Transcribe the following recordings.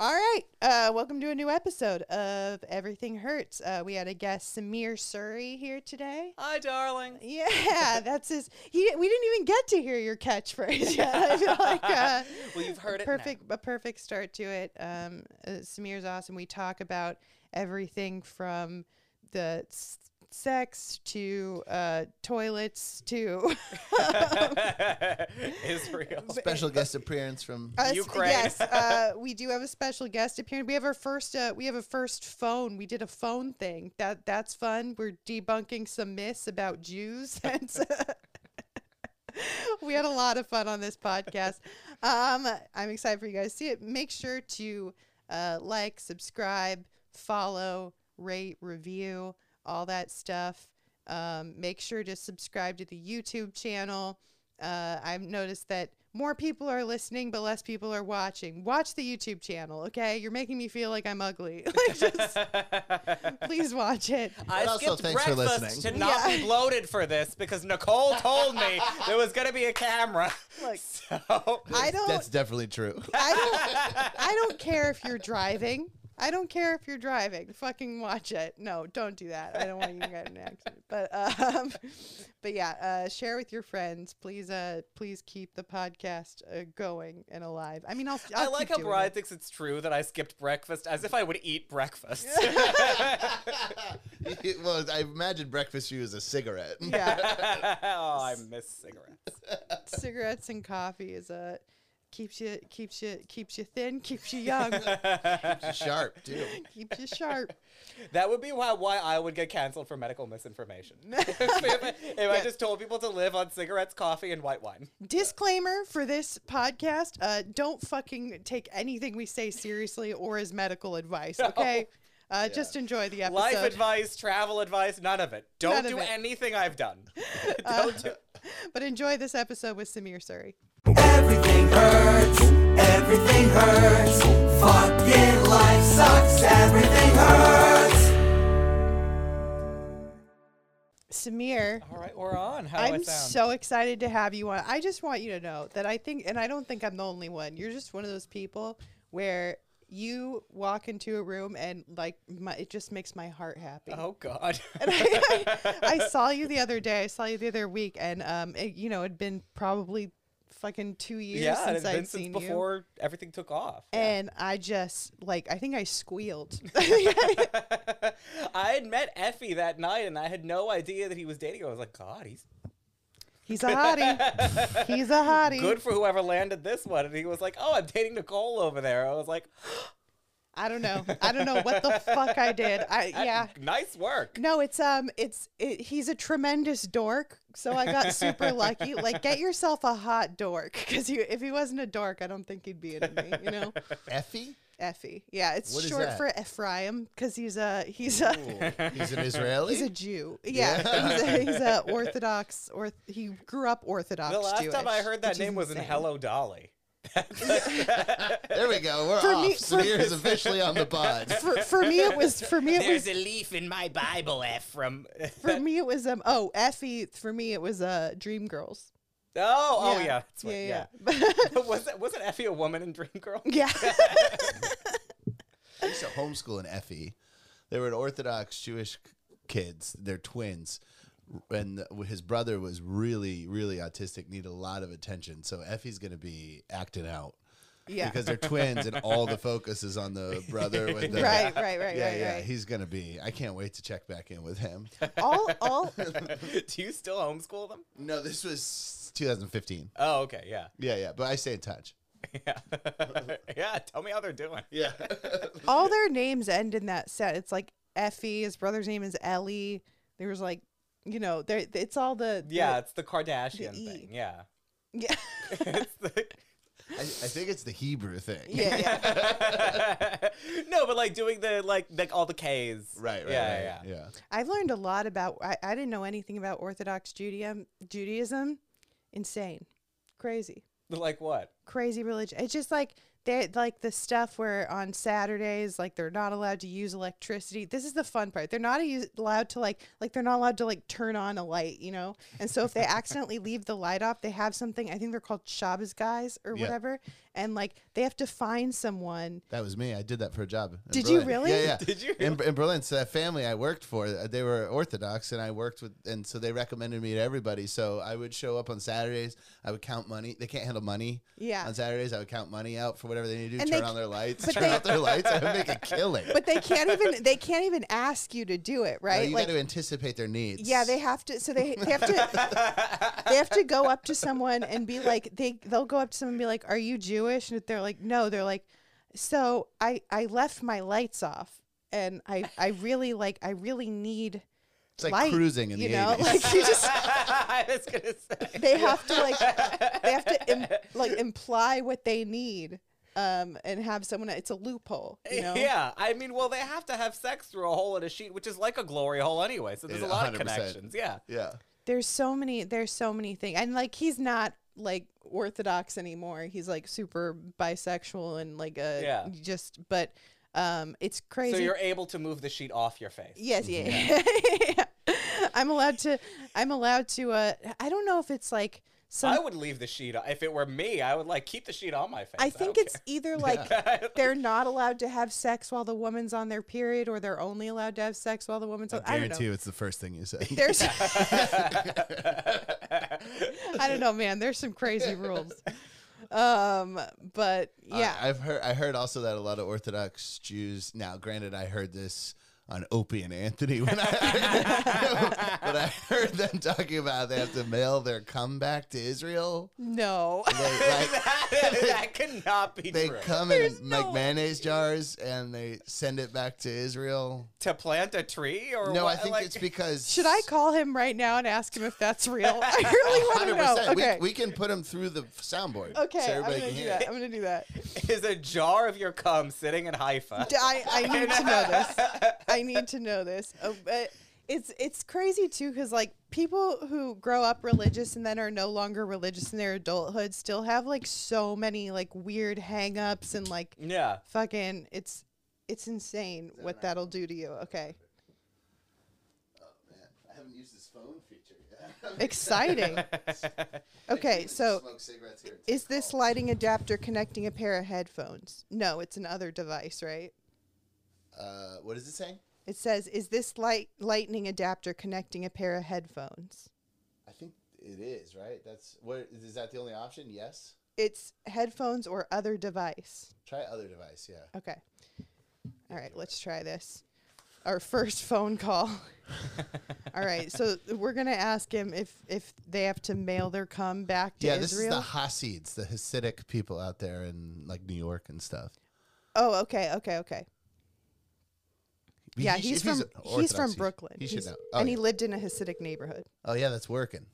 right. Uh, welcome to a new episode of Everything Hurts. Uh, we had a guest, Samir Suri, here today. Hi, darling. Yeah, that's his. He we didn't even get to hear your catchphrase yet. I feel like uh, Well, you've heard it now. perfect a perfect start to it. Um, uh, Samir's awesome. We talk about everything from the s- sex to uh, toilets to Israel. Special guest appearance from Us- Ukraine. Yes, uh, we do have a special guest appearance. We have our first. Uh, we have a first phone. We did a phone thing. That that's fun. We're debunking some myths about Jews, and we had a lot of fun on this podcast. Um, I'm excited for you guys to see it. Make sure to uh, like, subscribe, follow, rate, review, all that stuff. Um, make sure to subscribe to the YouTube channel. Uh, I've noticed that more people are listening, but less people are watching. Watch the YouTube channel, okay? You're making me feel like I'm ugly. Like, just, please watch it. I But also, skipped thanks for breakfast listening. to not Yeah. be bloated for this because Nicole told me there was going to be a camera. Look. so I don't. That's definitely true. I don't I don't care if you're driving. I don't care if you're driving. Fucking watch it. No, don't do that. I don't want you to get in an accident. But um, but yeah, uh, share with your friends. Please uh, please keep the podcast uh, going and alive. I mean, I'll. I I'll like keep how doing Brian it. thinks it's true that I skipped breakfast as if I would eat breakfast. well, I imagine breakfast for you is a cigarette. Yeah, oh, I miss cigarettes. cigarettes and coffee is a keeps you keeps you keeps you thin, keeps you young, Sharp too. keeps you sharp. That would be why, why I would get canceled for medical misinformation. if I, if I just told people to live on cigarettes, coffee, and white wine. Disclaimer for this podcast: uh, Don't fucking take anything we say seriously or as medical advice. Okay, uh, just enjoy the episode. Life advice, travel advice, none of it. Don't None of do it. anything I've done. Don't do. but enjoy this episode with Samir Suri. Everything hurts. Everything hurts. Fucking life sucks. Everything hurts. Samir, All right, we're on. How do I I'm sound? so excited to have you on. I just want you to know that I think, and I don't think I'm the only one. You're just one of those people where you walk into a room and like my, it just makes my heart happy. oh God. I, I saw you the other day. I saw you the other week, and um, it, you know, it'd been probably fucking two years yeah, since it's been I'd since seen you. Eh. before everything took off. And I just like I think I squealed. I I had met Effie that night, and I had no idea that he was dating. her. I was like, God, he's He's a hottie. He's a hottie. good for whoever landed this one. And he was like, Oh, I'm dating Nicole over there. I was like, I don't know. I don't know what the fuck I did. I yeah. Nice work. No, it's um, it's it, he's a tremendous dork. So I got super lucky. Like, get yourself a hot dork, because you if he wasn't a dork, I don't think he'd be into me. You know. Effie? Effie. Yeah, it's What is short that? for Ephraim because he's a he's a He's an Israeli. he's a Jew. Yeah, he's, a, he's a Orthodox. Or he grew up Orthodox. The last Jewish, time I heard which that is name was in insane. Hello Dolly. there we go. We're For off. me- for- Samir is officially on the pod. For, for me, it was for me it was a leaf in my Bible, Ephraim. for me it was um oh Effie for me it was uh Dreamgirls. Oh, oh yeah, that's what, yeah, yeah. yeah. was it, wasn't Effie a woman in Dreamgirl? yeah. I used to homeschool an Effie. They were an Orthodox Jewish k- kids. They're twins. And the- his brother was really, really autistic, needed a lot of attention. So Effie's going to be acting out. Yeah. Because they're twins and all the focus is on the brother with the Right, right, right, yeah, right, yeah. right. He's gonna be. I can't wait to check back in with him. all all Do you still homeschool them? no, this was 2015. Oh, okay, yeah, Yeah, yeah. But I stay in touch. yeah, yeah. Tell me how they're doing. Yeah. all their names end in that set. It's like Effie. His brother's name is Ellie. There was like, you know, there. It's all the the- Yeah, it's the Kardashian E. thing. Yeah, yeah, it's the, I, I think it's the Hebrew thing. yeah, yeah. no, but like doing the like like all the K's. Right. Right. yeah, right, yeah. yeah. I've learned a lot about. I, I didn't know anything about Orthodox Judaism. Judaism, insane, crazy, Like what? crazy religion. It's just like they like the stuff where on Saturdays, like they're not allowed to use electricity. This is the fun part. They're not use, allowed to like like they're not allowed to like turn on a light, you know. And so if they accidentally leave the light off, they have something. I think they're called Shabbos guys or Yeah. whatever, and like they have to find someone. That was me. I did that for a job. in Did you Berlin. really? Yeah, yeah. Did you In, in Berlin, so that family I worked for, uh, they were Orthodox, and I worked with, and so they recommended me to everybody. So I would show up on Saturdays. I would count money. They can't handle money. Yeah. On Saturdays, I would count money out for whatever they need to do. And turn they on their lights. but Turn they- out their lights. I would make a killing. But they can't even they can't even ask you to do it, No, right? you like got to anticipate their needs. yeah, they have to so they, they have to they have to go up to someone and be like they they'll go up to someone and be like, "Are you Jewish?" And if they're like, "No." They're like, "So, I I left my lights off and I I really like I really need It's like light, cruising in you the know? 80s. Like you just I was gonna say. they have to like they have to im- like imply what they need um and have someone it's a loophole you know Yeah, I mean, well, they have to have sex through a hole in a sheet, which is like a glory hole anyway. So there's a Yeah, lot of 100%. connections. Yeah. yeah. there's so many there's so many things and like he's not like orthodox anymore he's like super bisexual and like a Yeah. just but um it's crazy So you're able to move the sheet off your face. yes yeah, yeah. i'm allowed to i'm allowed to uh i don't know if it's like some I would leave the sheet. o- If it were me, I would like keep the sheet on my face. I think don't it's either like care. they're not allowed to have sex while the woman's on their period, or they're only allowed to have sex while the woman's. on, I don't know. guarantee you it's the first thing you said. There's, I don't know, man. There's some crazy rules. Um, but yeah, I, have heard. I heard also that a lot of Orthodox Jews. Now, granted, I heard this on Opie and Anthony when I, but I heard them talking about they have to mail their comeback to Israel. no. They, like, that, that could not be they true. come in no- like mayonnaise jars and they send it back to Israel. to plant a tree or No, what? I think Like- it's because Should I call him right now and ask him if that's real? I really want to Hundred know. percent. Okay, We, we can put them through the soundboard. okay, so I'm gonna everybody can do hear that. it. I'm gonna do that. is a jar of your cum sitting in Haifa. D- I, I need to know this. I need to know this. Oh, but it's it's crazy too because like people who grow up religious and then are no longer religious in their adulthood still have like so many like weird hangups and like yeah. fucking it's it's insane what that'll do to you. Okay, I haven't used this phone feature exciting. Okay, so Smoke cigarettes here. is this lighting adapter connecting a pair of headphones? No, it's another device, right? Uh, what does it say? It says, "Is this light lightning adapter connecting a pair of headphones?" I think it is right. That's what is that the only option? Yes. It's headphones or other device. Try other device. Yeah. Okay. All right, let's try this. Our first phone call. All right, so we're gonna ask him if if they have to mail their cum back to Yeah, this is Israel. the Hasids, the Hasidic people out there in like New York and stuff. oh, okay, okay, okay. Yeah, He sh- he's if from he's, Orthodox, from he sh- Brooklyn. He should He's- know. Oh, and yeah. he lived in a Hasidic neighborhood. oh yeah, that's working.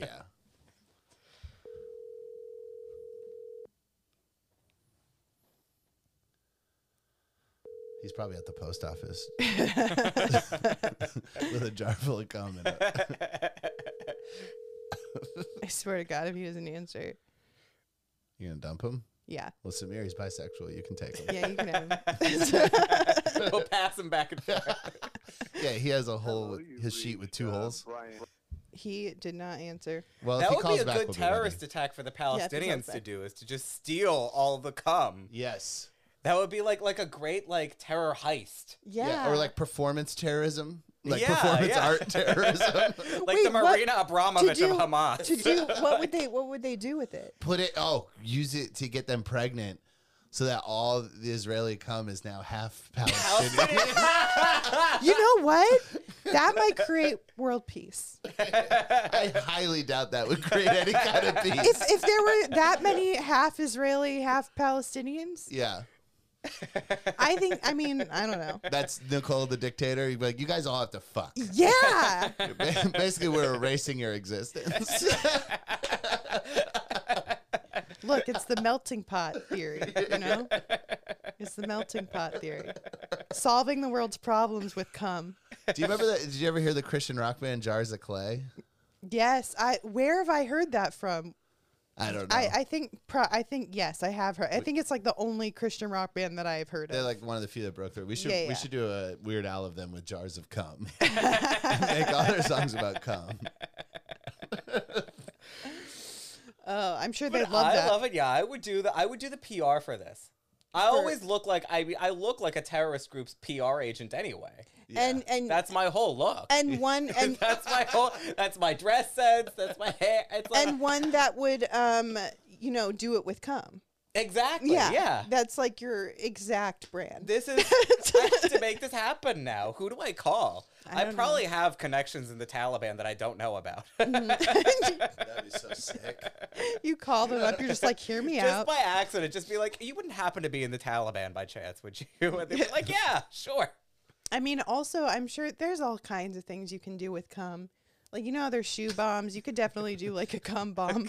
yeah. He's probably at the post office with a jar full of cum. in it. I swear to God, if he doesn't answer, You gonna dump him? yeah, Well, Samir, he's bisexual. You can take him. yeah, you can have. Him. We'll pass them back and forth. Yeah, he has a hole with his sheet with two holes. He did not answer. Well, if that he would calls be a back, good we'll be ready. terrorist attack for the if he calls Palestinians to back. do is to just steal all the cum. Yes. That would be like like a great like terror heist. Yeah, Or like performance terrorism, like Yeah, performance yeah. art terrorism. Like the Wait, what? Marina Abramovich To do- of Hamas. to do what would they what would they do with it? Put it. Oh, use it to get them pregnant, so that all the Israeli cum is now half Palestinian. You know what? That might create world peace. I highly doubt that would create any kind of If, peace. if there were that many half Israeli, half Palestinians, Yeah, I think, I mean, I don't know. that's Nicole the dictator. You'd be like, you guys all have to fuck. Yeah. Basically, we're erasing your existence. Look, it's the melting pot theory, you know? It's the melting pot theory. Solving the world's problems with cum. Do you remember that? Did you ever hear the Christian rock band Jars of Clay? Yes, I where have I heard that from? I don't know. I, I think pro, I think yes, I have heard. I think it's like the only Christian rock band that I have heard They're of. like one of the few that broke through. We should Yeah, yeah. we should do a Weird Al of them with jars of cum. Make all their songs about cum. Oh, I'm sure But they'd love I that. love it. Yeah, I would do the I would do the PR for this. I always look like I I look like a terrorist group's PR agent anyway. And and That's my whole look. and one and that's my whole that's my dress sense, that's my hair. It's like and one that would um you know do it with cum. exactly. Yeah, Yeah. That's like your exact brand. This is I have to make this happen now. Who do I call? I I, don't know. probably have connections in the Taliban that I don't know about. That'd be so sick. you call them up. You're just like, hear me Just out. by accident, just be like, you wouldn't happen to be in the Taliban by chance, would you? And they'd be like, yeah, sure. I mean, also, I'm sure there's all kinds of things you can do with cum. Like you know, how there's shoe bombs. You could definitely do like a cum bomb.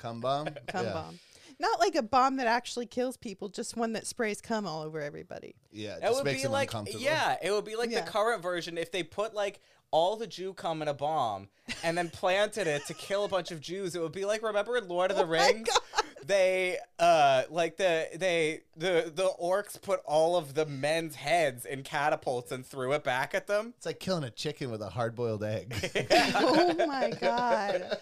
Cum bomb. cum yeah. bomb. Not like a bomb that actually kills people, just one that sprays cum all over everybody. Yeah, it It just would makes be them like, uncomfortable. yeah, it would be like Yeah. the current version if they put like all the Jew cum in a bomb and then planted it to kill a bunch of Jews. It would be like remember in Lord of Oh the Rings, they uh like the they the the orcs put all of the men's heads in catapults and threw it back at them. It's like killing a chicken with a hard-boiled egg. oh my god,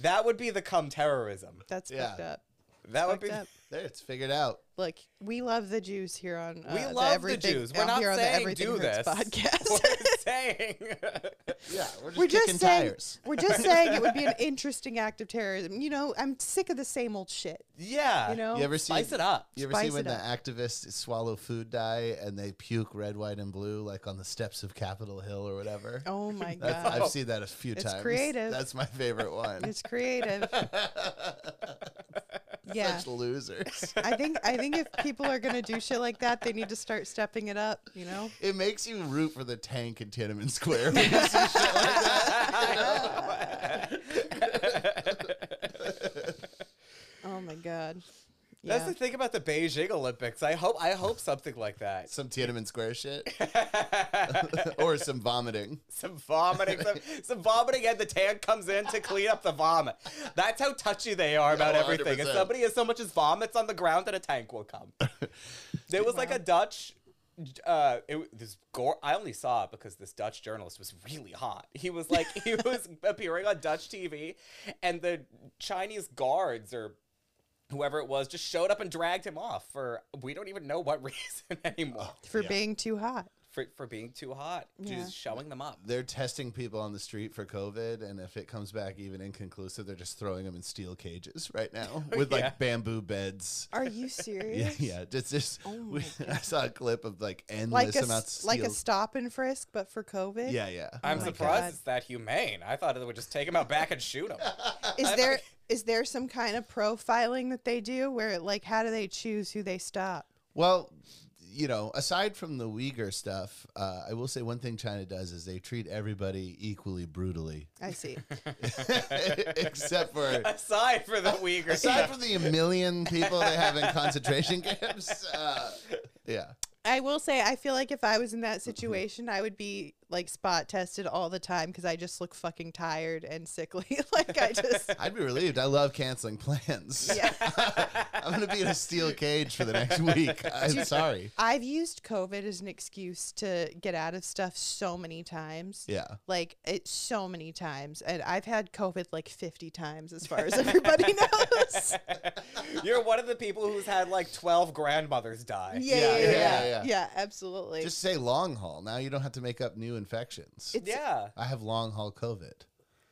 That would be the cum terrorism. that's Yeah. fucked up. That would Fucked be. up. there, it's figured out. Look, we love the Jews here on uh, We love the Everything- Jews. We're uh, not here on the saying Everything do Hurts this. podcast. We're saying. Yeah, we're just We're kicking just saying. tires. We're just saying it would be an interesting act of terrorism. You know, I'm sick of the same old shit. yeah. You know, You ever see? Spice it up. You ever Spice see it when the up. activists swallow food dye and they puke red, white, and blue, like on the steps of Capitol Hill or whatever? oh my That's, god, I've seen that a few It's times. creative. That's my favorite one. it's creative. yeah, Such losers. I think I think if people are gonna do shit like that, they need to start stepping it up. You know. It makes you root for the tank in Tiananmen Square. when you see shit like that. Oh my god. That's the thing about the Beijing Olympics. I hope I hope something like that. some Tiananmen Square shit, or some vomiting. Some vomiting, some, some vomiting, and the tank comes in to clean up the vomit. That's how touchy they are about Oh, everything. If 100%. somebody as so much as vomits on the ground, then a tank will come. There was like a Dutch. Uh, it, w- this gore. I only saw it because this Dutch journalist was really hot. He was like he was appearing on Dutch TV, and the Chinese guards or whoever it was just showed up and dragged him off for we don't even know what reason anymore. for being too hot. for, for being too hot. Yeah. Just showing them up. They're testing people on the street for COVID, and if it comes back even inconclusive, they're just throwing them in steel cages right now with Yeah. like bamboo beds. Are you Yeah, serious? yeah. Just, just my I saw a clip of like endless Like a amounts s- of like a steel- stop and frisk, but for COVID. Yeah, yeah. I'm Oh my surprised God. it's that humane. I thought it would just take him out back and shoot him. Is there is there some kind of profiling that they do where like how do they choose who they stop? Well, you know, aside from the Uyghur stuff, uh, I will say one thing China does is they treat everybody equally brutally, I see. except for Aside for the Uyghur aside stuff. from the million people they have in concentration camps. Uh, yeah, I will say I feel like if I was in that Mm-hmm. situation, I would be like spot tested all the time because I just look fucking tired and sickly. like I just I'd be relieved. I love canceling plans. yeah. I'm gonna be in a steel cage for the next week. I'm sorry. I've used COVID as an excuse to get out of stuff so many times. Yeah. like it so many times and i've had covid like 50 times as far as everybody knows You're one of the people who's had like 12 grandmothers die. yeah yeah yeah, yeah, yeah, yeah. absolutely Just say long haul. Now you don't have to make up new infections. It's- Yeah. I have long haul COVID.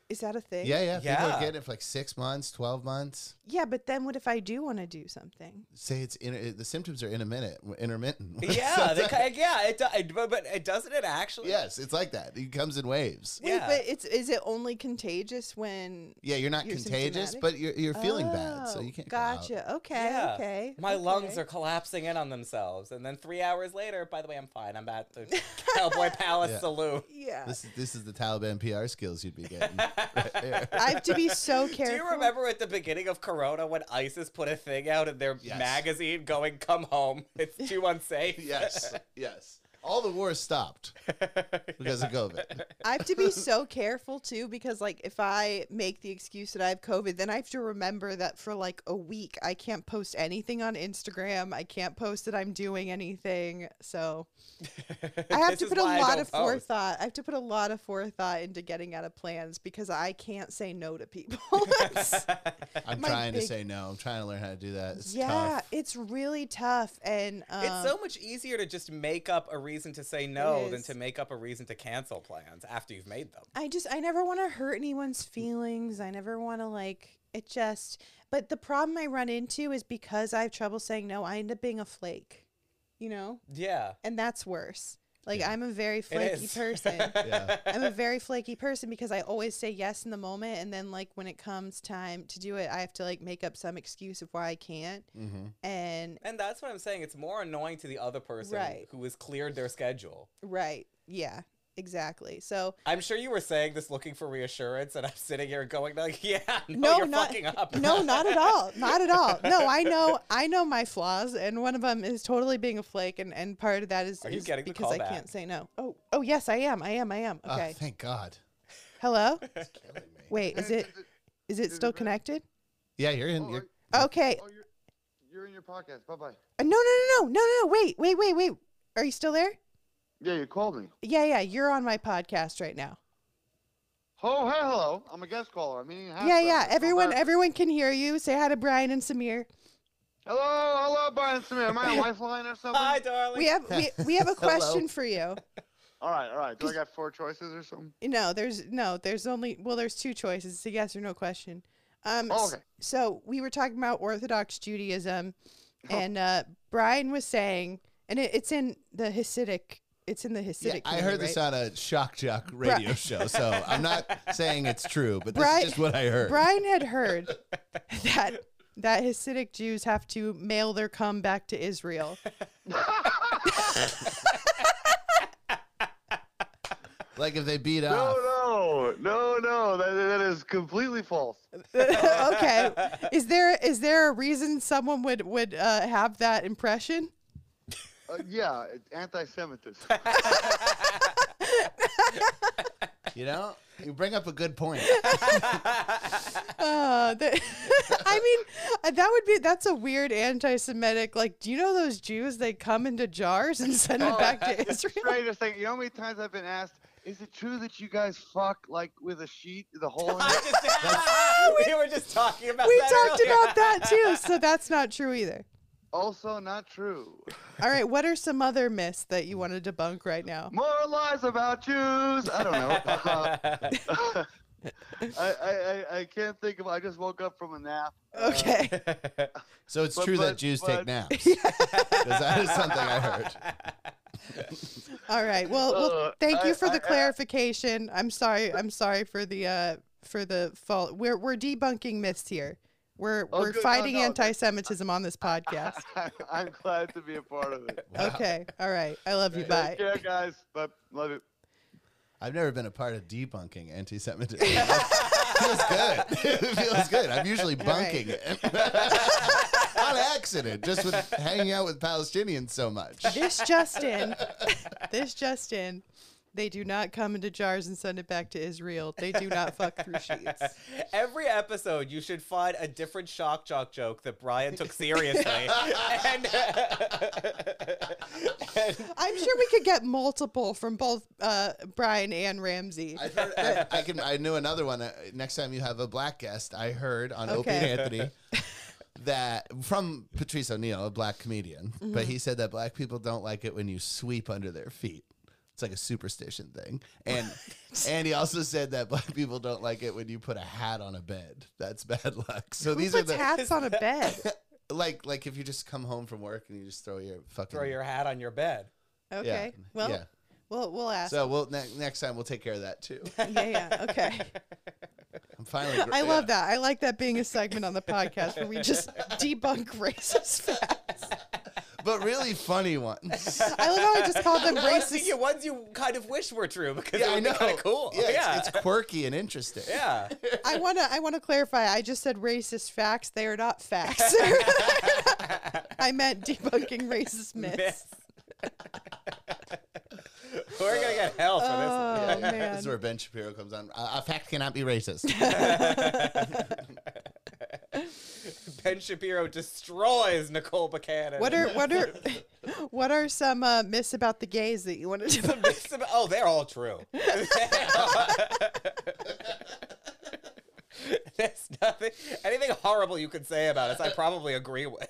is that a thing Yeah, yeah. People Yeah. are getting it for like six months, twelve months. yeah but then what if i do want to do something say it's inter- the symptoms are intermittent. Intermittent. Yeah, they, ki- yeah, it, do- it, but, but it doesn't it actually? yes, it's like that. It comes in waves. wait Yeah. but it's is it only contagious when Yeah, you're not You're contagious, symptomatic? but you're, you're feeling bad, so Oh, you can't. go out. gotcha okay Yeah. okay My lungs okay. are collapsing in on themselves, and then three hours later, by the way, I'm fine. I'm at the Cowboy Palace Yeah. Saloon. yeah This is this is the Taliban PR skills you'd be getting. i have to be so Do careful you remember at the beginning of Corona when ISIS put a thing out in their Yes. magazine going, "Come home, it's too unsafe." yes, yes. all the wars stopped because of COVID. I have to be so careful too because like if I make the excuse that I have COVID, then I have to remember that for like a week I can't post anything on Instagram. I can't post that I'm doing anything. So I have This to is put a why I lot don't of post. forethought. I have to put a lot of forethought into getting out of plans because I can't say no to people. It's- I'm My trying to big- say no. I'm trying to learn how to do that. It's yeah, tough. it's really tough. And um, It's so much easier to just make up a reason to say no than is. to make up a reason to cancel plans after you've made them. I just I never want to hurt anyone's feelings. I never want to like it just but the problem I run into is because I have trouble saying no, I end up being a flake. You know? Yeah. And that's worse. Like Yeah. I'm a very It flaky is. person. Yeah. I'm a very flaky person because I always say yes in the moment and then like when it comes time to do it, I have to like make up some excuse of why I can't. Mm-hmm. And And that's what I'm saying. It's more annoying to the other person Right. who has cleared their schedule. right. Yeah. Exactly. So I'm sure you were saying this looking for reassurance, and I'm sitting here going like, "Yeah, no, No, you're not- fucking up." no, not at all. Not at all. No, I know I know my flaws and one of them is totally being a flake and, and part of that is, Are you is getting the because I callback? can't say no. Oh oh yes, I am. I am. I am. Oh, Okay. thank God. Hello? Killing me. Wait, is it is it still connected? Yeah, you're in. Oh, You're, I- Okay. oh, you're, you're in your podcast. Bye bye. Uh, No, no, no, no. No, no, no. Wait. Wait, wait, wait. Are you still there? Yeah, you called me. Yeah, yeah, you're on my podcast right now. Oh, hey, hello. I'm a guest caller. I mean, Yeah, yeah. Everyone everyone can hear you. Say hi to Brian and Samir. Hello, hello, Brian Smith. Am I on Lifeline or something? Hi, darling. We have we, we have a Hello. question for you. All right, all right. Do I got four choices or something? No, there's no, there's only well, there's two choices. It's a yes or no question. Um, Oh, s- okay. So we were talking about Orthodox Judaism, and uh, Brian was saying, and it, it's in the Hasidic. It's in the yeah, Hasidic. I community, heard this right? on a shock jock radio show, so I'm not saying it's true, but this Bri- is just what I heard. Brian had heard that that Hasidic Jews have to mail their cum back to Israel. like if they beat off. No, no, no, no. That, that is completely false. okay, is there is there a reason someone would would uh, have that impression? Uh, yeah, it's anti-Semitism. You know, you bring up a good point. Uh, the, I mean, uh, that would be that's a weird anti-Semitic. Like, do you know those Jews? They come into jars and send it Oh, back to It's the Israel. straightest thing. You know how many times I've been asked, is it true that you guys fuck like with a sheet, the hole in I it? just- we were just talking about. We that talked earlier. about that too, so that's not true either. Also not true. All right, what are some other myths that you want to debunk right now? More lies about Jews. I don't know. Uh, I, I, I, I can't think of. I just woke up from a nap. Uh, Okay, So it's But- true that but- Jews take but- naps. 'Cause that is something I heard. all right. Well, well, Uh, thank I- you for the I- I- clarification. I'm sorry. I'm sorry for the uh for the fault. We're we're debunking myths here. We're Oh, we're good. No, fighting no, that- anti-Semitism on this podcast. I'm glad to be a part of it. okay. All right. I love you. Bye. Take care, guys. But love it. I've never been a part of debunking anti-Semitism. feels good. It feels good. I'm usually bunking it on accident, just with hanging out with Palestinians so much. this Justin, this Justin, they do not come into jars and send it back to Israel. They do not fuck through sheets. Every episode, you should find a different shock jock joke that Brian took seriously. and, and- I'm sure we could get multiple from both uh, Brian and Ramsey. I've heard, I, I can. I knew another one. Uh, next time you have a black guest, I heard on Opie Okay. and Anthony that from Patrice O'Neill, a black comedian, but Mm-hmm. he said that black people don't like it when you sweep under their feet. It's like a superstition thing, and and he also said that black people don't like it when you put a hat on a bed. That's bad luck. So Who these are puts the hats on a bed? like like if you just come home from work and you just throw your fucking throw your hat on your bed. yeah, Okay. Well, yeah. we'll we'll ask. So we'll ne- next time we'll take care of that too. yeah, yeah. Okay. I'm finally. I love that. I like that being a segment on the podcast where we just debunk racist facts. but really funny ones. I love how I just called them Ones that racist. you, ones you kind of wish were true because Yeah, it I would be know. kind of cool. Yeah, yeah. It's, it's quirky and interesting. yeah. I wanna I wanna clarify. I just said racist facts. They are not facts. I meant debunking racist myths. Myths. get hell for Oh, this. man. This is where Ben Shapiro comes on. Uh, a fact cannot be racist. ben Shapiro destroys Nicole Buchanan. What are what are what are some uh, myths about the gays that you wanted to? It's about- oh, they're all true. There's nothing, anything horrible you could say about us. I probably agree with.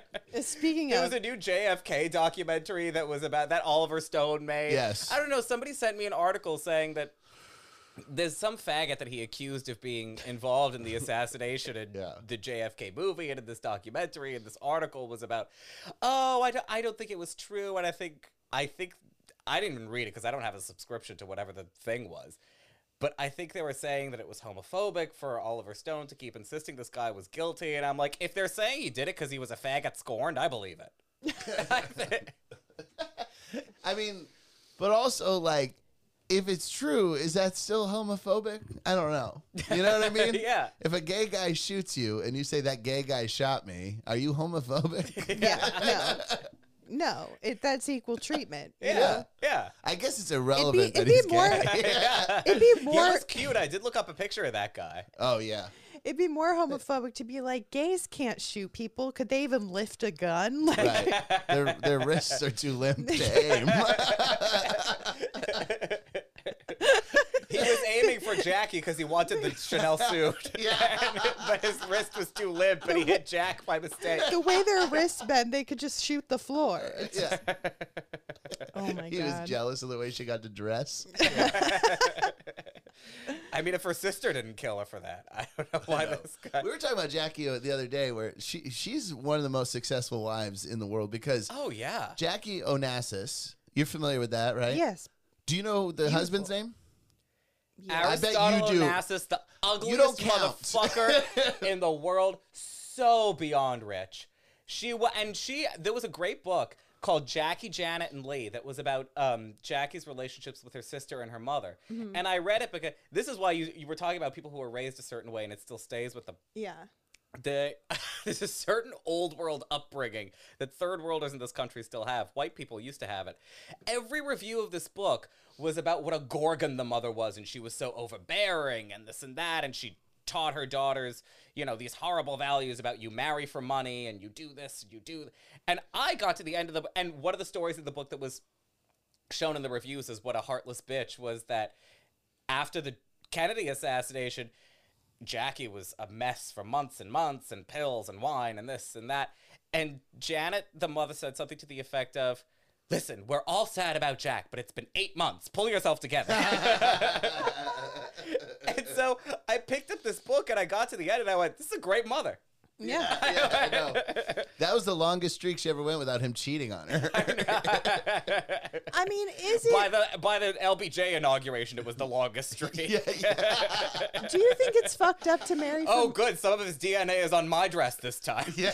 Speaking There was of, a new JFK documentary that was about that Oliver Stone made. Yes. I don't know. Somebody sent me an article saying that there's some faggot that he accused of being involved in the assassination in Yeah. the JFK movie and in this documentary and this article was about, oh, I don't, I don't think it was true. And I think, I think, I didn't even read it because I don't have a subscription to whatever the thing was. But I think they were saying that it was homophobic for Oliver Stone to keep insisting this guy was guilty. And I'm like, if they're saying he did it because he was a faggot scorned, I believe it. I thi- I mean, but also like, if it's true, is that still homophobic? I don't know. You know what I mean? Yeah. If a gay guy shoots you and you say that gay guy shot me, are you homophobic? yeah, no, no, it, that's equal treatment. you yeah. know? Yeah. I guess it's irrelevant. it'd that he's be more- gay. Yeah. It'd be He more was cute. I did look up a picture of that guy. oh yeah. it'd be more homophobic to be like gays can't shoot people. Could they even lift a gun? Like, Right. their their wrists are too limp to aim. He was aiming for Jackie because he wanted the Chanel suit. Yeah. but his wrist was too limp and he hit Jack by mistake. The way their wrists bend, they could just shoot the floor. It's- yeah. oh my He god! was jealous of the way she got to dress. I mean, if her sister didn't kill her for that, I don't know why this guy. We were talking about Jackie O the other day, where she she's one of the most successful wives in the world because Oh, yeah. Jackie Onassis. You're familiar with that, right? yes, Do you know the husband's name? I bet you Aristotle do. Onassis, the don't ugliest count. motherfucker in the world, so beyond rich. She wa- and she. There was a great book called Jackie, Janet, and Lee that was about um, Jackie's relationships with her sister and her mother. And I read it because this is why you you were talking about people who are raised a certain way and it still stays with them yeah. the there's a certain old world upbringing that third worlders in this country still have. White people used to have it. Every review of this book was about what a gorgon the mother was, and she was so overbearing and this and that, and she taught her daughters, you know, these horrible values about you marry for money and you do this and you do. th- And I got to the end of the and one of the stories in the book that was shown in the reviews as what a heartless bitch was that after the Kennedy assassination, Jackie was a mess for months and months, and pills and wine and this and that. And Janet, the mother, said something to the effect of, Listen, we're all sad about Jack, but it's been eight months. Pull yourself together. and so I picked up this book and I got to the end and I went, This is a great mother. Yeah. Yeah, I know. That was the longest streak she ever went without him cheating on her. I mean, is it? By the by the LBJ inauguration, it was the longest streak. yeah, yeah, do you think it's fucked up to marry? Oh, from- good. Some of his DNA is on my dress this time. yeah.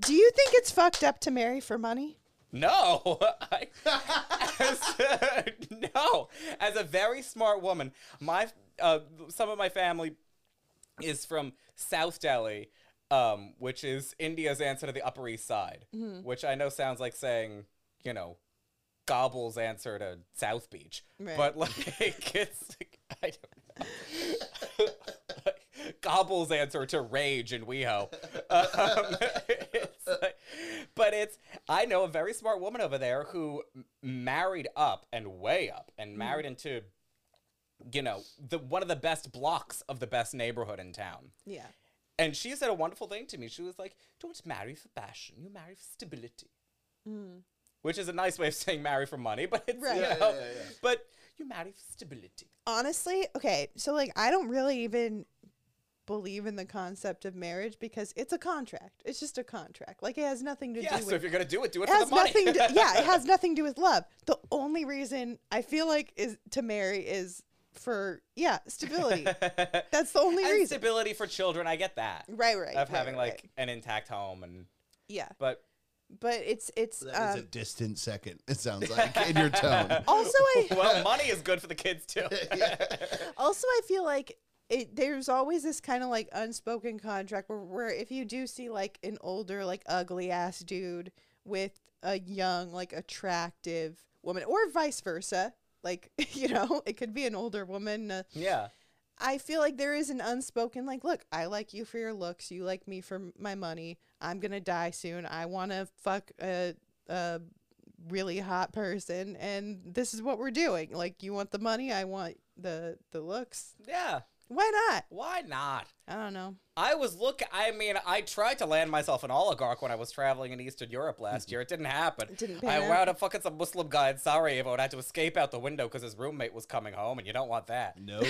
do you think it's fucked up to marry for money? No. I, as- no. As a very smart woman, my uh, some of my family is from South Delhi, um, which is India's answer to the Upper East Side, which I know sounds like saying, you know, Gobble's answer to South Beach. Right. But like it's I don't know. Gobble's answer to rage in WeHo. Um, it's like- but it's I know a very smart woman over there who m- married up and way up and married into you know the one of the best blocks of the best neighborhood in town. Yeah. And she said a wonderful thing to me. She was like, "Don't marry for passion. You marry for stability." Which is a nice way of saying marry for money, but it's Mm. Right. you Yeah, know, but you marry for stability. honestly, okay, so like I don't really even believe in the concept of marriage because it's a contract. It's just a contract. Like it has nothing to Yeah. do So if with you're gonna do it, do it, it for has the money. nothing to, yeah, it has nothing to do with love. The only reason I feel like is to marry is for yeah, stability. That's the only and reason. stability for children. I get that. Right, right. right, Of having right, like an intact home and yeah. but But it's it's That was a um, distant second. It sounds like in your tone. also I well, money is good for the kids too. Also, I feel like it, there's always this kind of like unspoken contract where, where if you do see like an older, like ugly ass dude with a young, like attractive woman, or vice versa. Like, you know, it could be an older woman. Uh, Yeah. I feel like there is an unspoken, like, look, I like you for your looks. You like me for m- my money. I'm going to die soon. I want to fuck a, a really hot person. And this is what we're doing. Like, you want the money. I want the, the looks. Yeah. Why not? Why not? I don't know. I was look. I mean, I tried to land myself an oligarch when I was traveling in Eastern Europe last year. It didn't happen. It didn't I pan out. wound up fucking some Muslim guy in Sarajevo and had to escape out the window because his roommate was coming home, and you don't want that. No,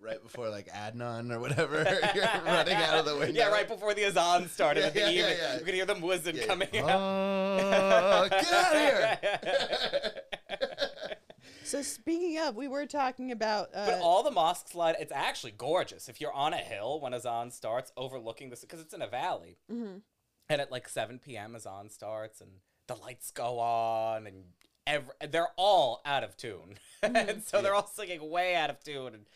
right before like Adnan or whatever, you're running out of the window. Yeah, right before the azan started Yeah, in the yeah, yeah, evening, yeah. you could hear the muezzin Yeah, coming yeah. out. Oh, get out of here! So, speaking of, we were talking about. Uh, But all the mosques line, it's actually gorgeous. If you're on a hill when Azan starts, overlooking this, because it's in a valley, Mhm. and at like 7 p.m. Azan starts, and the lights go on, and every, they're all out of tune. Mm-hmm. and so they're all singing way out of tune. And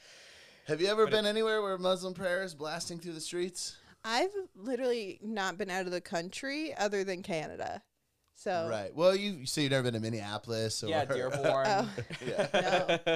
Have you ever been anywhere where Muslim prayer is blasting through the streets? I've literally not been out of the country other than Canada. So, Right. Well, you so you've never been to Minneapolis or yeah, Dearborn. Oh. Yeah.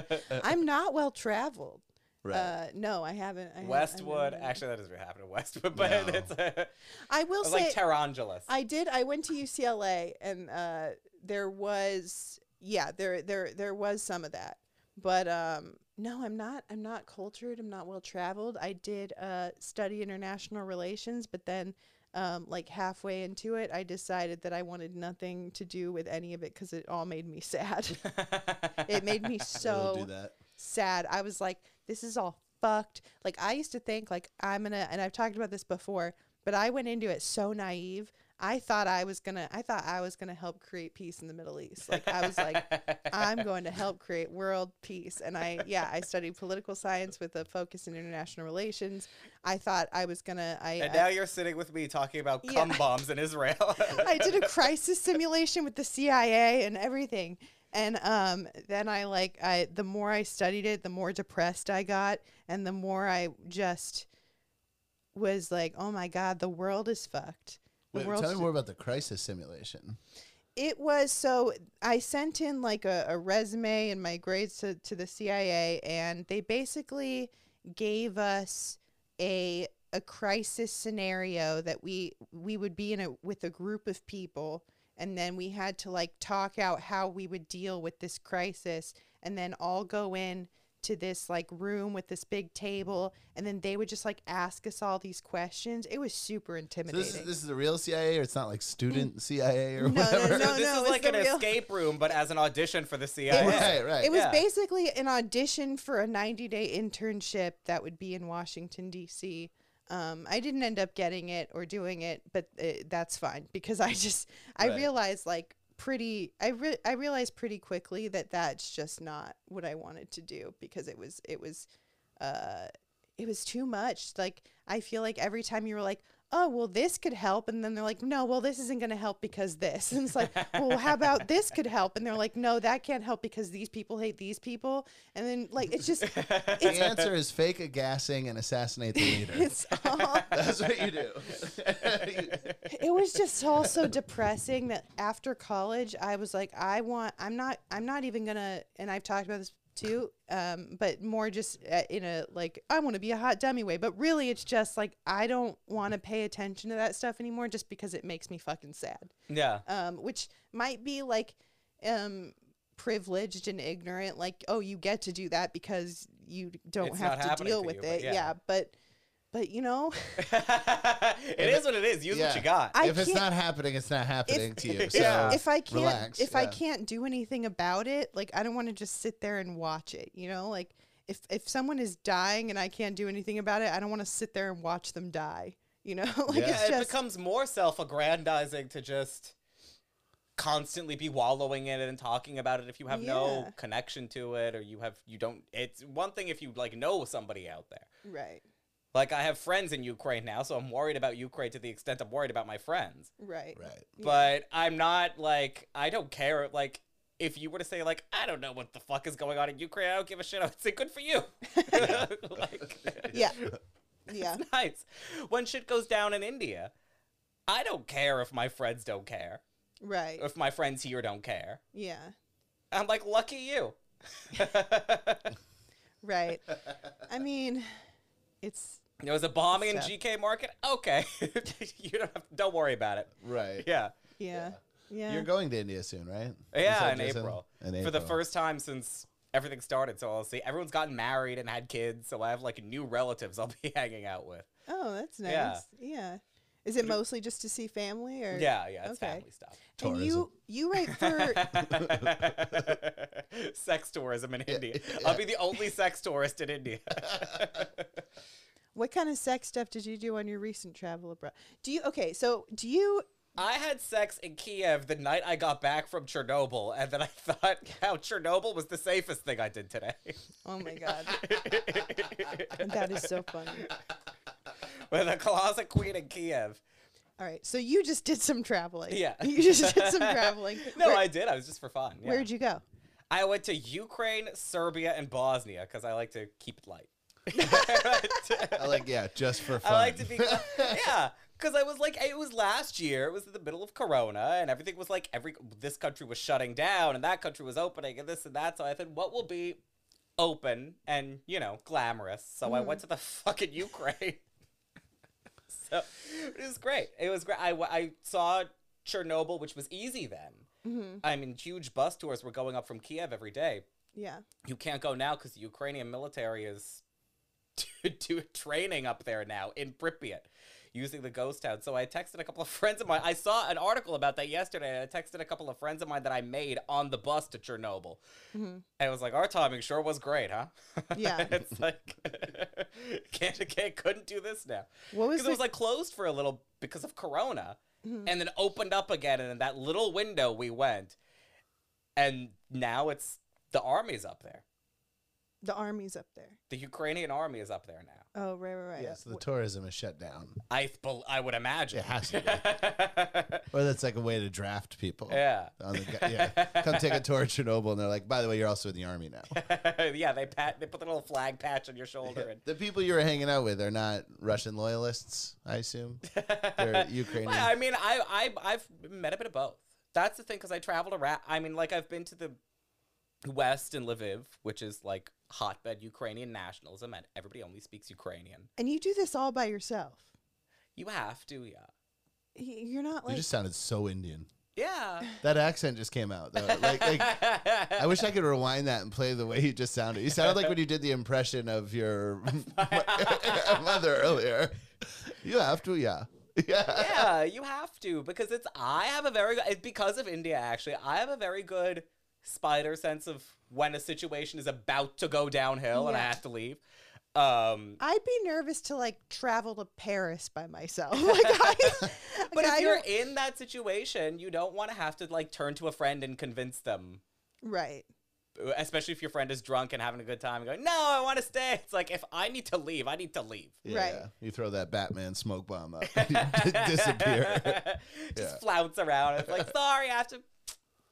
I'm not well traveled. Right. Uh, no, I haven't. I haven't- I Westwood. haven't. Actually, that doesn't really happen in Westwood, but No. it's, uh, I will it's say like Tarangelis. I did. I went to UCLA, and uh, there was yeah, there there there was some of that, but um, no, I'm not. I'm not cultured. I'm not well traveled. I did uh, study international relations, but then. Um, like halfway into it, I decided that I wanted nothing to do with any of it because it all made me sad. it made me We'll so do that. sad. I was like, this is all fucked. Like I used to think like I'm gonna and I've talked about this before, but I went into it so naive. I thought I was gonna I thought I was gonna help create peace in the Middle East. Like I was like, I'm going to help create world peace. And I yeah, I studied political science with a focus in international relations. I thought I was gonna I and I- now you're sitting with me talking about Yeah. cum bombs in Israel. I did a crisis simulation with the CIA and everything. And um, then I like I the more I studied it, the more depressed I got, and the more I just was like, oh my god, the world is fucked. The Wait, world's tell me more about the crisis simulation. it was so I sent in like a, a resume and my grades to, to the CIA, and they basically gave us a a crisis scenario that we we would be in a with a group of people, and then we had to like talk out how we would deal with this crisis, and then all go in to this like room with this big table, and then they would just like ask us all these questions. It was super So intimidating. Mm. this is this is the real CIA, or it's not like student CIA or No, no, whatever. no, this is it's like the an real- escape room, but as an audition for the CIA. was- Right, right. It was Yeah. basically an audition for a 90 day internship that would be in Washington, D.C. Um, I didn't end up getting it or doing it, but uh that's fine because I just, I Right. realized like pretty, I, re- I realized pretty quickly that that's just not what I wanted to do because it was, it was, uh, it was too much. Like, I feel like every time you were like, oh, well, this could help. And then they're like, no, well, this isn't going to help because this. And it's like, well, how about this could help? And they're like, no, that can't help because these people hate these people. And then, like, it's just, The answer is fake a gassing and assassinate the leader. it's all, That's what you do. You- it was just all so depressing that after college, I was like, I want, I'm not, I'm not even going to, and I've talked about this too, um, but more just uh, in a, like, I want to be a hot dummy way. But really, it's just like, I don't want to pay attention to that stuff anymore just because it makes me fucking sad. yeah. um, which might be like um, privileged and ignorant, like oh, you get to do that because you don't It's not have to happening deal for with you, it. but yeah. yeah. but but you know, it is what it is. Use Yeah. what you got. I if it's can't- not happening, it's not happening to you. So Yeah. if I can't relax, if I yeah. can't do anything about it, like I don't want to just sit there and watch it. You know, like if if someone is dying and I can't do anything about it, I don't want to sit there and watch them die. You know, like Yeah. it's yeah, just it becomes more self-aggrandizing to just constantly be wallowing in it and talking about it if you have Yeah. no connection to it or you have you don't it's one thing if you like know somebody out there right, like i have friends in ukraine now so i'm worried about ukraine to the extent i'm worried about my friends right, right. Yeah. but i'm not like i don't care like if you were to say like i don't know what the fuck is going on in ukraine i don't give a shit i would say good for you like Yeah, yeah. nice when shit goes down in india I don't care if my friends don't care, Right. if my friends here don't care. Yeah. I'm like, lucky you. Right. I mean, it's There was a bombing in Stuff. GK Market. Okay, you don't have, don't worry about it. Right. Yeah, yeah. Yeah. You're going to India soon, right? You yeah, said in Jason? April. In for the April. first time since everything started. So I'll see. Everyone's gotten married and had kids, so I have like new relatives I'll be hanging out with. oh, that's nice. Yeah. Yeah. Is it mostly just to see family or Yeah, yeah, it's Okay. family stuff. And you you write for sex tourism in India. yeah. I'll be the only sex tourist in India. what kind of sex stuff did you do on your recent travel abroad? Do you okay, so do you I had sex in Kiev the night I got back from Chernobyl, and then I thought how Chernobyl was the safest thing I did today. Oh my god. that is so funny. With a closet queen in Kiev. All right. So you just did some traveling. Yeah. You just did some traveling. No, Where- I did. I was just for fun. yeah. Where'd you go? I went to Ukraine, Serbia, and Bosnia because I like to keep it light. uh, I I like, yeah, just for fun. like to be, yeah, because I was like, it was last year. It was in the middle of Corona, and everything was like every this country was shutting down, and that country was opening, and this and that. So I said, what will be open and you know glamorous? So I went to the fucking Ukraine. so it was great. It was great. I w- I saw Chernobyl, which was easy then. Mm-hmm. I mean, huge bus tours were going up from Kiev every day Yeah. you can't go now because the Ukrainian military is do- do training up there now in Pripyat using the ghost town. So I texted a couple of friends of mine. I saw an article about that yesterday. And I texted a couple of friends of mine that I made on the bus to Chernobyl. Mhm. And it was like, our timing sure was great, huh? Yeah. it's like, can't, can't, couldn't do this now. What was Because the, it was like closed for a little because of Corona, Mhm. and then opened up again, and in that little window we went, and now it's the army's up there. the armies up there? The Ukrainian army is up there now. Oh, right, right, right. yeah, so the Wh- tourism is shut down. I bel I would imagine. It has to Or that's like a way to draft people. yeah. On the, gu- yeah. Come take a tour of Chernobyl, and they're like, by the way, you're also in the army now. yeah, they pat they put the little flag patch on your shoulder and The people you were hanging out with are not Russian loyalists, I assume. They're Ukrainian. Well, I mean, I, I I've met a bit of both. That's the thing because I traveled around. I mean, like I've been to the West in Lviv, which is like hotbed Ukrainian nationalism, and everybody only speaks Ukrainian. and you do this all by yourself. You have to, yeah, Y- You're not you like just sounded so Indian. yeah. That accent just came out. Though. Like, like, I wish I could rewind that and play the way you just sounded. You sounded like when you did the impression of your mother earlier. You have to, yeah. Yeah. yeah, you have to because it's I have a very good because of India actually. I have a very good spider sense of when a situation is about to go downhill and I Yeah. have to leave. Um I'd be nervous to like travel to Paris by myself. Like I, but like, I if you're don't- in that situation, you don't want to have to like turn to a friend and convince them. right, Especially if your friend is drunk and having a good time and going, "No, I want to stay." It's like if I need to leave, I need to leave. Right. You throw that Batman smoke bomb up, and you disappear. Just Yeah. flounce around. It's like, "Sorry, I have to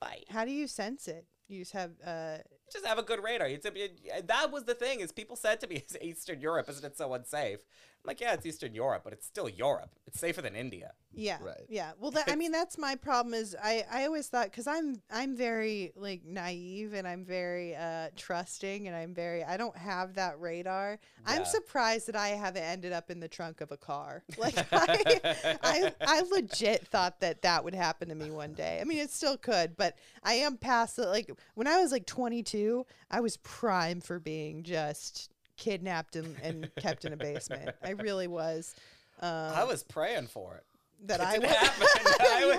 bye." how do you sense it? You just have uh, just have a good radar. It's a, it- that was the thing is people said to me, "Is Eastern Europe isn't it so unsafe?" I'm like, "Yeah, it's Eastern Europe, but it's still Europe. It's safer than India." yeah, Right. yeah. Well, that I mean, that's my problem. Is I I always thought because I'm I'm very like naive and I'm very uh trusting and I'm very I don't have that radar. Yeah. I'm surprised that I haven't ended up in the trunk of a car. Like I, I, I legit thought that that would happen to me one day. I mean, it still could, but I am past it. Like when I was like 22, I was prime for being just kidnapped and, and kept in a basement. I really was. Um, I was praying for it. that It I didn't was. happen. You I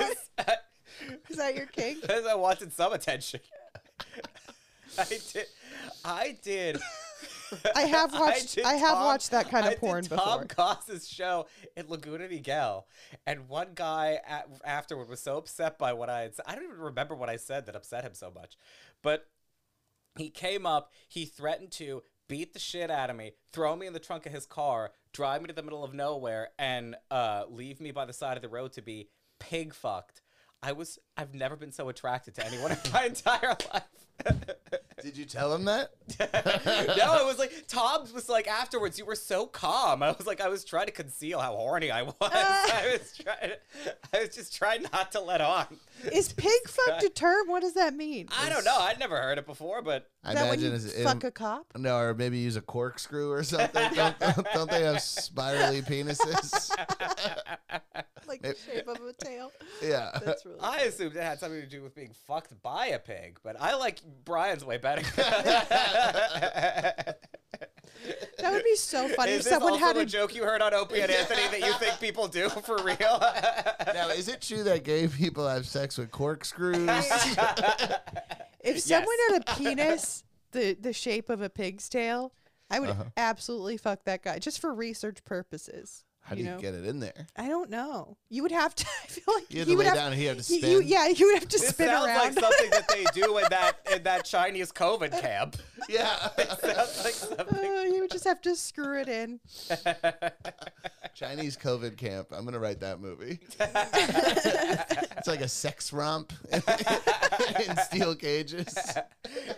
was Is that your king? because I wanted some attention. I did. I did. I have watched- did I have watched that kind of I did porn Tom before. Goss's show at Laguna Niguel, and one guy at, afterward was so upset by what I had said. I don't even remember what I said that upset him so much, but he came up. He threatened to beat the shit out of me, throw me in the trunk of his car, drive me to the middle of nowhere, and uh, leave me by the side of the road to be pig fucked. I was I've never been so attracted to anyone in my entire life. Did you tell him that? no, it was like Tom was like afterwards. You were so calm. I was like, I was trying to conceal how horny I was. I was trying. I was just trying not to let on. Is pig fucked a term? What does that mean? I don't know. I'd never heard it before, but I Is that when you it's- it- fuck a cop? no, or maybe use a corkscrew or something. don't, don't, don't they have spirally penises? Like the shape of a tail? yeah. That's really I assumed it had something to do with being fucked by a pig. But I like Brian's way better. That would be so funny if Is this someone also had a, a joke you heard on Opie and Anthony that you think people do for real? Now, is it true that gay people have sex with corkscrews? if someone had a penis the the shape of a pig's tail, I would Uh-huh. absolutely fuck that guy just for research purposes. How do you know? get it in there? I don't know. You would have to. I feel like You had he to would lay have, down and he had to y- spin. You, yeah, you would have to This spin sounds around. like something that they do in that in that Chinese COVID camp. Yeah. Sounds like something. Uh, you would just have to screw it in. Chinese COVID camp. I'm gonna write that movie. it's like a sex romp in steel cages.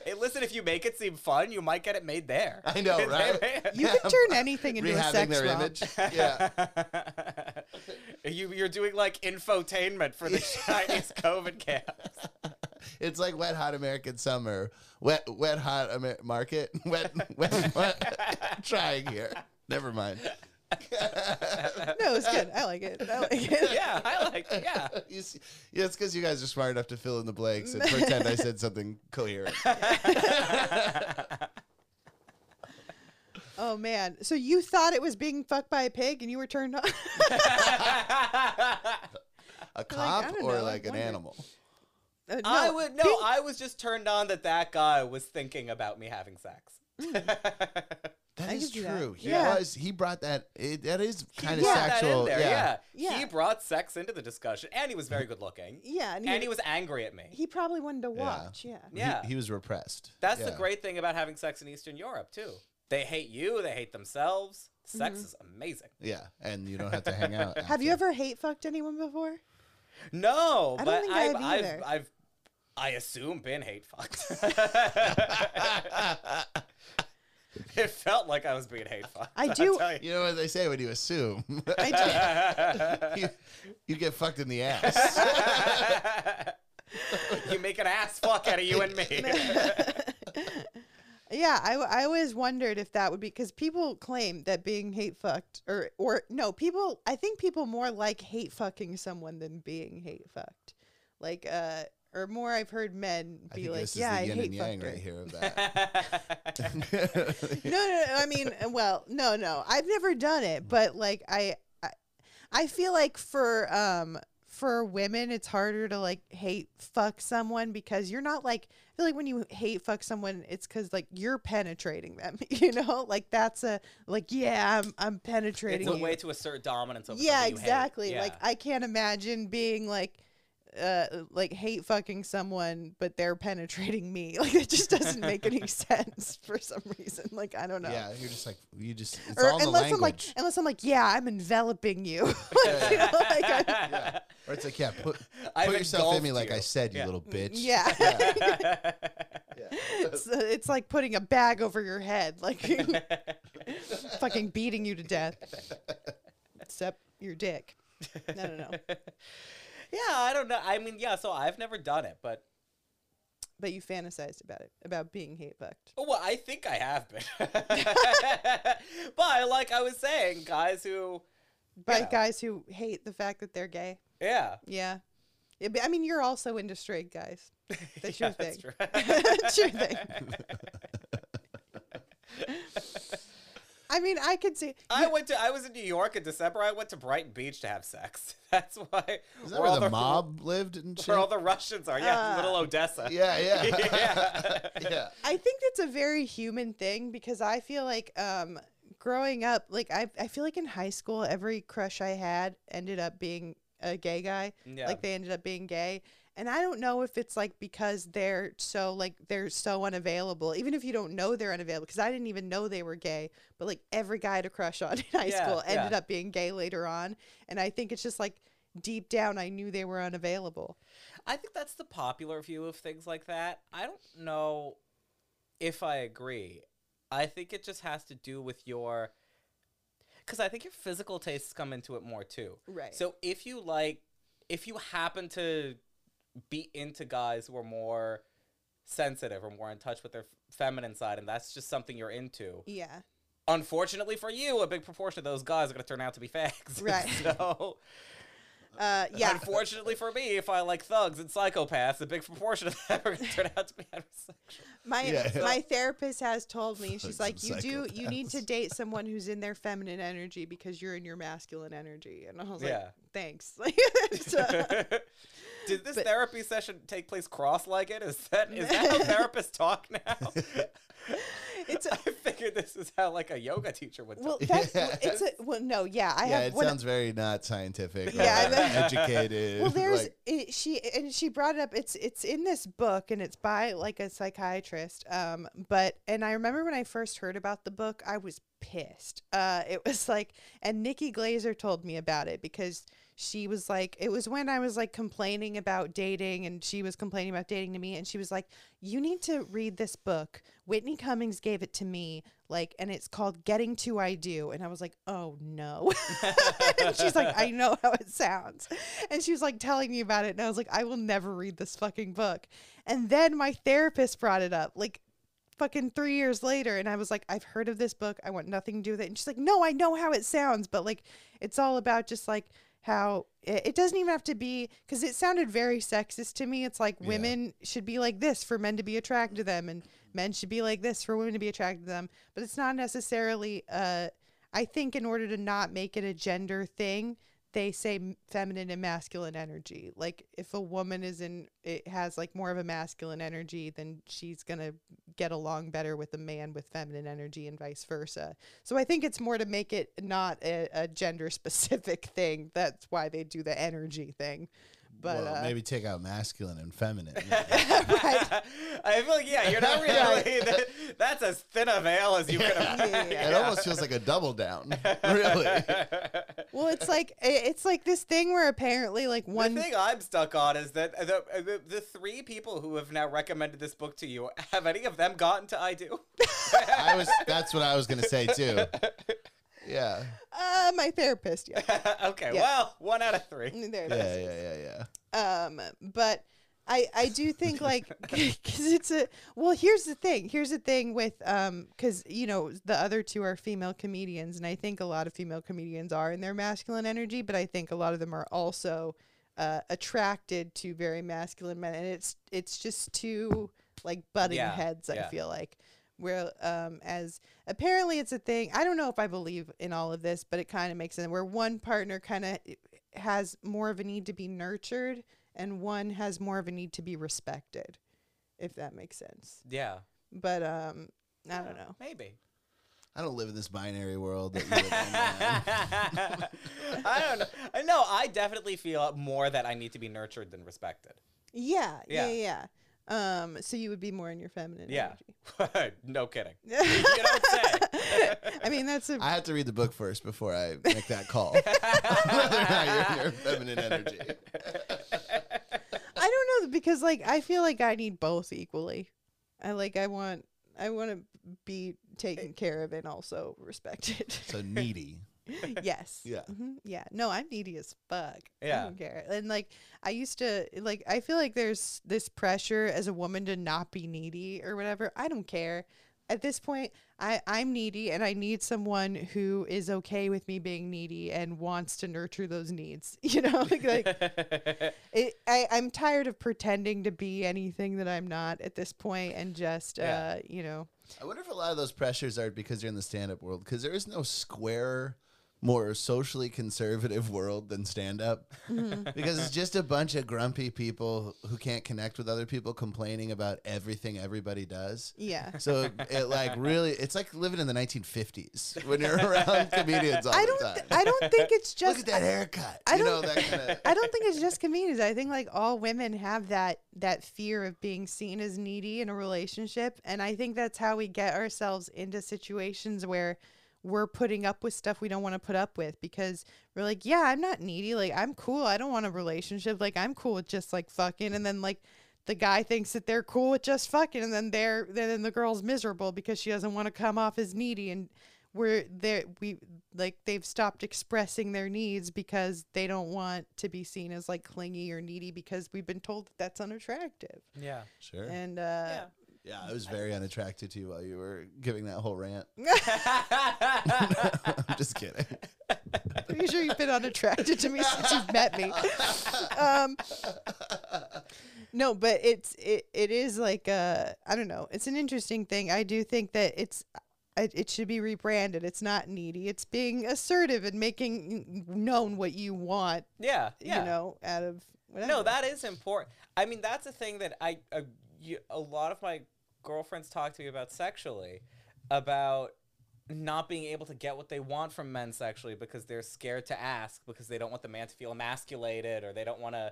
Hey, listen, if you make it seem fun, you might get it made there. I know, They right? may- You can turn anything into a Rehabbing sex their romp. image. Yeah. you, you're doing like infotainment for the Chinese COVID camp. It's like wet hot American summer. Wet wet hot Amer- market. Wet wet, wet. trying here. Never mind. No, it's good. I like it. I like it. Yeah, I like. Yeah, You see, yeah, it's because you guys are smart enough to fill in the blanks and pretend I said something coherent. Oh man. So you thought it was being fucked by a pig, and you were turned on. A cop don't or know, I like an wondered. animal? Uh, no, I would no. being- I was just turned on that that guy was thinking about me having sex. Mm. That I is could do that. true. He Yeah. was. He brought that. It, that is kind of brought that in sexual. there, yeah. Yeah. He brought sex into the discussion, and he was very good looking. Yeah, and and he he, was- was angry at me. He probably wanted to watch. Yeah. He- Yeah. He, was repressed. That's the Yeah. great thing about having sex in Eastern Europe too. They hate you. They hate themselves. Sex Mm-hmm. is amazing. Yeah, and you don't have to hang out. Have you after. ever hate fucked anyone before? No, I don't but think I I've, have I've, either. I've, I assume been hate fucked. it felt like I was being hate fucked. I I'll do- tell you. You know what they say when you assume. I do. you, you get fucked in the ass. you make an ass fuck out of you and me. Yeah, I, w- I always wondered if that would be because people claim that being hate fucked or or no people I think people more like hate fucking someone than being hate fucked, like uh or more I've heard men I be think like this yeah is the I yin hate and yang fucked her." right here of that. No, no, no, I mean uh, well no no I've never done it but like I, I I feel like for um for women it's harder to like hate fuck someone because you're not like I feel like when you hate fuck someone it's because like you're penetrating them you know like that's a like yeah I'm I'm penetrating it's a you. way to assert dominance over yeah something you hate. exactly Yeah. like I can't imagine being like uh like hate fucking someone but they're penetrating me like it just doesn't make any sense for some reason like I don't know Yeah, you're just like you just. It's or all in the unless I'm like, language. unless I'm like, yeah, I'm enveloping you. like, you know, like I'm- or it's like, yeah, put, I've put yourself in me engulfed like I you. said, you Yeah. little bitch. Mm, yeah. it's, uh, it's like putting a bag over your head, like fucking beating you to death, except your dick. No, no, no. yeah, I don't know. I mean, yeah. So I've never done it, but But you fantasized about it, about being hate fucked. Oh, well, I think I have been. but like I was saying, guys who, By Yeah. guys who hate the fact that they're gay. yeah, Yeah. Yeah, but, I mean, you're also into straight guys. That's your Yeah, thing. right. That's your thing. I mean, I could see. I went to I was in New York in December. I went to Brighton Beach to have sex. That's why. Is that where, the mob lived and shit? Where all the Russians are? Yeah, Ah. little Odessa. yeah, yeah, yeah. yeah. I think that's a very human thing because I feel like um, growing up, like I, I feel like in high school, every crush I had ended up being a gay guy. Yeah. Like they ended up being gay. And I don't know if it's like because they're so like they're so unavailable, even if you don't know they're unavailable. Because I didn't even know they were gay, but like every guy I had a crush on in high Yeah, school ended yeah. up being gay later on. And I think it's just like deep down, I knew they were unavailable. I think that's the popular view of things like that. I don't know. if I agree. I think it just has to do with your because I think your physical tastes come into it more too. Right. So if you like if you happen to be into guys who are more sensitive or more in touch with their f- feminine side and that's just something you're into. yeah. Unfortunately for you, a big proportion of those guys are going to turn out to be fags. Right. So Uh, yeah. Unfortunately for me, if I like thugs and psychopaths, a big proportion of them are going to turn out to be heterosexual. My Yeah. my therapist has told me she's Fucking like you do you need to psychopaths. date someone who's in their feminine energy because you're in your masculine energy and I was like Yeah. thanks like, so- Did this But- therapy session take place cross-legged? Is that is that how therapists talk now? it's I a, figured this is how like a yoga teacher would well talk. that's it's a well no yeah I yeah, have it one sounds very not scientific. or Yeah, I know. educated. well there's like- it, she and she brought it up it's it's in this book and it's by like a psychiatrist um but and i remember when i first heard about the book i was pissed uh it was like and nikki glazer told me about it because she was like it was when i was like complaining about dating and she was complaining about dating to me and she was like you need to read this book whitney cummings gave it to me like and it's called getting to i do and i was like oh no and she's like, I know how it sounds. And she was like telling me about it. And I was like, I will never read this fucking book. And then my therapist brought it up like fucking three years later. And I was like, I've heard of this book. I want nothing to do with it. And she's like, No, I know how it sounds. But like, it's all about just like, how it it doesn't even have to be because it sounded very sexist to me. It's like Yeah. women should be like this for men to be attracted to them, and men should be like this for women to be attracted to them. But it's not necessarily uh, I think in order to not make it a gender thing, they say m- feminine and masculine energy. Like if a woman is in it has like more of a masculine energy, then she's going to get along better with a man with feminine energy and vice versa. So I think it's more to make it not a, a gender specific thing. That's why they do the energy thing. But well, uh, maybe take out masculine and feminine. right. I feel like yeah, you're not really that, that's as thin a veil as you can imagine. Yeah. It almost feels like a double down. really? Well, it's like i- it's like this thing where apparently like one The thing I'm stuck on is that uh, the, the the three people who have now recommended this book to you have any of them gotten to I do? I was. That's what I was gonna say too. Yeah. uh my therapist, yeah. okay, Yeah. well, one out of Mm. three. There it is. Yeah. Yeah. Yeah. Yeah. um but I, I do think like because it's a well here's the thing here's the thing with um because you know the other two are female comedians and I think a lot of female comedians are in their masculine energy but I think a lot of them are also uh, attracted to very masculine men and it's it's just two like butting Yeah, heads I yeah. feel like where um as apparently it's a thing I don't know if I believe in all of this but it kind of makes sense where one partner kind of has more of a need to be nurtured and one has more of a need to be respected if that makes sense Yeah. but um i don't know Maybe. I don't live in this binary world that you live in. Oh, man. I don't know. I know. I definitely feel more that I need to be nurtured than respected. yeah yeah yeah, Yeah. um so you would be more in your feminine Yeah. no kidding. energy. You don't say. i mean that's a I have to read the book first before I make that call. Whether or not you're in your feminine energy. I don't know because like I feel like I need both equally. I like I want I want to be taken care of and also respected. So needy. yes. Yeah. Mhm. Yeah. No, I'm needy as fuck. I Yeah. don't care. And like I used to like I feel like there's this pressure as a woman to not be needy or whatever. I don't care. At this point, I, I'm needy and I need someone who is okay with me being needy and wants to nurture those needs. You know, like, like it, I, I'm tired of pretending to be anything that I'm not at this point and just, Yeah. uh, you know, I wonder if a lot of those pressures are because you're in the stand up world, because there is no square, more socially conservative world than stand up. Mm-hmm. because it's just a bunch of grumpy people who can't connect with other people complaining about everything everybody does. yeah. So it, it like really, it's like living in the 1950s when you're around comedians all I the don't, time. th- I don't think it's Look just, at that haircut. I you know, don't- that kind of. I don't think it's just comedians. I think like all women have that, that fear of being seen as needy in a relationship. And I think that's how we get ourselves into situations where we're putting up with stuff we don't want to put up with because we're like, yeah, I'm not needy. Like I'm cool. I don't want a relationship. Like I'm cool with just like fucking. And then like, the guy thinks that they're cool with just fucking, and then they're then the girl's miserable because she doesn't want to come off as needy, and we're there we like they've stopped expressing their needs because they don't want to be seen as like clingy or needy because we've been told that that's unattractive, Yeah. Sure. and uh, Yeah. yeah, I was very unattracted to you while you were giving that whole rant. I'm just kidding. Pretty sure you've been unattracted to me since you've met me. Um, no, but it's it, it is like uh I don't know. It's an interesting thing. I do think that it's it, it should be rebranded. It's not needy. It's being assertive and making known what you want. Yeah. Yeah. You know, out of whatever. No, that is important. I mean, that's a thing that I uh, you, a lot of my girlfriends talk to me about sexually, about not being able to get what they want from men sexually because they're scared to ask because they don't want the man to feel emasculated or they don't want to.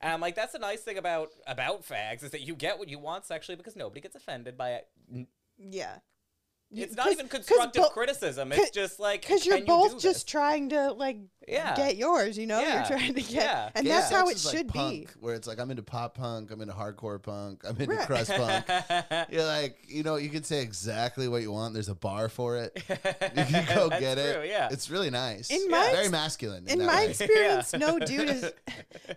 And I'm like, that's the nice thing about about fags is that you get what you want sexually because nobody gets offended by it. N- yeah. It's not even constructive criticism. It's just like Because you're "Can you do both this?" just trying to like Yeah. get yours, you know. Yeah. You're trying to get, Yeah. and Yeah. that's how it Sex is like should be. punk, Where it's like I'm into pop punk, I'm into hardcore punk, I'm into Right. crust punk. You're like, you know, you can say exactly what you want. There's a bar for it. You can go That's get it. true, yeah. It's really nice. In my very ex- masculine. In, in that my way. experience, no dude is.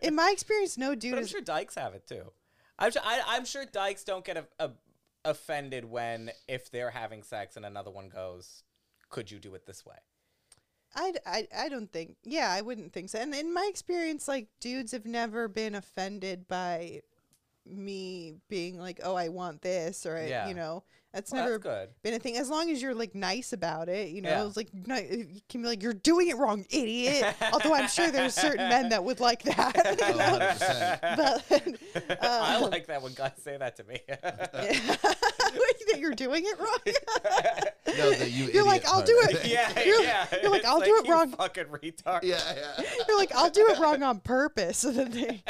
In my experience, no dude But I'm is. sure dykes have it too. I'm sure, I, I'm sure dykes don't get a, a, offended when if they're having sex and another one goes, "Could you do it this way?" I, I I don't think. Yeah, I wouldn't think so. And in my experience, like dudes have never been offended by me being like, oh, I want this, or I, Yeah. you know, that's Well, never that's good. been a thing. As long as you're like nice about it, you know, Yeah. it's like no, you can be like, you're doing it wrong, idiot. Although I'm sure there's certain men that would like that. you know? 100%. but I um, like that when guys say that to me. that you're doing it wrong. No, the you You're like, idiot "I'll do part. it." yeah, You're- yeah. you're like, It's "I'll do it you wrong." Fucking retard. yeah, yeah. You're like, I'll do it wrong on purpose. And then they.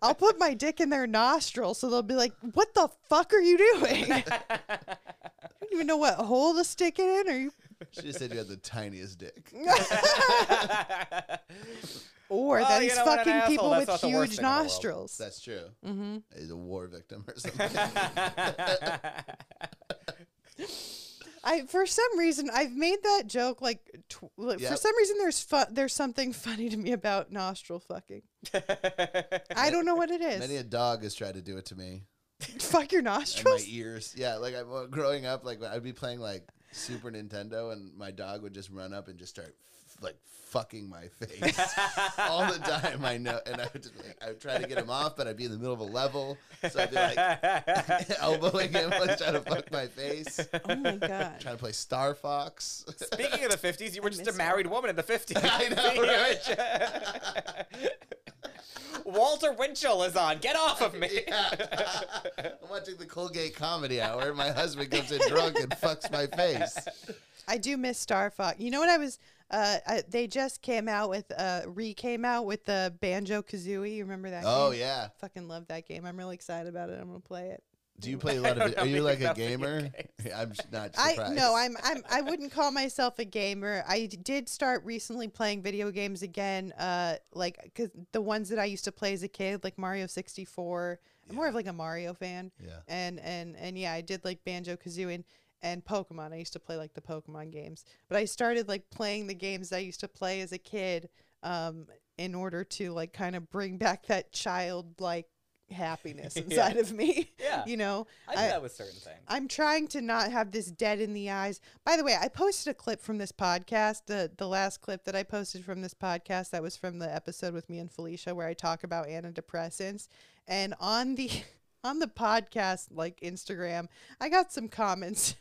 I'll put my dick in their nostril so they'll be like, what the fuck are you doing? I don't even know what hole to stick it in. Or, you... She just said you had the tiniest dick. or Well, that you he's know what, an fucking asshole, people that's with not the worst huge thing in the world. nostrils. That's true. Mm-hmm. He's a war victim or something. I for some reason I've made that joke like tw- like, for Yep. some reason there's fu- there's something funny to me about nostril fucking. I don't know what it is. Many a dog has tried to do it to me. Fuck your and my nostrils. ears. Yeah, like I well, growing up, like I'd be playing like Super Nintendo, and my dog would just run up and just start f- like fucking my face all the time. I know, and I would just like I would try to get him off, but I'd be in the middle of a level, so I'd be like elbowing him, like trying to fuck my face, Oh my god. trying to play Star Fox. Speaking of the 50s, you were just a miss it. married woman in the 50s. I know, Walter Winchell is on. Get off of me. I'm watching the Colgate Comedy Hour. and My husband comes in drunk and fucks my face. I do miss Star Fox. You know what I was? Uh, I, they just came out with uh, re came out with the Banjo Kazooie. You remember that? Oh game? yeah. Fucking love that game. I'm really excited about it. I'm gonna play it. Do you play a lot don't of? know Are you like anything a about video gamer? games. I'm s- not I surprised. no, I'm I'm I wouldn't call myself a gamer. I d- did start recently playing video games again. Uh, like cause the ones that I used to play as a kid, like Mario 64. I'm more of like a Mario fan. Yeah. And and and yeah, I did like Banjo Kazooie and, and Pokemon. I used to play like the Pokemon games, but I started like playing the games I used to play as a kid. Um, in order to like kind of bring back that childlike happiness inside of me. Yeah. you know. I do that with certain things. I'm trying to not have this dead in the eyes. By the way, I posted a clip from this podcast, the the last clip that I posted from this podcast that was from the episode with me and Felicia where I talk about antidepressants. And on the on the podcast like Instagram, I got some comments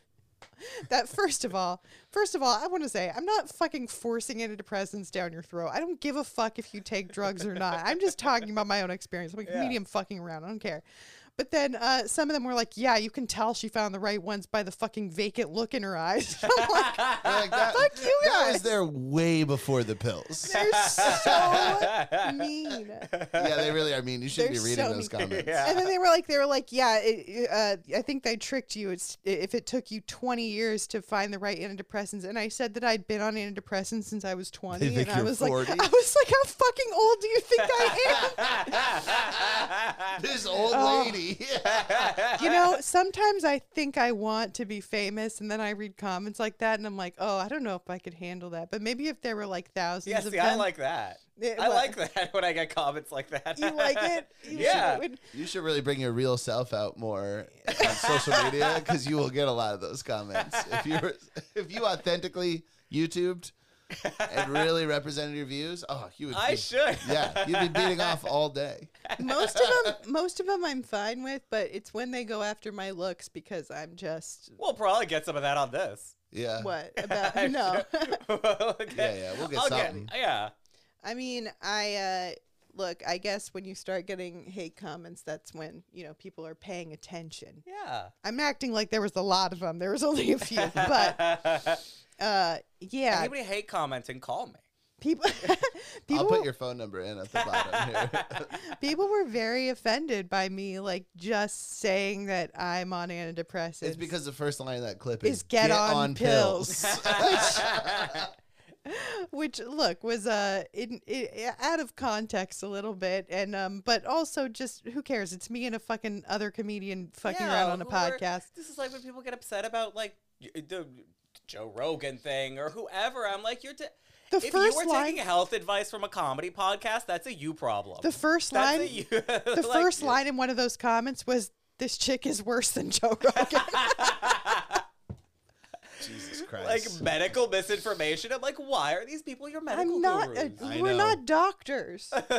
that first of all, first of all, I want to say I'm not fucking forcing antidepressants down your throat. I don't give a fuck if you take drugs or not. I'm just talking about my own experience. I'm a comedian fucking around. I don't care. But then uh, some of them were like, "Yeah, you can tell she found the right ones by the fucking vacant look in her eyes." I'm like, Like, that, Fuck you That guys. was there way before the pills. they're so mean. yeah, they really are mean. You shouldn't They're be reading so those mean. comments. Yeah. And then they were like, they were like, "Yeah, it, uh, I think they tricked you. It's if it took you 20 years to find the right antidepressants." And I said that I'd been on antidepressants since I was 20, think and I you're was 40? like, "I was like, how fucking old do you think I am?" This old Oh. lady. you know, sometimes I think I want to be famous, and then I read comments like that, and I'm like, oh, I don't know if I could handle that. But maybe if there were like thousands yeah, of see, them, I like that. Yeah, I what? like that when I get comments like that. you like it. You yeah. would- You should really bring your real self out more on social media because you will get a lot of those comments. If you were- if you authentically YouTubed and really represented your views, oh, you would. I be- should. Yeah, you'd be beating off all day. most of them, most of them, I'm fine with, but it's when they go after my looks because I'm just We'll probably get some of that on this. Yeah. what about no. We'll get- Yeah, yeah, we'll get I'll something. yeah. I mean, I uh, look. I guess when you start getting hate comments, that's when you know people are paying attention. Yeah. I'm acting like there was a lot of them. There was only a few, but uh, yeah. anybody hate commenting, call me. people people I'll put were- your phone number in at the bottom here. people were very offended by me like just saying that I'm on antidepressants. it's because the first line of that clip Is is, get on pills. which look was uh in, i out of context a little bit and um but also just who cares? It's me and a fucking other comedian fucking Yeah, around on a who are- podcast. This is like when people get upset about like y- the Joe Rogan thing or whoever. I'm like, you're. Ta- The if first you were line- taking health advice from a comedy podcast, that's a you problem. The first That's line a you. the first line in one of those comments was this chick is worse than Joe Rogan. Jesus like Christ. medical misinformation. I'm like, why are these people your medical I'm not a, gurus? I we're know. not doctors.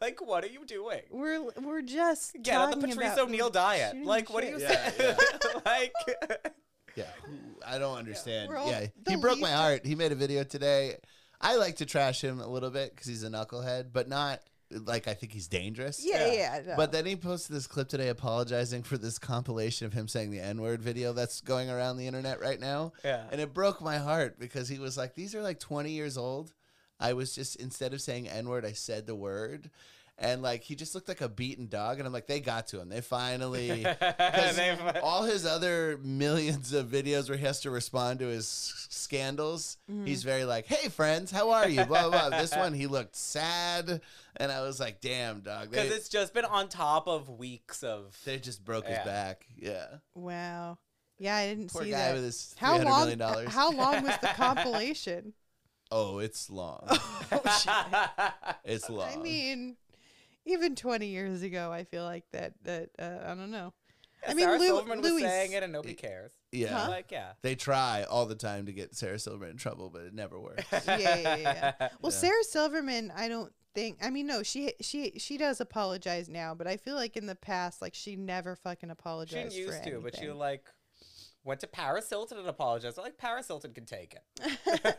like, what are you doing? We're we're just Get on the talking Patrice about- O'Neill diet. shooting Like, what are shit. you Yeah, saying? like, yeah. who- I don't understand. We're all Yeah. the He broke my least- heart. He made a video today. I like to trash him a little bit because he's a knucklehead, but not like I think he's dangerous. Yeah, Yeah. yeah. no. But then he posted this clip today apologizing for this compilation of him saying the N word video that's going around the internet right now. Yeah. And it broke my heart because he was like, these are like 20 years old. I was just, instead of saying N word, I said the word. And like, he just looked like a beaten dog. And I'm like, they got to him. They finally. 'cause They've- all his other millions of videos where he has to respond to his s- scandals, Hmm. Mm, he's very like, "Hey friends, how are you?" Blah blah. blah. This one, he looked sad, and I was like, "Damn dog, they, because it's just been on top of weeks of. they just broke Yeah. his back. Yeah. Wow. Yeah, I didn't Poor see guy that. with his how $300 long? million dollars. How long was the compilation? Oh, it's long. Oh, it's long. I mean, even twenty years ago, I feel like that. That uh, I don't know. I mean, Sarah Lou- Silverman Louis- was saying it, and nobody cares. yeah. Huh? Like, yeah. They try all the time to get Sarah Silver in trouble, but it never works. Yeah, yeah, yeah. yeah. Well, Sarah Silverman, I don't think. I mean, no, she she she does apologize now, but I feel like in the past, like she never fucking She apologized. didn't used for to, anything. but she like went to Paris Hilton and apologized. I'm like Paris Hilton can take it.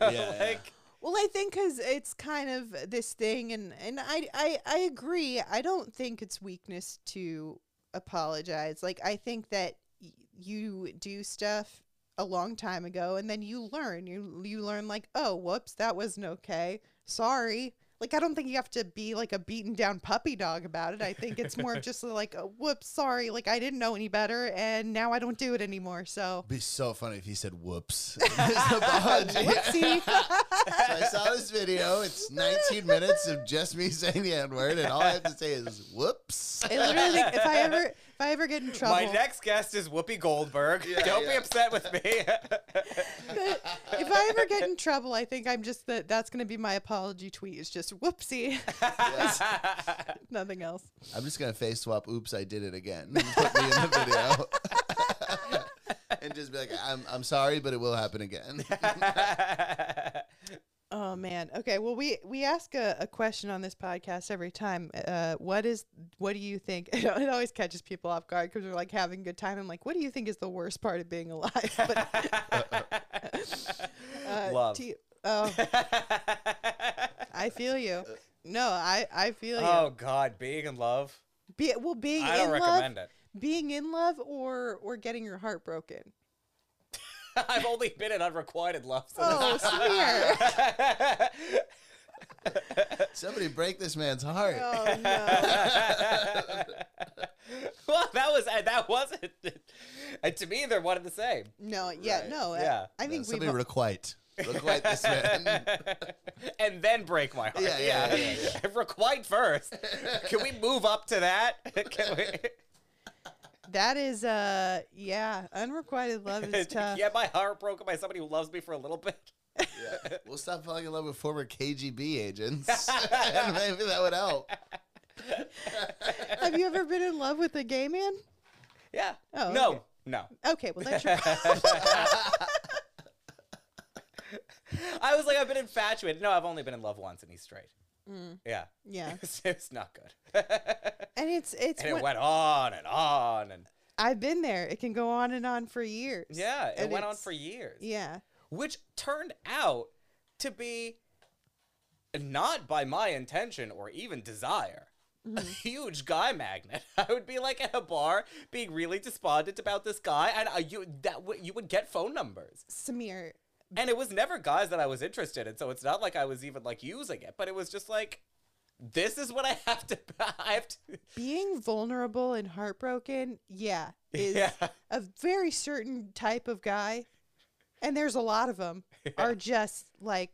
yeah. like Well, I think because it's kind of this thing, and and I, I I agree. I don't think it's weakness to apologize. Like I think that y- you do stuff a long time ago, and then you learn. You you learn like, oh, whoops, that wasn't okay. Sorry. Like I don't think you have to be like a beaten down puppy dog about it. I think it's more of just like, a, whoops, sorry. Like I didn't know any better, and now I don't do it anymore. So. uh, It'd be so funny if he said whoops. in his apology. Whoopsie. So I saw this video. It's 19 minutes of just me saying the N word, and all I have to say is whoops. I literally think if I ever if I ever get in trouble, my next guest is Whoopi Goldberg. Don't be yeah. upset with me. if I ever get in trouble, I think I'm just that. That's gonna be my apology tweet. It's just whoopsie, nothing else. I'm just gonna face swap. Oops, I did it again. and Put me in the video. and just be like, I'm, I'm sorry, but it will happen again. Oh man. Okay. Well, we we ask a, a question on this podcast every time. Uh, what is what do you think? It always catches people off guard because we're like having a good time. I'm like, what do you think is the worst part of being alive? But, uh, Love. do you- oh, I feel you. No, I I feel you. oh God, being in love. Be, well, being I don't in love, recommend it. being in love or or getting your heart broken? I've only been in unrequited love. So Oh, smear. Somebody break this man's heart. Oh no. well, that was uh, that wasn't. And to me, they're one and the same. No, yeah, Right, no. I- yeah. I think we Somebody requite. Requite this man. and then break my heart. Yeah, yeah, Requite first. Can we move up to that? Can we? that is uh yeah, unrequited love is tough. Get my heart broken by somebody who loves me for a little bit. Yeah. We'll stop falling in love with former KGB agents. and maybe that would help. Have you ever been in love with a gay man? Yeah. Oh, no. okay. No. Okay, well that's your I was like, I've been infatuated. No, I've only been in love once, and he's straight. Yeah. Mm. yeah. It's, it's not good. And it's it's and it one- went on and on and I've been there. It can go on and on for years. yeah, it And went on it's- for years. Yeah. which turned out to be not by my intention or even desire. A Mm-hmm. huge guy magnet. I would be like at a bar, being really despondent about this guy, and I, you that w- you would get phone numbers, Samir, and it was never guys that I was interested in. So it's not like I was even like using it, but it was just like, this is what I have to. I have to. being vulnerable and heartbroken, yeah, is Yeah. a very certain type of guy, and there's a lot of them are just like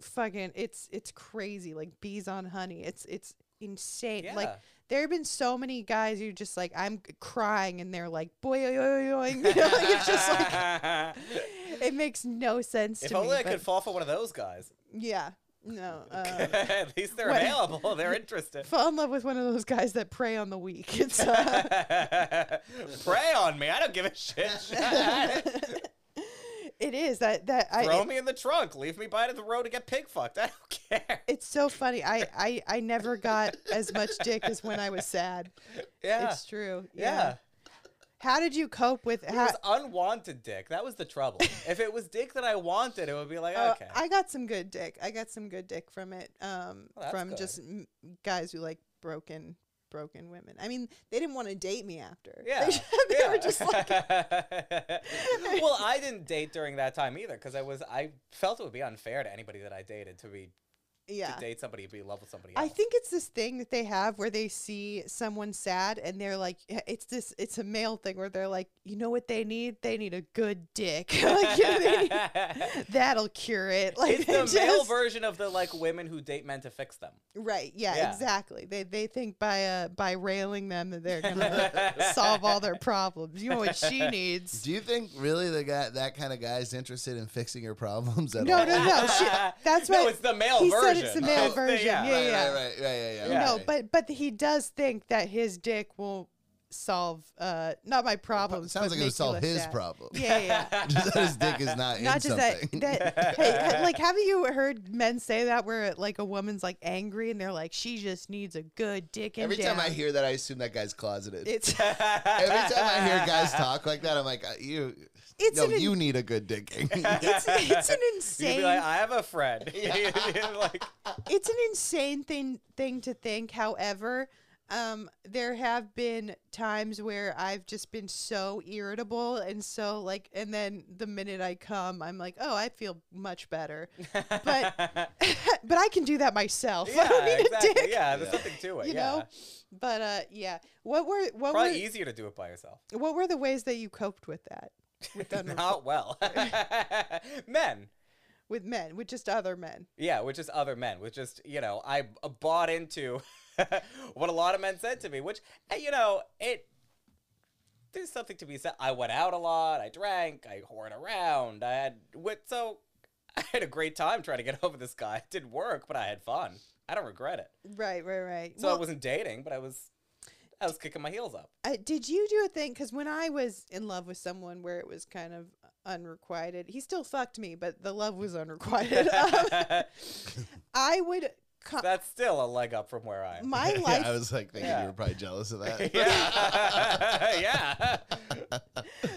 fucking. It's it's crazy, like bees on honey. It's it's insane. Like Yeah. there have been so many guys who just like I'm c- crying and they're like boy, oy, oy, oy," you know, like, it's just like it makes no sense if to only me. I could but fall for one of those guys. yeah, no. Uh, At least they're Wait. available. They're interested. Fall in love with one of those guys that prey on the weak. It's uh, Pray on me. I don't give a shit. it is that that I Throw me in the trunk. Leave me by to the road to get pig fucked. I don't care. It's so funny. I, I, I never got as much dick as when I was sad. Yeah. It's true. Yeah. yeah. How did you cope with It was ha- unwanted dick. That was the trouble. if it was dick that I wanted, it would be like, uh, okay. I got some good dick. I got some good dick from it. Um, Well, that's from good. just m- guys who like broken, broken women. I mean, they didn't want to date me after. yeah. They, they yeah. were just like, well, I didn't date during that time either because I was I felt it would be unfair to anybody that I dated to be yeah. to date somebody and be in love with somebody else. I think it's this thing that they have where they see someone sad and they're like, yeah, it's this, it's a male thing where they're like, you know what they need? They need a good dick. like, yeah, they need- that'll cure it. Like it's they the male just- version of the like women who date men to fix them. right? Yeah, Yeah. exactly. They they think by uh by railing them that they're gonna solve all their problems. You know what she needs? Do you think really the guy that kind of guy is interested in fixing your problems at No, all? no, no. She, that's No, what it's the male he version. said. It's the male It's the- version. yeah, yeah, Right, yeah. right, right, right, yeah, yeah. Yeah. No, okay. but but he does think that his dick will solve uh not my problems. sounds but like it make would you solve less his sad. problem. Yeah, yeah. yeah. Just that his dick is not, in not just something. that that hey ha- like haven't you heard men say that where like a woman's like angry and they're like she just needs a good dick and Every time I down." hear that, I assume that guy's closeted. it's Every time I hear guys talk like that, I'm like, uh, you. It's no, an in- you need a good dicking. it's, it's an You'd insane be like, I have a friend. like, it's an insane thing thing to think however um, there have been times where I've just been so irritable and so like and then the minute I come I'm like oh I feel much better but but I can do that myself I don't yeah, need exactly. a dick Yeah, there's something to it. you yeah. know but uh yeah what were what Probably were easier to do it by yourself. what were the ways that you coped with that with unrequ- Not well. men. with men with just other men Yeah, with just other men, with just, you know, I b- uh, bought into what a lot of men said to me, which, eh, you know, it. There's something to be said. I went out a lot. I drank. I whored around. I had. What, so I had a great time trying to get over this guy. It didn't work, but I had fun. I don't regret it. right right right So I wasn't dating, but I was I was kicking my heels up. Uh, did you do a thing? Because when I was in love with someone where it was kind of unrequited, he still fucked me, but the love was unrequited. Um, I would. co- That's still a leg up from where I am. my Yeah, life. I was like thinking Yeah. you were probably jealous of that. yeah. yeah.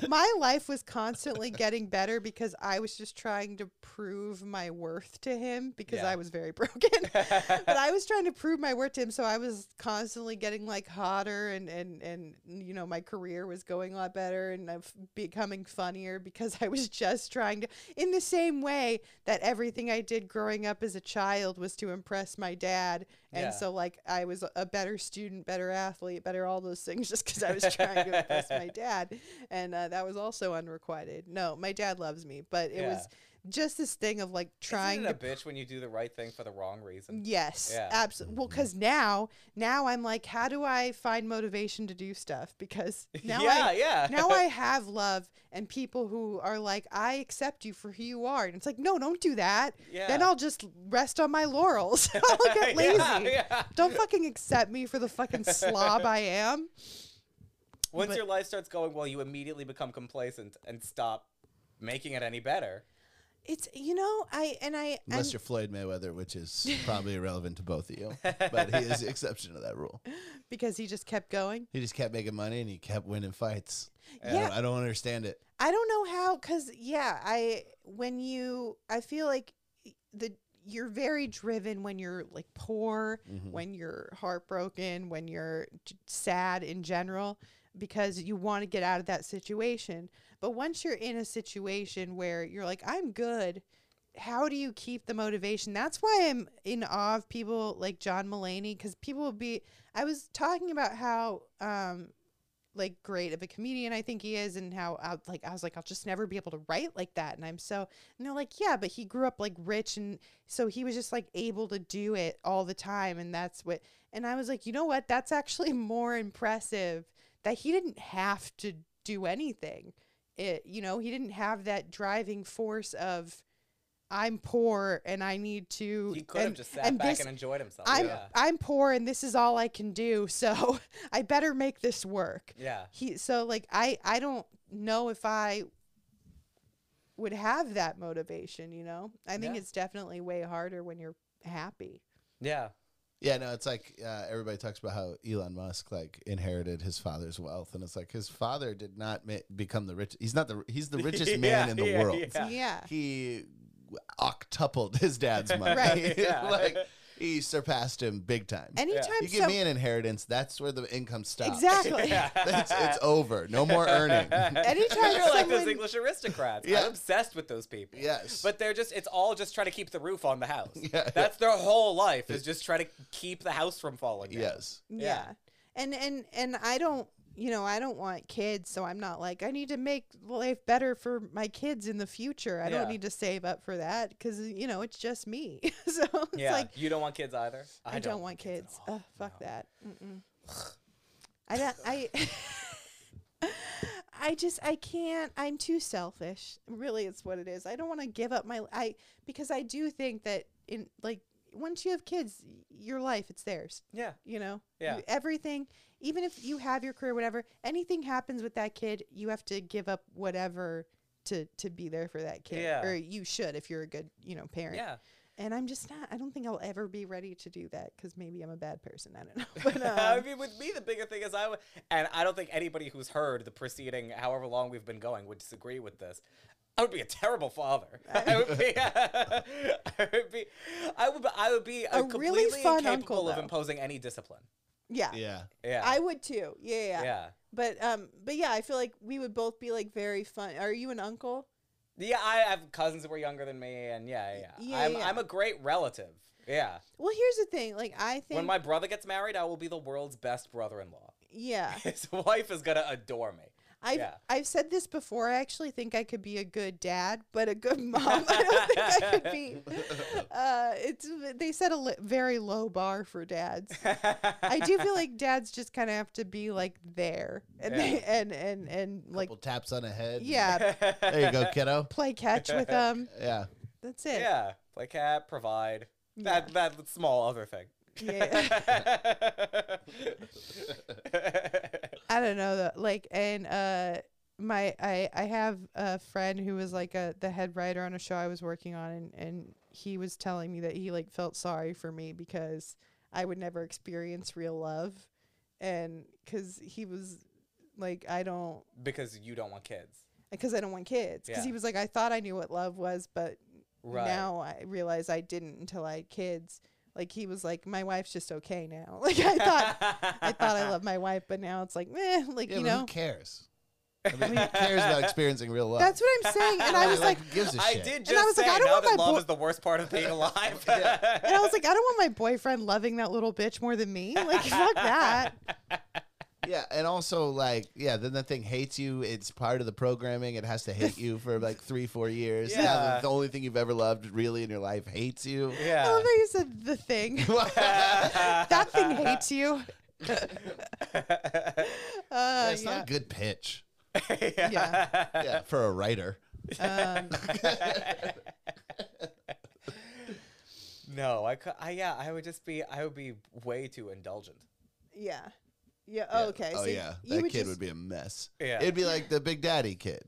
my life was constantly getting better because I was just trying to prove my worth to him because Yeah. I was very broken. but I was trying to prove my worth to him, so I was constantly getting like hotter and and and you know my career was going a lot better and i becoming funnier because I was just trying to in the same way that everything I did growing up as a child was to impress my dad. And Yeah. so like I was a better student, better athlete, better all those things just because I was trying to impress my dad. And uh, that was also unrequited. No, my dad loves me, but it was just this thing of like trying Isn't it to a bitch when you do the right thing for the wrong reason. Yes, Yeah. Mm-hmm. absolutely. Well, because now, now I'm like, how do I find motivation to do stuff? Because now yeah, I, yeah. now I have love and people who are like, I accept you for who you are, and it's like, no, don't do that. Then Yeah. I'll just rest on my laurels. I'll get lazy. Yeah, yeah. Don't fucking accept me for the fucking slob I am. Once But- your life starts going well, you immediately become complacent and stop making it any better. It's you know I and I Unless and- you're Floyd Mayweather, which is probably irrelevant to both of you, but he is the exception to that rule. because he just kept going. He just kept making money and he kept winning fights. I Yeah. don't- I don't understand it. I don't know how, cause yeah, I when you I feel like the you're very driven when you're like poor, Mm-hmm. when you're heartbroken, when you're j- sad in general, because you want to get out of that situation. But once you're in a situation where you're like, I'm good, how do you keep the motivation? That's why I'm in awe of people like John Mulaney, because people will be. I was talking about how um, like great of a comedian I think he is, and how I, like I was like I'll just never be able to write like that, and I'm so and they're like yeah, but he grew up like rich, and so he was just like able to do it all the time, and that's what. And I was like, you know what? That's actually more impressive that he didn't have to do anything. It you know he didn't have that driving force of I'm poor and I need to. He could have and- just sat and back this- and enjoyed himself. I'm yeah. I'm poor and this is all I can do, so I better make this work. Yeah. He so like I I don't know if I would have that motivation, you know. I think Yeah. it's definitely way harder when you're happy. Yeah. Yeah, no, it's like uh, everybody talks about how Elon Musk like inherited his father's wealth, and it's like his father did not ma- become the rich. He's not the he's the richest man Yeah, in the yeah, world. Yeah. He octupled his dad's money. Right. Yeah. like he surpassed him big time. Anytime you give so me an inheritance, that's where the income stops. Exactly. it's, it's over. No more earning. Anytime You're like those someone- English aristocrats. Yeah. I'm obsessed with those people. Yes. But they're just, it's all just trying to keep the roof on the house. Yeah. That's their whole life is just trying to keep the house from falling down. yes. Yeah. Yeah. And and and I don't you know, I don't want kids, so I'm not like I need to make life better for my kids in the future. I Yeah. don't need to save up for that cuz you know, it's just me. so it's Yeah. like you don't want kids either? I, don't, want kids. Oh, at all. Ugh, fuck that. Mm-mm. I don't I I just I can't. I'm too selfish. Really, it's what it is. I don't want to give up my I because I do think that in like once you have kids, y- your life it's theirs Yeah. you know You- Yeah. everything even if you have your career whatever anything happens with that kid you have to give up whatever to to be there for that kid Yeah. or you should if you're a good you know parent Yeah. and i'm just not i don't think i'll ever be ready to do that because maybe i'm a bad person i don't know but I um, mean, with me, the bigger thing is I, w- and I don't think anybody who's heard the preceding however long we've been going would disagree with this. I would be a terrible father. I would be, I would be, I would, be- I would be a A really completely fun incapable uncle, of though. imposing any discipline. yeah, Yeah. Yeah. i would too yeah, yeah yeah. yeah. but um but yeah i feel like we would both be like very fun are you an uncle Yeah, I have cousins who are younger than me, and yeah, yeah. Yeah, I'm, yeah. I'm a great relative. Yeah. well here's the thing like i think When my brother gets married, I will be the world's best brother in law. yeah His wife is going to adore me. I've Yeah. I've said this before. I actually think I could be a good dad, but a good mom. I don't think I could be. Uh, it's they set a li- very low bar for dads. I do feel like dads just kind of have to be like there and they, Yeah. and and and like Couple taps on the head. yeah, There you go, kiddo. play catch with them. Yeah. That's it. Yeah, play cat, provide. Yeah. That that small other thing. Yeah. I don't know though. Like and uh my I I have a friend who was like a the head writer on a show I was working on and and he was telling me that he like felt sorry for me because I would never experience real love and cuz he was Like I don't because you don't want kids. because I don't want kids. Because he Yeah. was like, I thought I knew what love was, but Right. now I realize I didn't until I had kids. Like he was like, my wife's just okay now. Like I thought, I thought I loved my wife, but now it's like, eh, like Yeah, you but know, who cares? I mean, who cares about experiencing real love? that's what I'm saying. And I was like, who gives a I shit? did I just was say like, I don't now want that my love boy- is the worst part of being alive. and I was like, I don't want my boyfriend loving that little bitch more than me. Like fuck that. Yeah, and also like, yeah, then that thing hates you. It's part of the programming. It has to hate you for like three, four years. Now Yeah. the- the only thing you've ever loved really in your life hates you. I love yeah. that you said the thing. that thing hates you. Uh, That's not a good pitch. Yeah. Yeah, for a writer. yeah. Um, No, I, cou- I yeah, I would just be I would be way too indulgent. yeah. Yeah. Oh, Yeah. okay. Oh so yeah, you that would kid just- would be a mess. Yeah. It'd be like the Big Daddy kid,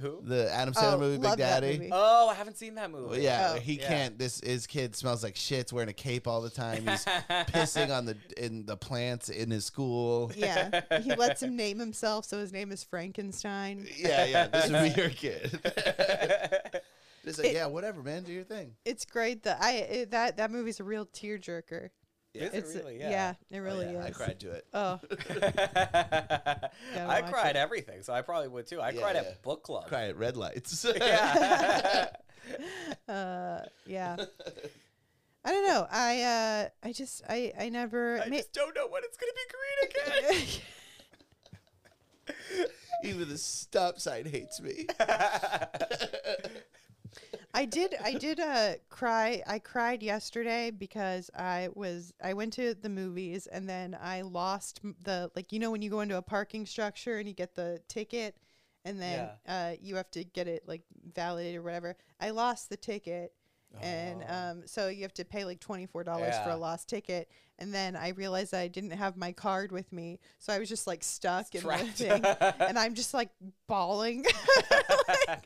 Who? the Adam Sandler Oh, movie, Big love that Daddy. movie. Oh, I haven't seen that Well, movie. yeah, Oh. he Yeah. can't. This his kid smells like shit. Wearing a cape all the time. He's pissing on the in the plants in his school. Yeah. He lets him name himself, so his name is Frankenstein. Yeah, yeah. This would be your kid. Just like, yeah, whatever, man. Do your thing. It's great that I it, that that movie's a real tearjerker. Is it It's really? it really yeah, I is. cried to it. Oh, I watch it. cried everything, so I probably would too. I Yeah, cried yeah. at book club. Cry at red lights. Yeah. uh, yeah. I don't know. I uh, I just I I never. I ma- just don't know when it's gonna be green again. Even the stop sign hates me. I did I did uh cry I cried yesterday because I was I went to the movies and then I lost m- the like you know when you go into a parking structure and you get the ticket and then uh you have to get it like validated or whatever. I lost the ticket and um so you have to pay like $24 for Yeah. a lost ticket and then I realized that I didn't have my card with me so I was just like stuck in the Trapped. thing Uh, and I'm just like bawling and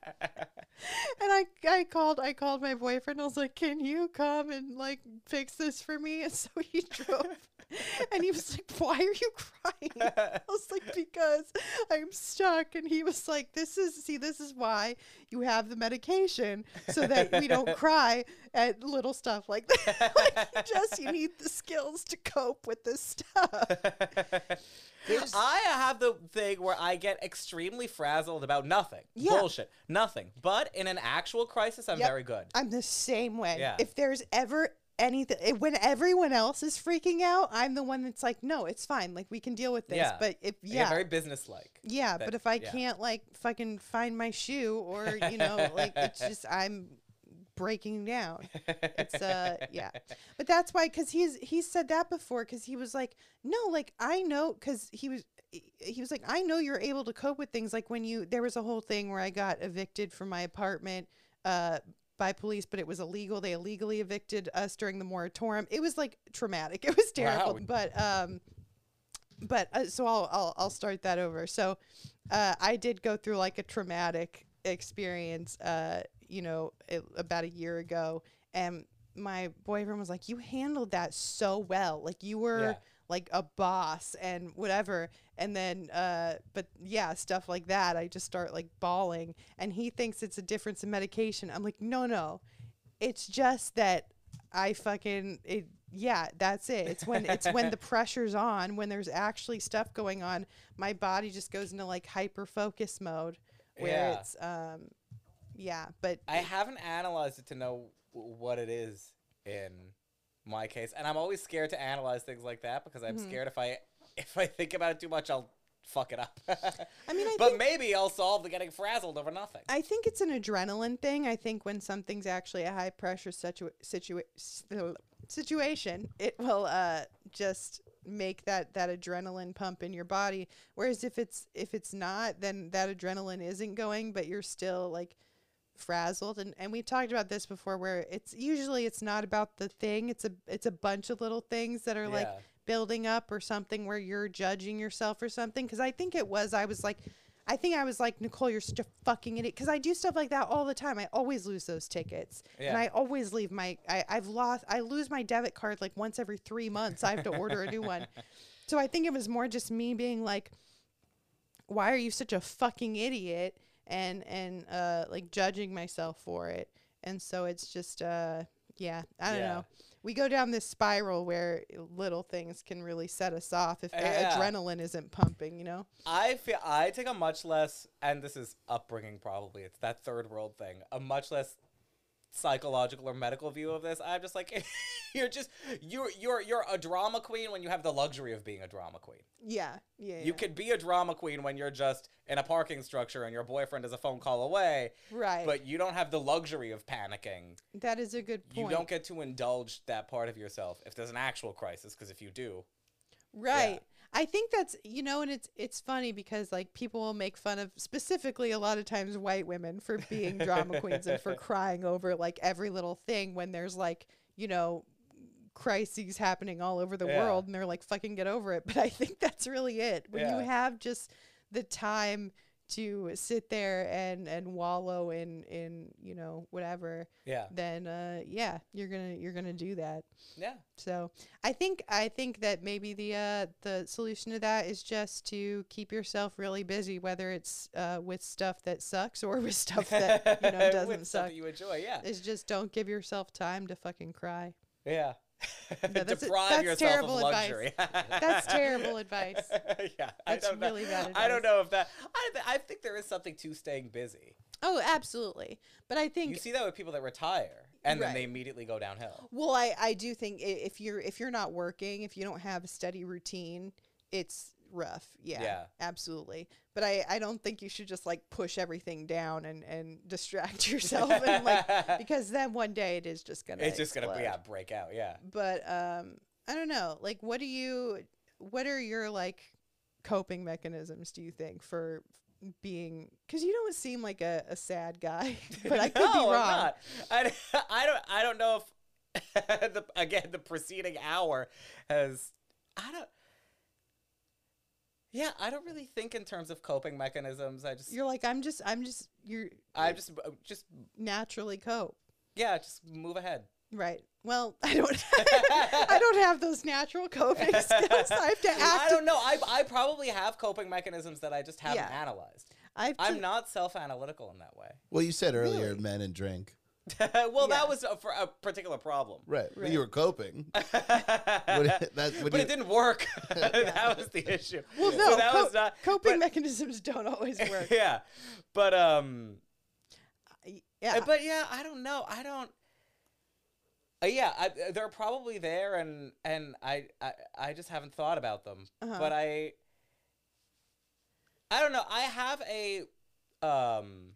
I, I called I called my boyfriend. I was like, "Can you come and like fix this for me?" And so he drove, and he was like, "Why are you crying?" I was like, "Because I'm stuck." And he was like, "This is see, this is why you have the medication so that we don't cry at little stuff like that. like you just you need the skills to cope with this stuff." There's- I have the thing where I get extremely frazzled about nothing. Yeah. Bullshit. Nothing. But in an actual crisis, I'm Yep. very good. I'm the same way. Yeah. If there's ever anything, eh, when everyone else is freaking out, I'm the one that's like, no, it's fine. Like we can deal with this. Yeah. But if I get yeah, very businesslike. yeah. that- but if I yeah. can't like fucking find my shoe or you know like it's just I'm breaking down. It's uh yeah. But that's why cuz he's he said that before cuz he was like, "No, like I know cuz he was he was like, "I know you're able to cope with things like when you there was a whole thing where I got evicted from my apartment uh by police, but it was illegal. They illegally evicted us during the moratorium. It was like traumatic. It was terrible. Wow. But um but uh, so I'll, I'll I'll start that over. So uh, I did go through like a traumatic experience, uh, you know, it, about a year ago, and my boyfriend was like, "You handled that so well. Like you were Yeah. like a boss and whatever." And then, uh, but yeah, stuff like that. I just start like bawling, and he thinks it's a difference in medication. I'm like, no, no, it's just that I fucking it yeah, that's it. It's when it's when the pressure's on, when there's actually stuff going on, my body just goes into like hyper focus mode where Yeah. it's um yeah, but I haven't analyzed it to know w- what it is in my case, and I'm always scared to analyze things like that because I'm Mhm. scared if I if I think about it too much, I'll fuck it up. I mean I but think maybe I'll solve the getting frazzled over nothing. I think it's an adrenaline thing. I think when something's actually a high pressure situa- situa- s- situation, it will uh, just make that, that adrenaline pump in your body. Whereas if it's if it's not, then that adrenaline isn't going, but you're still like frazzled. And, and we talked about this before, where it's usually it's not about the thing. It's a it's a bunch of little things that are like Yeah. building up or something where you're judging yourself or something. Because I think it was I was like. I think I was like, Nicole, you're such a fucking idiot. Because I do stuff like that all the time. I always lose those tickets. And Yeah. I always leave my, I, I've lost, I lose my debit card like once every three months. I have to order a new one. So I think it was more just me being like, why are you such a fucking idiot and and uh like judging myself for it and so it's just uh yeah i don't Yeah. know we go down this spiral where little things can really set us off if that Uh, Yeah. adrenaline isn't pumping you know I feel I take a much less, and this is upbringing probably. It's that third world thing. A much less psychological or medical view of this. I'm just like, you're just you're you're you're a drama queen when you have the luxury of being a drama queen. yeah yeah You could be a drama queen when you're just in a parking structure and your boyfriend is a phone call away, right but you don't have the luxury of panicking. that is a good You point don't get to indulge that part of yourself if there's an actual crisis. Because if you do, Right. I think that's you know, and it's it's funny because like people will make fun of specifically a lot of times white women for being drama queens and for crying over like every little thing when there's like you know crises happening all over the Yeah. world and they're like fucking get over it. But I think that's really it when Yeah. you have just the time to sit there and and wallow in in you know whatever yeah, then uh yeah you're gonna you're gonna do that yeah, so I think I think that maybe the uh, the solution to that is just to keep yourself really busy, whether it's uh, with stuff that sucks or with stuff that you know With doesn't stuff suck. that you enjoy, yeah, Is just don't give yourself time to fucking cry. Yeah. that's- Deprive that's yourself terrible of advice. luxury. That's terrible advice. yeah, I That's don't know. really bad I don't advice. know if that. I, th- I think there is something to staying busy. Oh, absolutely. But I You think see that with people that retire and then they Right. immediately go downhill. well, I I do think i- if you're if you're not working, if you don't have a steady routine, it's rough. Yeah, Yeah. absolutely. But I I don't think you should just like push everything down and and distract yourself and like because then one day it is just gonna it's just gonna explode. yeah break out. Yeah. but um i don't know like what do you what are your like coping mechanisms do you think for being because you don't seem like a, a sad guy but i could be No, wrong I'm not. I, I don't. I don't know if the, again the preceding hour has. I don't. Yeah, I don't really think in terms of coping mechanisms. I just, you're like i'm just i'm just you're I just, uh, just naturally cope yeah, just move ahead. right well i don't i don't have those natural coping skills i have to act I don't know. I, I probably have coping mechanisms that I just haven't Yeah. analyzed. I have to, I'm not self analytical in that way. Well, you said earlier Really? men and drink. well, Yeah. that was a, for a particular problem. Right. But Right. you were coping. What- that's what but you- it didn't work. that was the issue. well So no that co- was not coping but- mechanisms don't always work yeah, but um, uh, yeah but yeah, I don't know. I don't. Uh, yeah, I, uh, they're probably there, and and I I, I just haven't thought about them. Uh-huh. But I. I don't know. I have a, um.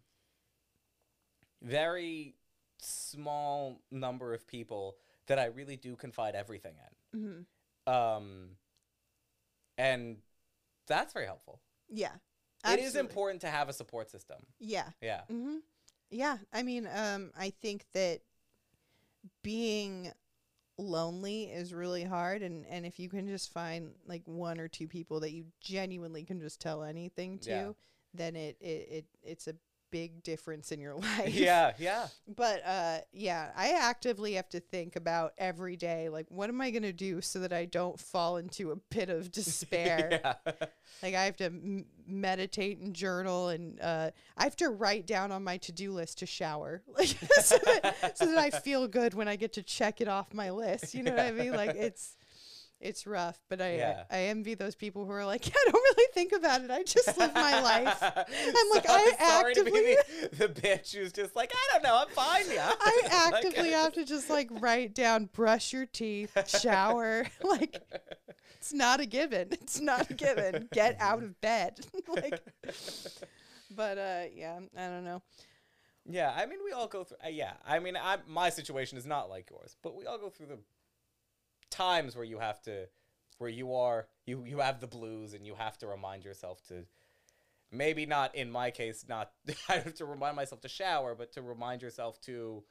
Very small number of people that I really do confide everything hmm in. Um. And that's very helpful. yeah It is absolutely. important to have a support system. yeah Yeah. Mm-hmm. Yeah, I mean, um, I think that being lonely is really hard, and and if you can just find like one or two people that you genuinely can just tell anything to, Yeah. then it, it it it's a big difference in your life. Yeah. Yeah. But uh, yeah, I actively have to think about every day, like, what am I gonna do so that I don't fall into a pit of despair? yeah. Like I have to m- meditate and journal, and uh, I have to write down on my to-do list to shower, like so, that, so that I feel good when I get to check it off my list. You know what I mean? Like it's it's rough, but I, Yeah. I I envy those people who are like, I don't really think about it. I just live my life. I'm like, I sorry to be actively- the, the bitch who's just like, I don't know, I'm fine now. I Like, actively have to just like write down, brush your teeth, shower. like it's not a given. It's not a given. Get out of bed. like but uh yeah, I don't know. Yeah, I mean, we all go through. Uh, yeah, I mean, I, my situation is not like yours, but we all go through the times where you have to, where you are, you you have the blues, and you have to remind yourself to. Maybe not in my case, not I have to remind myself to shower, but to remind yourself to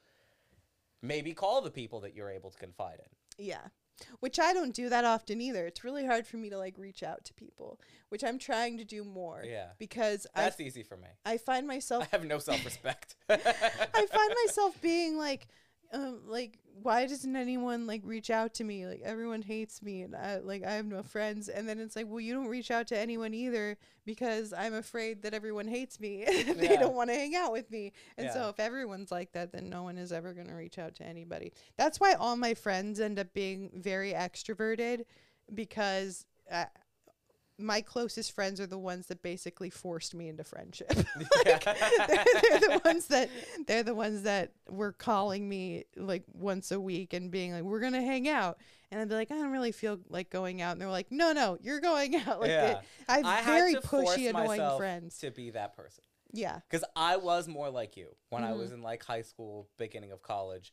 maybe call the people that you're able to confide in. Yeah. Which I don't do that often either. It's really hard for me to like reach out to people, which I'm trying to do more. Yeah. Because I That's easy for me. I find myself I have no self respect. I find myself being like, um, like, why doesn't anyone like reach out to me? Like, everyone hates me, and I like I have no friends. And then it's like, well, you don't reach out to anyone either because I'm afraid that everyone hates me. and They Yeah. don't want to hang out with me. And Yeah. so if everyone's like that, then no one is ever going to reach out to anybody. That's why all my friends end up being very extroverted because. Uh, my closest friends are the ones that basically forced me into friendship. Like, they're, they're the ones that they're the ones that were calling me like once a week and being like, "We're gonna hang out," and I'd be like, "I don't really feel like going out," and they're like, "No, no, you're going out." Like, Yeah. they, I have I had very to force pushy, annoying myself friends. to be that person. yeah, because I was more like you when I was Mm-hmm. in like high school, beginning of college,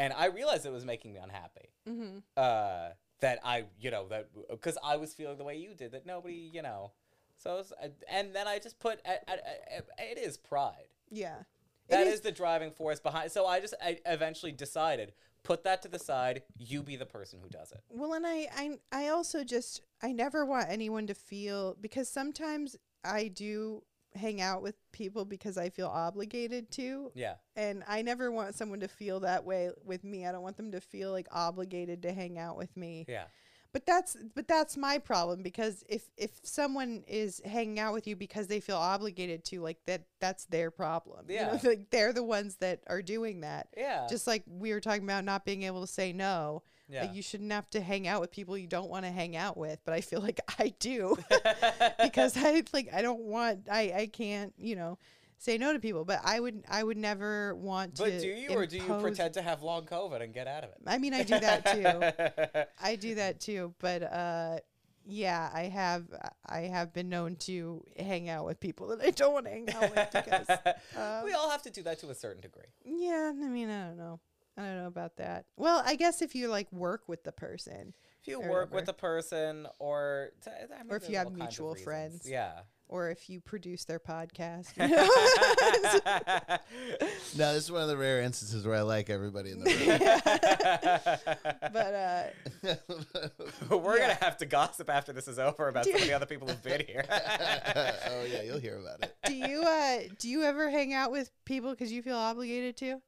and I realized it was making me unhappy. mm-hmm. Uh, that I, you know, that because I was feeling the way you did, that nobody, you know, so it's- uh, and then I just put I, I, I, it is pride yeah. It that is- is the driving force behind. So I just I eventually decided put that to the side. You be the person who does it. Well, and I, I, I also just, I never want anyone to feel because sometimes I do hang out with people because I feel obligated to, Yeah, and I never want someone to feel that way with me. I don't want them to feel like obligated to hang out with me. yeah, But that's, but that's my problem because if if someone is hanging out with you because they feel obligated to, like that, that's their problem. You know, Yeah. like they're the ones that are doing that. yeah. Just like we were talking about not being able to say no. yeah. Like you shouldn't have to hang out with people you don't want to hang out with, but I feel like I do because I like I don't want I I can't, you know, say no to people, but I would I would never want to but do you or do you impose- pretend to have long COVID and get out of it? I mean, I do that too. too. I do that too, but uh yeah, I have I have been known to hang out with people that I don't want to Um, hang out with because uh, we all have to do that to a certain degree. yeah, I mean, I don't know. I don't know about that. Well, I guess if you like work with the person If you I work remember. with a person, or t- I mean, Or if there's you have all kinds of mutual reasons. friends. yeah. or if you produce their podcast. you know? Now, this is one of the rare instances where I like everybody in the but uh room. We're gonna have to gossip after this is over about some of the other people who've been here. oh yeah, you'll hear about it. do you uh do you ever hang out with people because you feel obligated to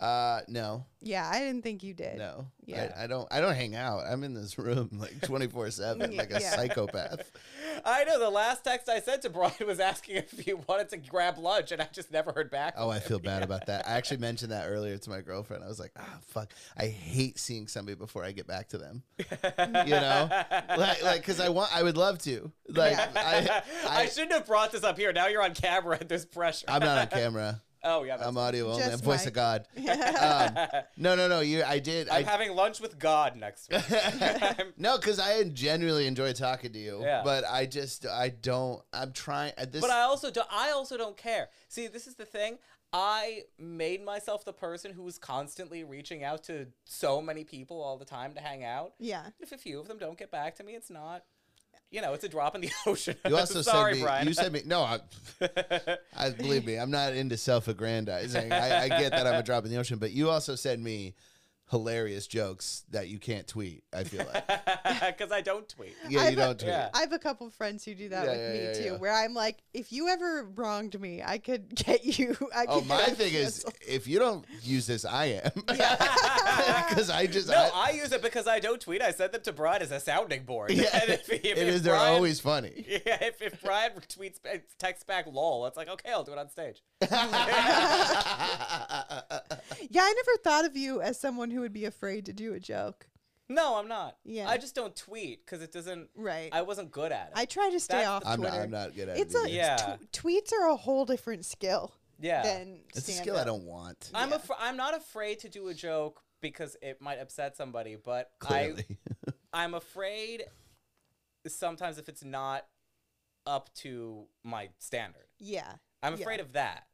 Uh, no, yeah i didn't think you did no, Yeah. I, I don't. I don't hang out. I'm in this room like 24 seven, like a Yeah. psychopath. I know the last text I sent to Brian was asking if he wanted to grab lunch, and I just never heard back. Oh, I feel bad about that. I actually mentioned that earlier to my girlfriend. I was like, ah, fuck. I hate seeing somebody before I get back to them. You know, like, like, cause I want, I would love to. Like, I, I I, shouldn't have brought this up here. Now you're on camera, and there's pressure. I'm not on camera. oh yeah, that's I'm audio only. Just I'm voice Mike. of God. Um, no, no, no. You, I did. I'm I, having lunch with God next week. I'm- no, because I genuinely enjoy talking to you. Yeah. But I just, I don't. I'm trying. uh, This. But I also don't. I also don't care. See, this is the thing. I made myself the person who was constantly reaching out to so many people all the time to hang out. yeah If a few of them don't get back to me, it's not. You know, it's a drop in the ocean. you also Sorry, sent me. Brian. You sent me. No, I, I believe me. I'm not into self-aggrandizing. I, I get that I'm a drop in the ocean, but you also send me hilarious jokes that you can't tweet. I feel like. because I don't tweet. Yeah, I've- you don't tweet. Yeah. I have a couple friends who do that Yeah, with yeah, me yeah, too, yeah. where I'm like, if you ever wronged me, I could get you. I could Oh, get my us thing is, canceled. if you don't use this, I am. Because I just. No, I I- use it because I don't tweet. I send them to Brian as a sounding board. yeah, And if- if- it if is. They're Brian- always funny. Yeah, if, if Brian tweets, texts back, lol, it's like, okay, I'll do it on stage. yeah, I never thought of you as someone who would be afraid to do a joke. No, I'm not. Yeah. I just don't tweet because it doesn't. Right. I wasn't good at it. I try to stay That's off the- I'm Twitter. not. I'm not good at It's it. a either. Yeah. tw- tweets are a whole different skill yeah. than It's a stand skill I up. don't want. I'm Yeah. afr- I'm not afraid to do a joke because it might upset somebody, but Clearly. I I'm afraid sometimes if it's not up to my standard. Yeah. I'm Yeah. afraid of that.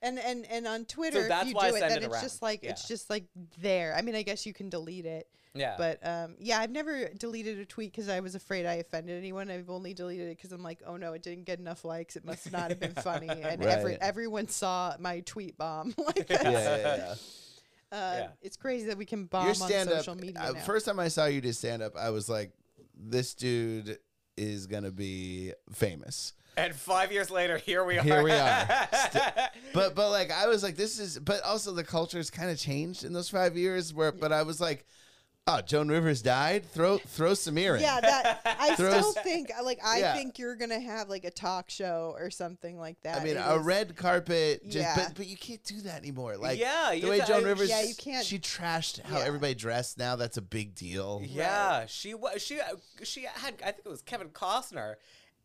And and and on Twitter, if that's you why I do it, send then it it's just around. like it's Yeah. just like there. I mean, I guess you can delete it, Yeah. but um, yeah, I've never deleted a tweet because I was afraid I offended anyone. I've only deleted it because I'm like, oh no, it didn't get enough likes. It must not have been funny, and every Right. everyone saw my tweet bomb. like, that's, yeah, yeah, yeah. Uh, Yeah. it's crazy that we can bomb Your on stand social up. media uh, now. First time I saw you do stand up, I was like, this dude is gonna be famous. And five years later, here we are. Here we are. But but like I was like, this is. But also the culture's kind of changed in those five years. Where but I was like, oh, Joan Rivers died. Throw throw Samir in. Yeah, that I still Throws- think uh, like I Yeah. think you're gonna have like a talk show or something like that. I mean, It a was- red carpet. Just, Yeah. But but you can't do that anymore. Like Yeah, the you way got- Joan Rivers. Yeah, you can't- She trashed how Yeah. everybody dressed. Now that's a big deal. Yeah, she was. She uh, she had. I think it was Kevin Costner,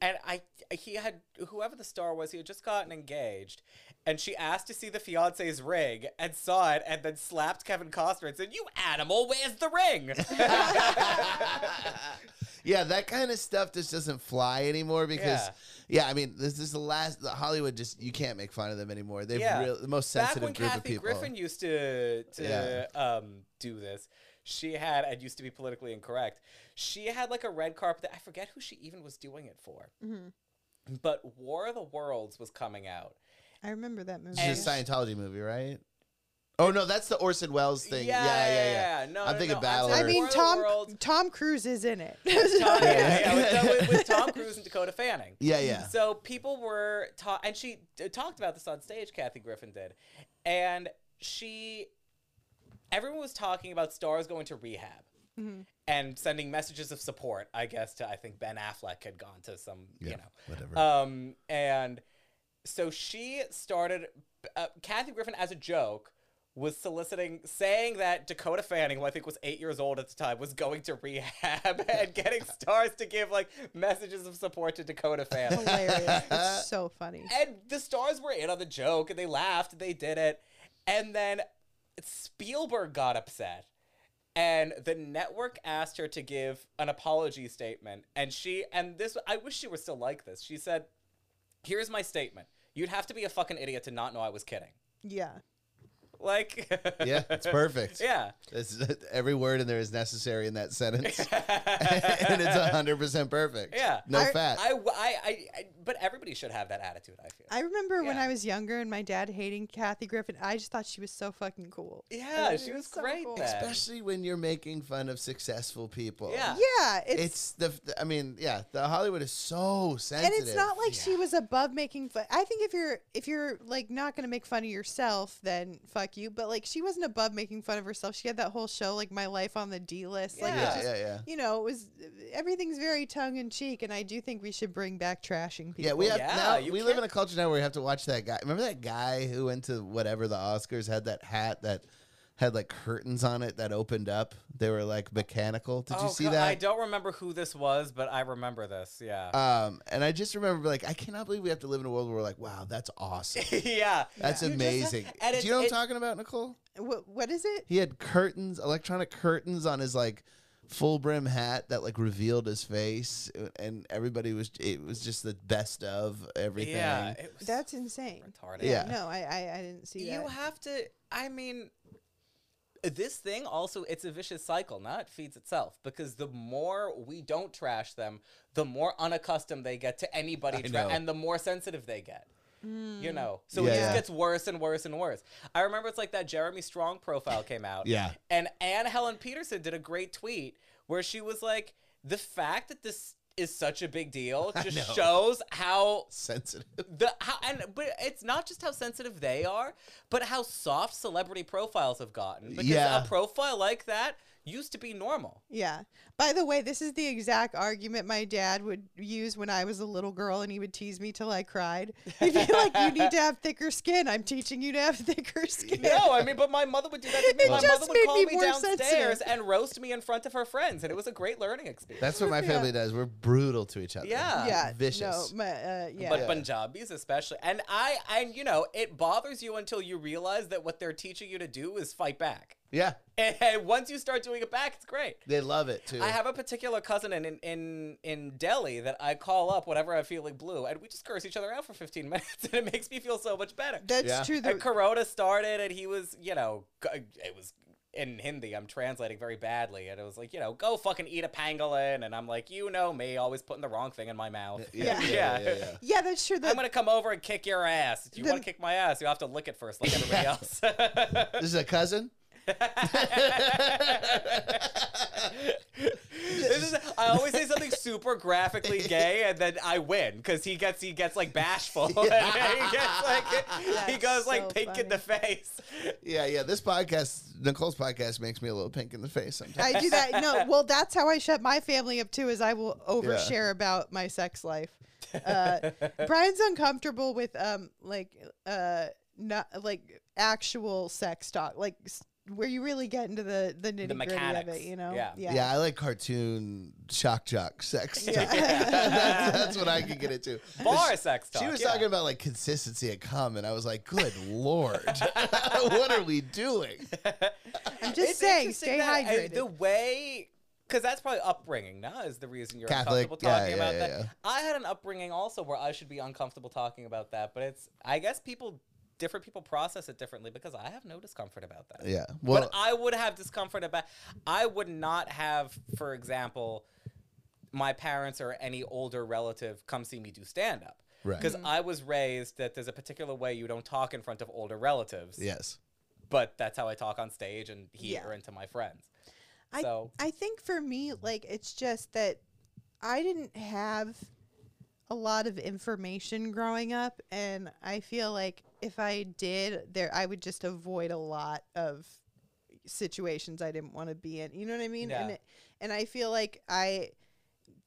and I he had whoever the star was. He had just gotten engaged, and she asked to see the fiance's ring and saw it, and then slapped Kevin Costner and said, "You animal, where's the ring?" Yeah, that kind of stuff just doesn't fly anymore because, yeah, I mean, this is the last the Hollywood. Just you can't make fun of them anymore. They've Yeah. real, the most Back sensitive when group Kathy of people. Griffin used to to um, do this. She had and used to be politically incorrect. She had like a red carpet. That, I forget who she even was doing it for, Mhm. but War of the Worlds was coming out, I remember that movie. This is a Scientology movie, right? Oh no, that's the Orson Welles thing. Yeah, yeah, yeah. No, I'm no, thinking no, I'm Battlers. saying I mean, War of the Tom Worlds, Tom Cruise is in it. Tom, yeah, yeah, Yeah. with, with- with Tom Cruise and Dakota Fanning. Yeah, yeah. So people were ta- and she d- talked about this on stage. Kathy Griffin did, and she, everyone was talking about stars going to rehab Mhm. and sending messages of support. I guess to I think Ben Affleck had gone to some, Yeah, you know, whatever. um, and so she started. Uh, Kathy Griffin, as a joke, was soliciting, saying that Dakota Fanning, who I think was eight years old at the time, was going to rehab and getting stars to give like messages of support to Dakota Fanning. Oh, Hilarious. It's so funny. and the stars were in on the joke, and they laughed, and they did it, and then Spielberg got upset. And the network asked her to give an apology statement. And she, and this, I wish she were still like this. She said, here's my statement. You'd have to be a fucking idiot to not know I was kidding. Yeah. Like, yeah, it's perfect. yeah. It's, every word in there is necessary in that sentence, and it's hundred percent perfect. Yeah. no I- fat. I, I, I, I, but everybody should have that attitude, I feel. I remember when Yeah. I was younger and my dad hating Kathy Griffin. I just thought she was so fucking cool. yeah, It she was was so great. cool. then. Especially when you're making fun of successful people. Yeah. Yeah, it's, It's, the, I mean, yeah, the Hollywood is so sensitive. and it's not like she was above making fun. I think if you're if you're like not gonna make fun of yourself, then fuck you. But like she wasn't above making fun of herself. She had that whole show like my life on the D list. Like Yeah. it's yeah, just, yeah, yeah. you know, it was everything's very tongue in cheek. And I do think we should bring back trashing people. Yeah, we have Yeah, now. you We live in can't- a culture now where we have to watch that guy. Remember that guy who went to whatever the Oscars had that hat that had like curtains on it that opened up. They were like mechanical. Did Oh, you see God, that? I don't remember who this was, but I remember this. Yeah. Um, and I just remember like I cannot believe we have to live in a world where we're like, wow, that's awesome. yeah. That's You just have- amazing. and Do it's- you know what it- I'm talking about, Nicole? Wh- what is it? He had curtains, electronic curtains on his like full brim hat that like revealed his face, uh, and everybody was it was just the best of everything. Yeah. It was That's insane. retarded. Yeah. No, I, I, I didn't see that. You have to. I mean, this thing also it's a vicious cycle. Not feeds itself because the more we don't trash them, the more unaccustomed they get to anybody, I tra- know. and the more sensitive they get. Mm. You know, so it Yeah, just yeah. gets worse and worse and worse. I remember it's like that Jeremy Strong profile came out. Yeah. And Anne Helen Peterson did a great tweet where she was like, the fact that this is such a big deal just know. shows how sensitive. the how and but it's not just how sensitive they are, but how soft celebrity profiles have gotten. Because Yeah. a profile like that used to be normal. Yeah. By the way, this is the exact argument my dad would use when I was a little girl and he would tease me till I cried. He'd be like, You need to have thicker skin. I'm teaching you to have thicker skin. No, I mean, but my mother would do that to me. It my just mother made would call me me, more downstairs sensitive. and roast me in front of her friends, and it was a great learning experience. That's what my Yeah. family does. We're brutal to each other. Yeah. Yeah. Vicious. No, my, uh, yeah. But Punjabis especially, and I, and you know, it bothers you until you realize that what they're teaching you to do is fight back. Yeah, And once you start doing it back, it's great. they love it too. I have a particular cousin in, in in in Delhi that I call up whenever I'm feeling blue, and we just curse each other out for 15 minutes, and it makes me feel so much better. That's Yeah. true. and The, Corona started, and he was, you know, g- it was in Hindi. I'm translating very badly, and it was like, you know, go fucking eat a pangolin, and I'm like, you know me, always putting the wrong thing in my mouth. Yeah. yeah. yeah. yeah, that's true. The, I'm gonna come over and kick your ass. If you The- want to kick my ass, you have to lick it first, like everybody else. This is a cousin. this is, I always say something super graphically gay, and then I win because he gets he gets like bashful. and he gets like he That's goes like so pink in the face. Yeah, yeah. This podcast, Nicole's podcast, makes me a little pink in the face sometimes. I do that. No, well, that's how I shut my family up too. Is I will overshare about my sex life. Uh, Brian's uncomfortable with um like uh not like actual sex talk, like s- where you really get into the the nitty gritty of mechanics. it. You know? Yeah. yeah. I like cartoon shock jock sex. Yeah. talk. that's, that's what I could get into. Bar sex talk. She was yeah. talking about like consistency at cum, and I was like, "Good lord, what are we doing?" I'm just It's saying, interesting stay that, uh, hydrated. the way, because that's probably upbringing. Now is the reason you're Catholic, uncomfortable yeah, talking yeah, about yeah, that. yeah. I had an upbringing also where I should be uncomfortable talking about that, but it's I guess people, different people process it differently because I have no discomfort about that. Yeah. Well, but I would have discomfort about. I would not have, for example, my parents or any older relative come see me do stand up. Right. Mm. Because I was raised that there's a particular way you don't talk in front of older relatives. yes. But that's how I talk on stage and here Yeah. and to my friends. I, So- I think for me, like, it's just that I didn't have a lot of information growing up. And I feel like if I did, there, I would just avoid a lot of situations I didn't want to be in. You know what I mean? And, Yeah. it, and I feel like I.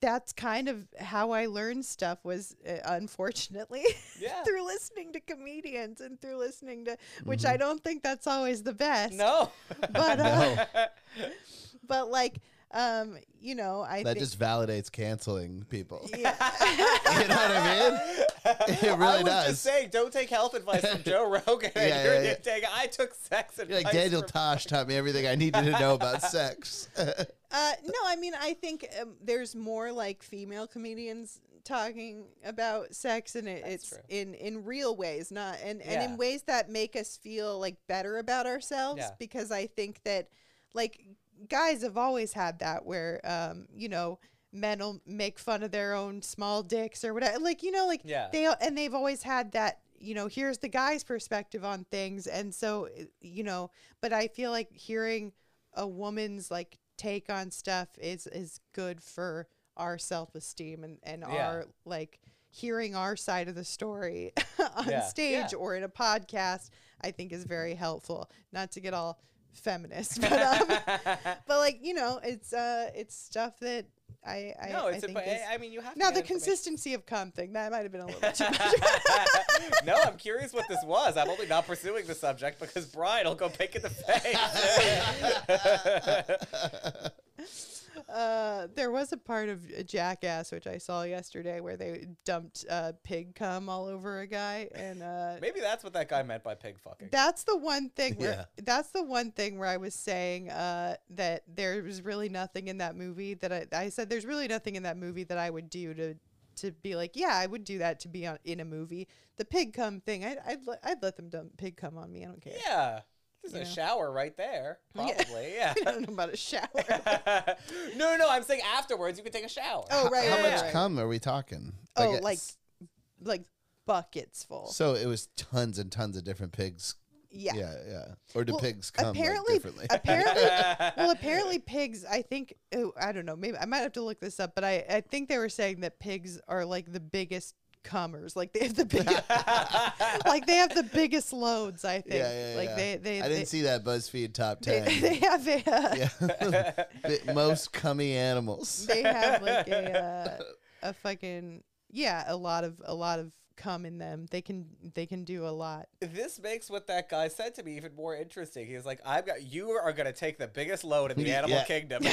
That's kind of how I learned stuff was uh, unfortunately Yeah. through listening to comedians and through listening to which I don't think that's always the best. Mm-hmm. No. But uh, but like um you know I That think just validates canceling people. you yeah, know what I mean? It really I was does. just saying, don't take health advice from Joe Rogan. Yeah, yeah, You're yeah. taking- I took sex advice. You're like Daniel from- Tosh taught me everything I needed to know about sex. uh no I mean I think um, there's more like female comedians talking about sex and it, it's true. in in real ways not and and Yeah. in ways that make us feel like better about ourselves Yeah. because I think that like guys have always had that where um you know men will make fun of their own small dicks or whatever like you know like Yeah. they al- and they've always had that you know here's the guy's perspective on things and so i- you know but i feel like hearing a woman's like take on stuff is is good for our self-esteem and and Yeah. our like hearing our side of the story on Yeah. stage Yeah. or in a podcast i think is very helpful not to get all feminist but um, but like you know it's uh it's stuff that i i, no, I it's. a- think but I is, I mean, you have now to. get the information. consistency of cum thing that might have been a little bit too much no, I'm curious what this was. I'm only not pursuing the subject because Brian will go pick in the face. uh, there was a part of jackass which i saw yesterday where they dumped uh, pig cum all over a guy and uh, Maybe that's what that guy meant by pig fucking. that's the one thing where Yeah. that's the one thing where I was saying uh, that there was really nothing in that movie that I, I said there's really nothing in that movie that I would do to to be like yeah I would do that to be on in a movie the pig cum thing I'd I'd, le- I'd let them dump pig cum on me I don't care yeah. There's You a know. shower right there. Yeah. Probably, I don't know about a shower yeah. no, no, no. I'm saying afterwards you can take a shower. oh right How right, much right. cum are we talking? oh guess- like like buckets full So it was tons and tons of different pigs. yeah. Yeah, yeah. Or do Well, pigs come like, apparently, differently? apparently, well, apparently pigs. I think oh, I don't know. Maybe I might have to look this up, but I, I think they were saying that pigs are like the biggest comers. Like they have the biggest, like they have the biggest loads. I think. yeah, yeah, like yeah. they, they, I didn't they, see that BuzzFeed top ten. they, they have a, uh, yeah. Bi- Most cummy animals. they have like a, uh, a fucking yeah, a lot of a lot of cum in them. They can they can do a lot. this makes what that guy said to me even more interesting. He's like, "I've got you are gonna take the biggest load in the Yeah. animal kingdom."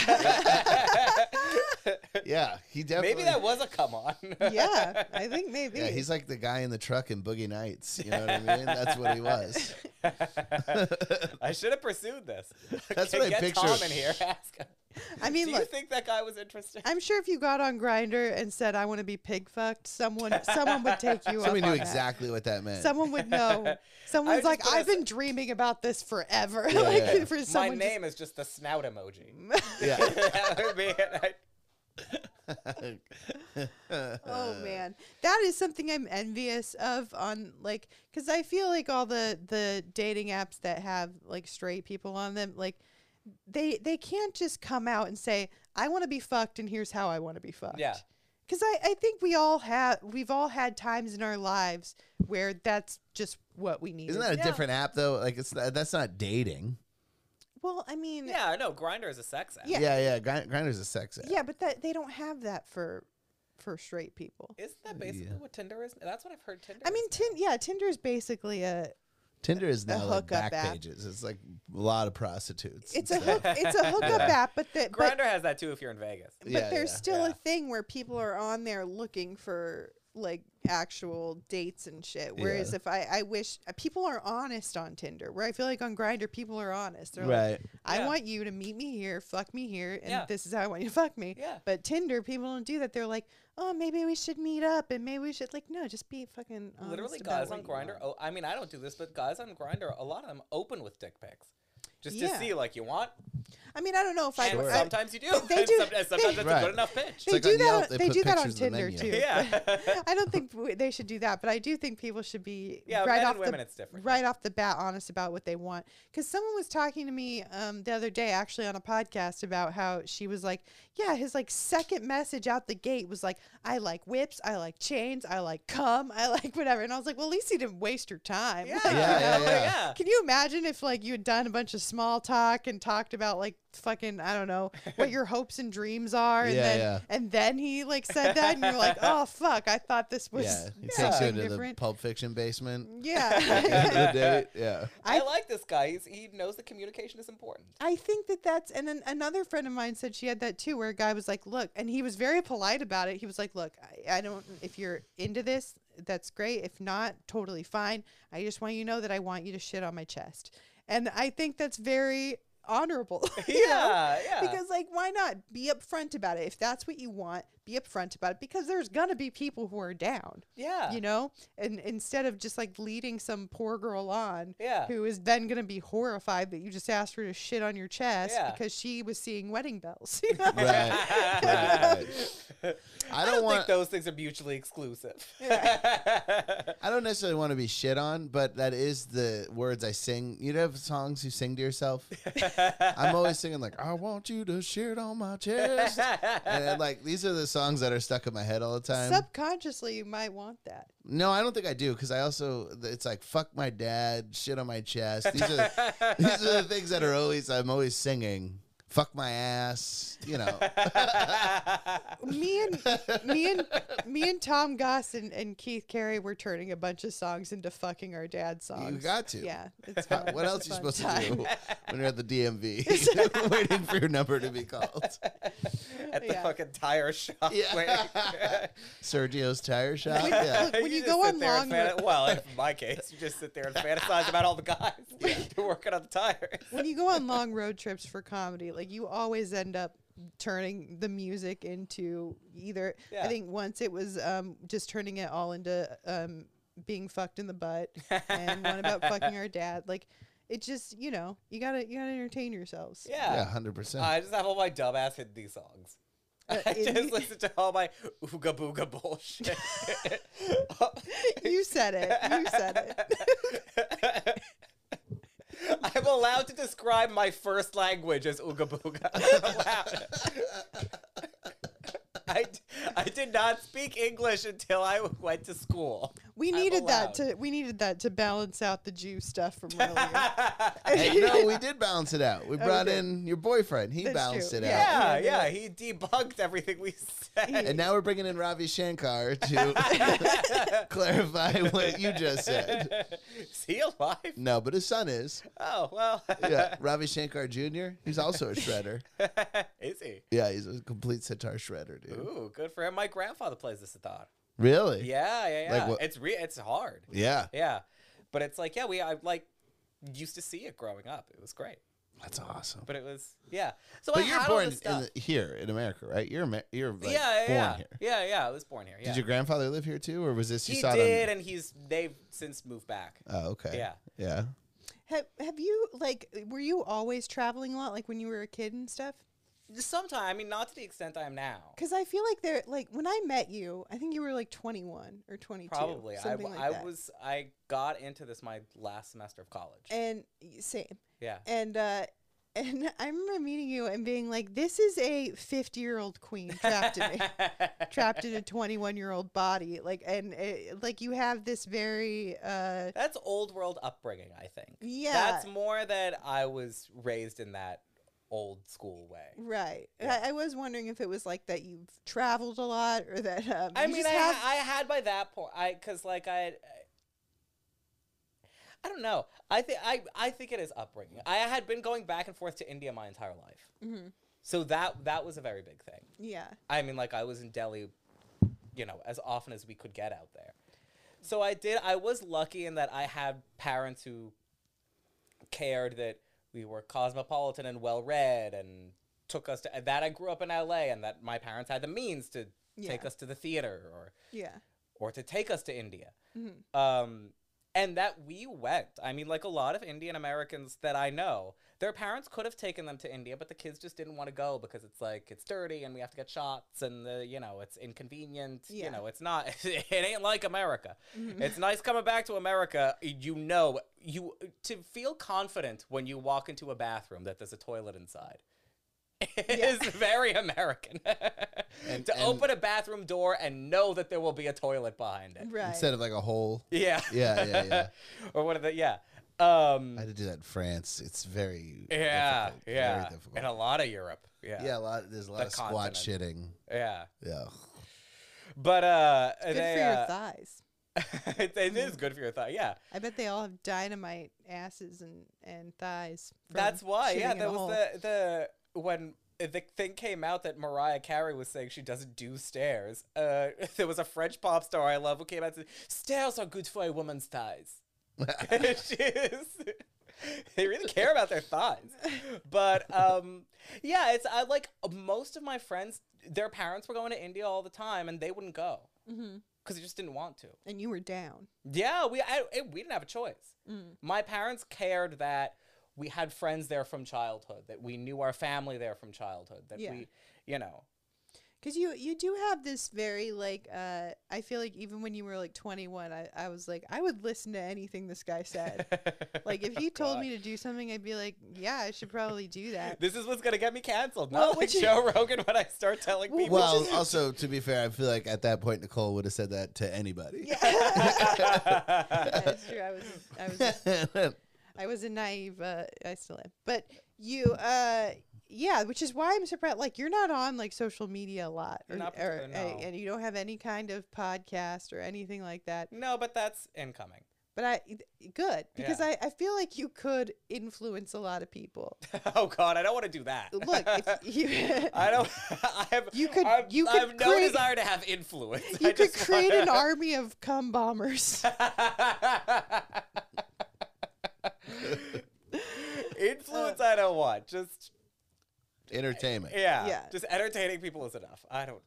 Yeah, he definitely. Maybe that was a come on. Yeah, I think maybe. Yeah, he's like the guy in the truck in Boogie Nights. You know what I mean? That's what he was. I should have pursued this. That's Get- what I Get picture. Tom in here. Ask him. I Do mean, you look. think that guy was interested? I'm sure if you got on Grinder and said I want to be pig fucked, someone someone would take you Somebody up knew on that. exactly what that meant. Someone would know. Someone's just like, gonna I've say- been dreaming about this forever. Yeah, like yeah. for My someone just- name is just the snout emoji. yeah. That would be it. I- oh Uh, man, that is something I'm envious of. On like, because I feel like all the the dating apps that have like straight people on them, like they they can't just come out and say I want to be fucked and here's how I want to be fucked. Yeah. Because I, I think we all have we've all had times in our lives where that's just what we need. Isn't that a different app though? Like it's not- that's not dating. Well, I mean, yeah, Yeah, I know. Grinder is a sex app. Yeah. Yeah, yeah. Grind- Grinder's a sex app. but that they don't have that for for straight people. Isn't that basically Yeah. what Tinder is? That's what I've heard Tinder I mean, is. tin- yeah, Tinder is basically a Tinder is now like hookup back app. pages. It's like a lot of prostitutes. it's a hook, it's a hookup app, but the, but Grinder has that too if you're in Vegas. but Yeah, there's yeah, still a yeah. thing where people are on there looking for like actual dates and shit. Whereas Yeah. if I, I wish uh, people are honest on Tinder, where I feel like on Grinder people are honest. They're like, right. I Yeah. want you to meet me here, fuck me here, and Yeah. this is how I want you to fuck me. Yeah. But Tinder people don't do that. They're like, oh, maybe we should meet up, and maybe we should like, no, just be fucking. Honest Literally, about guys what on you Grinder. want." Oh, I mean, I don't do this, but guys on Grinder, a lot of them open with dick pics, just Yeah. to see like you want. I mean, I don't know if I. And I sometimes you do. They and do- Sometimes, they- sometimes that's a Right. good enough pitch. they like do on that. Yelp, on, they they put do that on pictures of the Tinder menu. too. Yeah. I don't think w- they should do that, but I do think people should be Yeah, right men off and women, the it's different. right off the bat honest about what they want. Because someone was talking to me um, the other day, actually on a podcast, about how she was like, "Yeah, his like second message out the gate was like, I like whips, I like chains, I like cum, I like whatever." And I was like, "Well, at least he didn't waste your time." Yeah. Like, you Yeah, yeah, know, yeah. like, Can you imagine if like you had done a bunch of small talk and talked about like fucking I don't know what your hopes and dreams are and Yeah, then yeah. and then he like said that and you're like oh fuck I thought this was Yeah. He takes you something into different the Pulp Fiction basement. yeah The date, Yeah. I, I- like this guy. He's, he knows that communication is important. I think that that's and then another friend of mine said she had that too where a guy was like look and he was very polite about it he was like look I, I don't if you're into this that's great if not totally fine I just want you to know that I want you to shit on my chest and I think that's very honorable you know? yeah, yeah. Because like, why not be upfront about it? If that's what you want, be upfront about it. Because there's gonna be people who are down, yeah. you know. And instead of just like leading some poor girl on, Yeah. who is then gonna be horrified that you just asked her to shit on your chest Yeah. because she was seeing wedding bells. you know? Right. Right. I I don't don't want. think those things are mutually exclusive. I don't necessarily want to be shit on, but that is the words I sing. You know, have songs you sing to yourself. I'm always singing like, "I want you to shit on my chest," and then, like these are the songs that are stuck in my head all the time. Subconsciously, you might want that. no, I don't think I do because I also it's like "fuck my dad," "shit on my chest." These are these are the things that are always I'm always singing. Fuck my ass, you know. Me and me and me and Tom Goss and, and Keith Carey were turning a bunch of songs into fucking our dad songs. You got to. Yeah, it's fun. What else It's are you a fun supposed to time. do when you're at the DMV waiting for your number to be called? At the Yeah. fucking tire shop. Yeah. waiting. Sergio's tire shop. Yeah. When you just go sit on there long and fan- road- well, in my case, you just sit there and fantasize about all the guys who are working on the tires. when you go on long road trips for comedy, like you always end up turning the music into either. I Yeah. think once it was um, just turning it all into um, being fucked in the butt, and one about fucking our dad. Like it just, you know, you gotta you gotta entertain yourselves. Yeah. Yeah, 100%. I just have all my dumbass Hindi songs. Uh, I Hindi- just listen to all my ooga booga bullshit. You said it. You said it. I'm allowed to describe my first language as ooga booga. I'm allowed. I, d- I did not speak English until I went to school. We I'm needed that allowed. to we needed that to balance out the Jew stuff from earlier. Hey, no, we did balance it out. We brought did. in your boyfriend. He That's balanced true. it out. Yeah, Yeah, yeah, he debunked everything we said. And now we're bringing in Ravi Shankar to clarify what you just said. Is he alive? No, but his son is. Oh, well. Yeah, Ravi Shankar Jr. He's also a shredder. Is he? Yeah, he's a complete sitar shredder, dude. Ooh, good for him. My grandfather plays the sitar. Really? Yeah, yeah, yeah. Like what- It's re- it's hard. Yeah. Yeah, but it's like yeah, we I like used to see it growing up. It was great, That's awesome. but it was yeah. So I But you're had born all in this stuff. the, here in America, right? You're Amer- you're like, yeah, yeah, born yeah. here. yeah, yeah. I was born here. Yeah. Did your grandfather live here too, or was this you he saw did, it? and he's they've since moved back. On... Oh, okay. Yeah. Yeah. have have you like were you always traveling a lot like when you were a kid and stuff? Sometime, I mean, not to the extent I am now. Because I feel like they're like when I met you, I think you were like 21 or 22. Probably, I, something like w- I that. was I got into this my last semester of college. and y- same yeah, and uh And I remember meeting you and being like, "This is a 50-year-old queen trapped in a, trapped in a 21-year-old body." Like, and it, like you have this very uh, That's old world upbringing, I think. Yeah. That's more that I was raised in that old school way. right. Yeah. I, I was wondering if it was like that you've traveled a lot or that um, I you mean, just I, have ha- I had by that point, I because like I, I, I don't know. I think I I think it is upbringing. I had been going back and forth to India my entire life, Mhm. so that that was a very big thing. yeah. I mean, like I was in Delhi, you know, as often as we could get out there. So I did. I was lucky in that I had parents who cared that we were cosmopolitan and well read, and took us to that. I grew up in L.A. and that my parents had the means to take Yeah. us to the theater or Yeah. or to take us to India. Mhm. Um, and that we went. I mean, like a lot of Indian Americans that I know, their parents could have taken them to India, but the kids just didn't want to go because it's like it's dirty and we have to get shots and the you know it's inconvenient. Yeah. You know, it's not. It ain't like America. Mhm. It's nice coming back to America. You know, you to feel confident when you walk into a bathroom that there's a toilet inside. It Yeah. is very American. And- to and- open a bathroom door and know that there will be a toilet behind it. Right. Instead of like a whole. Yeah. Yeah, yeah, yeah. or what are the yeah. Um I had to do that in France. It's very yeah, difficult, yeah. very difficult. In a lot of Europe. Yeah. yeah, a lot. There's a lot The of squat shitting. Yeah. Yeah, But uh Good they, for your uh, thighs. it it is good for your thigh. Yeah. I bet they all have dynamite asses and and thighs. from That's why. shitting Yeah, in a that hole. was the the when the thing came out that Mariah Carey was saying she doesn't do stairs. Uh, there was a French pop star I love who came out and said, "Stairs are good for a woman's thighs." she is. They really care about their thighs, but um, yeah, it's I like most of my friends. Their parents were going to India all the time, and they wouldn't go Mhm. because they just didn't want to. And you were down. Mm. Yeah, we I, it- we didn't have a choice. My parents cared that we had friends there from childhood, that we knew our family there from childhood, that Yeah. we, you know, Cause you you do have this very like uh I feel like even when you were like 21 I, I was like I would listen to anything this guy said like if Oh, he told me to do something I'd be like yeah I should probably do that this is what's gonna get me canceled. Well, Not like which is- Joe Rogan when I start telling Well, people. Well, also to be fair, I feel like at that point Nicole would have said that to anybody. yeah that's true I was I was I was a naive uh, I still am but you uh yeah which is why I'm surprised like you're not on like social media a lot or, Not or particularly, a- no. and you don't have any kind of podcast or anything like that no, but that's incoming. But I th- good because I, I feel like you could influence a lot of people. Oh God, I don't want to do that. Look, if you I don't. I have. You could- I've, you I could have no create- desire to have influence. I you could just create an wanna- army of cum bombers. Influence I don't want. Just Entertainment. yeah, Yeah. Just entertaining people is enough. I don't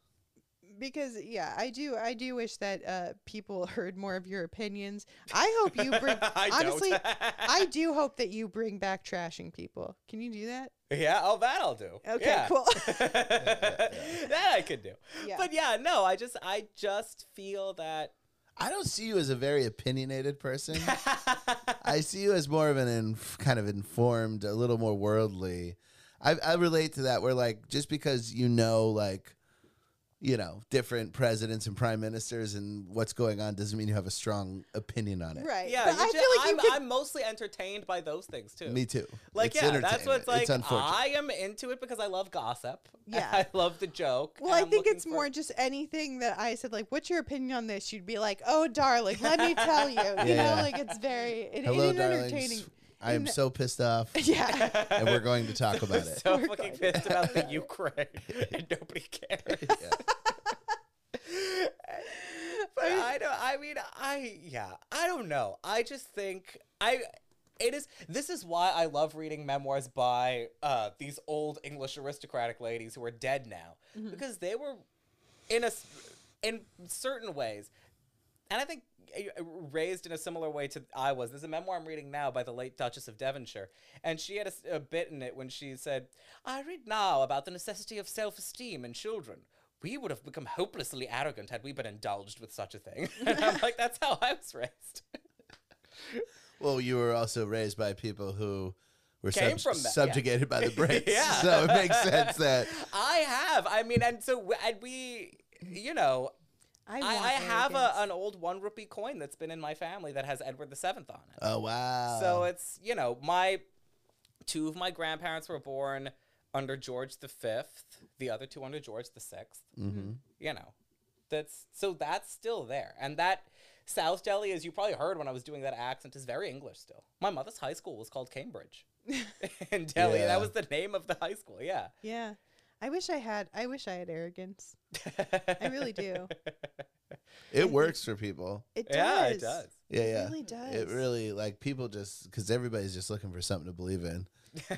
because yeah, I do I do wish that uh, people heard more of your opinions. I hope you bring I honestly. don't. I do hope that you bring back trashing people. Can you do that? Yeah, oh that I'll do. Okay, Yeah. cool. that I could do. Yeah. But yeah, no, I just I just feel that I don't see you as a very opinionated person. Mm-hmm. I see you as more of an inf- kind of informed, a little more worldly. I, I relate to that where like just because you know like you know different presidents and prime ministers and what's going on doesn't mean you have a strong opinion on it. Right. yeah, But you I ju- feel like I'm, you could. I'm mostly entertained by those things too. Me too. Like It's yeah, that's entertainment. what's like. It's unfortunate. I am into it because I love gossip. and Yeah. I love the joke. well, I and I'm think looking it's for- more just anything that I said, like, "What's your opinion on this?" You'd be like, "Oh, darling, let me tell you." You Yeah. know, like it's very it, Hello, it is darlings. entertaining. I am in- so pissed off, Yeah. and we're going to talk about it. so We're fucking going to pissed about the Ukraine, and nobody cares. Yeah. But I don't. I mean, I yeah. I don't know. I just think I. It is. This is why I love reading memoirs by uh, these old English aristocratic ladies who are dead now, because they were, in a, s- in certain ways, and I think uh, raised in a similar way to I was. There's a memoir I'm reading now by the late Duchess of Devonshire, and she had a s a a bit in it when she said, "I read now about the necessity of self-esteem in children." We would have become hopelessly arrogant had we been indulged with such a thing. And I'm like, that's how I was raised. Well, you were also raised by people who were Came sub- from that, yeah. subjugated by the Brits. Yeah. So it makes sense that I have. I mean, and so w- and we, you know, I, I, want I have a, an arrogance. old one rupee coin that's been in my family that has Edward the Seventh on it. oh wow. Uh. so it's you know my two of my grandparents were born under George the Fifth, the other two under George the Sixth. Mhm. You know, that's so that's still there, and that South Delhi, as you probably heard when I was doing that accent, is very English still. My mother's high school was called Cambridge. in Delhi, Yeah. that was the name of the high school. Yeah, yeah. I wish I had. I wish I had arrogance. I really do. it works for people. It does. yeah, it does. Yeah, yeah. really does. It really like people just because everybody's just looking for something to believe in.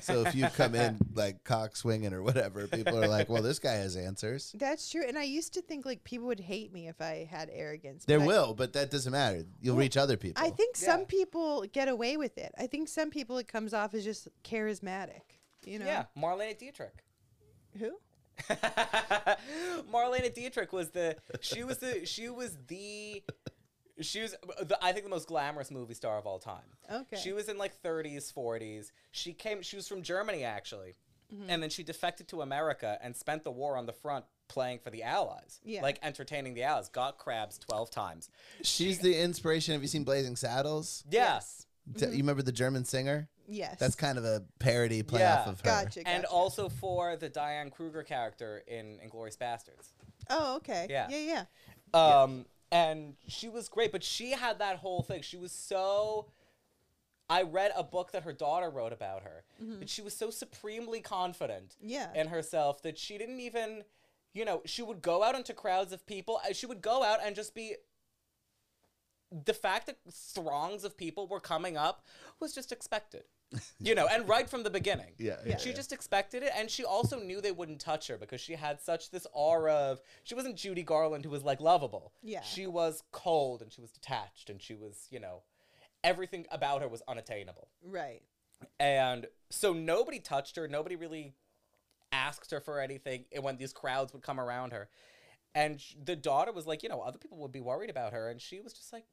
So if you come in like cock swinging or whatever, people are like, "Well, this guy has answers." That's true. And I used to think like people would hate me if I had arrogance. There but I- will, but that doesn't matter. You'll Well, reach other people. I think some Yeah. people get away with it. I think some people it comes off as just charismatic. You know? Yeah, Marlene Dietrich. Who? Marlena Dietrich was the she was the she was the she was the, I think the most glamorous movie star of all time. Okay. She was in like 30s, 40s. She came she was from Germany actually. Mm-hmm. And then she defected to America and spent the war on the front playing for the Allies. Yeah. Like entertaining the Allies. Got crabs 12 times. she's the inspiration. Have you seen Blazing Saddles? Yeah. Mm-hmm. T- You remember the German singer? Yes. That's kind of a parody playoff Yeah. of her. Gotcha. And gotcha. also for the Diane Kruger character in Inglorious Bastards. Oh, okay. Yeah. Yeah. Yeah. Um, and she was great, but she had that whole thing. She was so. I read a book that her daughter wrote about her, and she was so supremely confident Yeah. in herself that she didn't even, you know, she would go out into crowds of people. uh, She would go out and just be. The fact that throngs of people were coming up was just expected, you know, and right from the beginning. Yeah, Yeah. She just expected it, and she also knew they wouldn't touch her because she had such this aura of she wasn't Judy Garland who was like lovable. Yeah. She was cold and she was detached and she was, you know, everything about her was unattainable. Right. And so nobody touched her, nobody really asked her for anything and when these crowds would come around her. And sh- the daughter was like, you know, other people would be worried about her, and she was just like,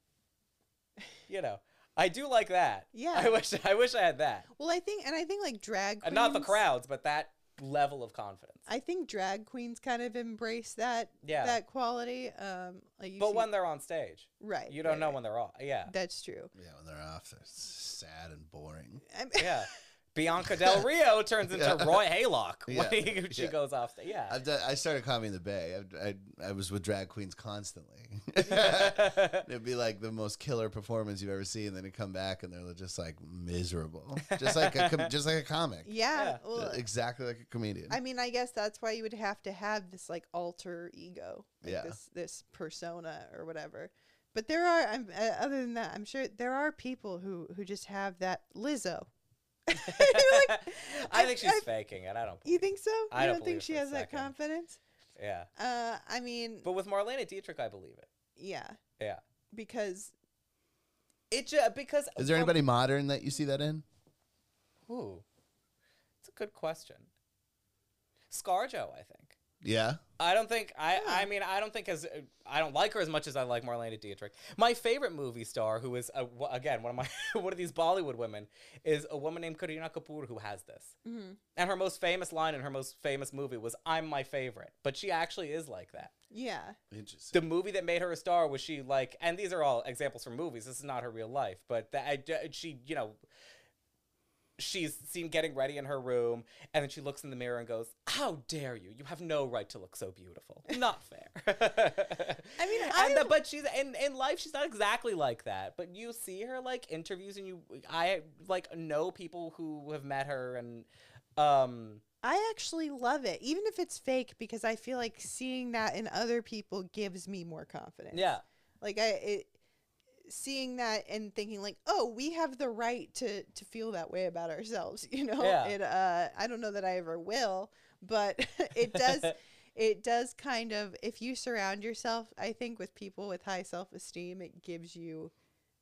you know, I do like that. Yeah. I wish I wish I had that. Well, I think, and I think like drag queens. And not the crowds, but that level of confidence. I think drag queens kind of embrace that Yeah. that quality. Um, like you But see- when they're on stage, right, you don't right, know right. when they're off. Yeah. That's true. Yeah, when they're off, it's sad and boring. I'm, Yeah. Bianca Del Rio turns into Yeah. Roy Haylock when Yeah. she Yeah. goes off stage. Yeah. I've done, I started comedy in the Bay. I, I, I was with drag queens constantly. It'd be like the most killer performance you've ever seen. Then it come back and they're just like miserable, just like a com- just like a comic, Uh, yeah. Yeah. Well, exactly like a comedian. I mean, I guess that's why you would have to have this like alter ego, like Yeah. this this persona or whatever. But there are, I'm, uh, other than that, I'm sure there are people who who just have that Lizzo. You're like, I I- think she's I- faking it. I don't. you think so? I you don't don't think believe she for a has that second. confidence? Yeah. Uh, I mean, But with Marlena Dietrich, I believe it. yeah, Yeah. because It ju- because Is there from- anybody modern that you see that in? Ooh, it's a good question. ScarJo, I think. Yeah, I don't think I. I Yeah. mean, I don't think as I don't like her as much as I like Marlena Dietrich. My favorite movie star, who is a, wh- again one of my one of these Bollywood women, is a woman named Kareena Kapoor who has this. Mhm. And her most famous line in her most famous movie was "I'm my favorite," but she actually is like that. yeah, interesting. The movie that made her a star was she like, and these are all examples from movies. This is not her real life, but that I, d- she, you know, she's seen getting ready in her room, and then she looks in the mirror and goes, "How dare you? You have no right to look so beautiful. Not fair." I mean, and the, I- but she's in in life, she's not exactly like that. But you see her like interviews, and you, I like know people who have met her, and um, I actually love it, even if it's fake, because I feel like seeing that in other people gives me more confidence. yeah, like i it, seeing that and thinking like oh we have the right to to feel that way about ourselves you know Yeah. it uh i don't know that i ever will but it does it does kind of if you surround yourself i think with people with high self-esteem it gives you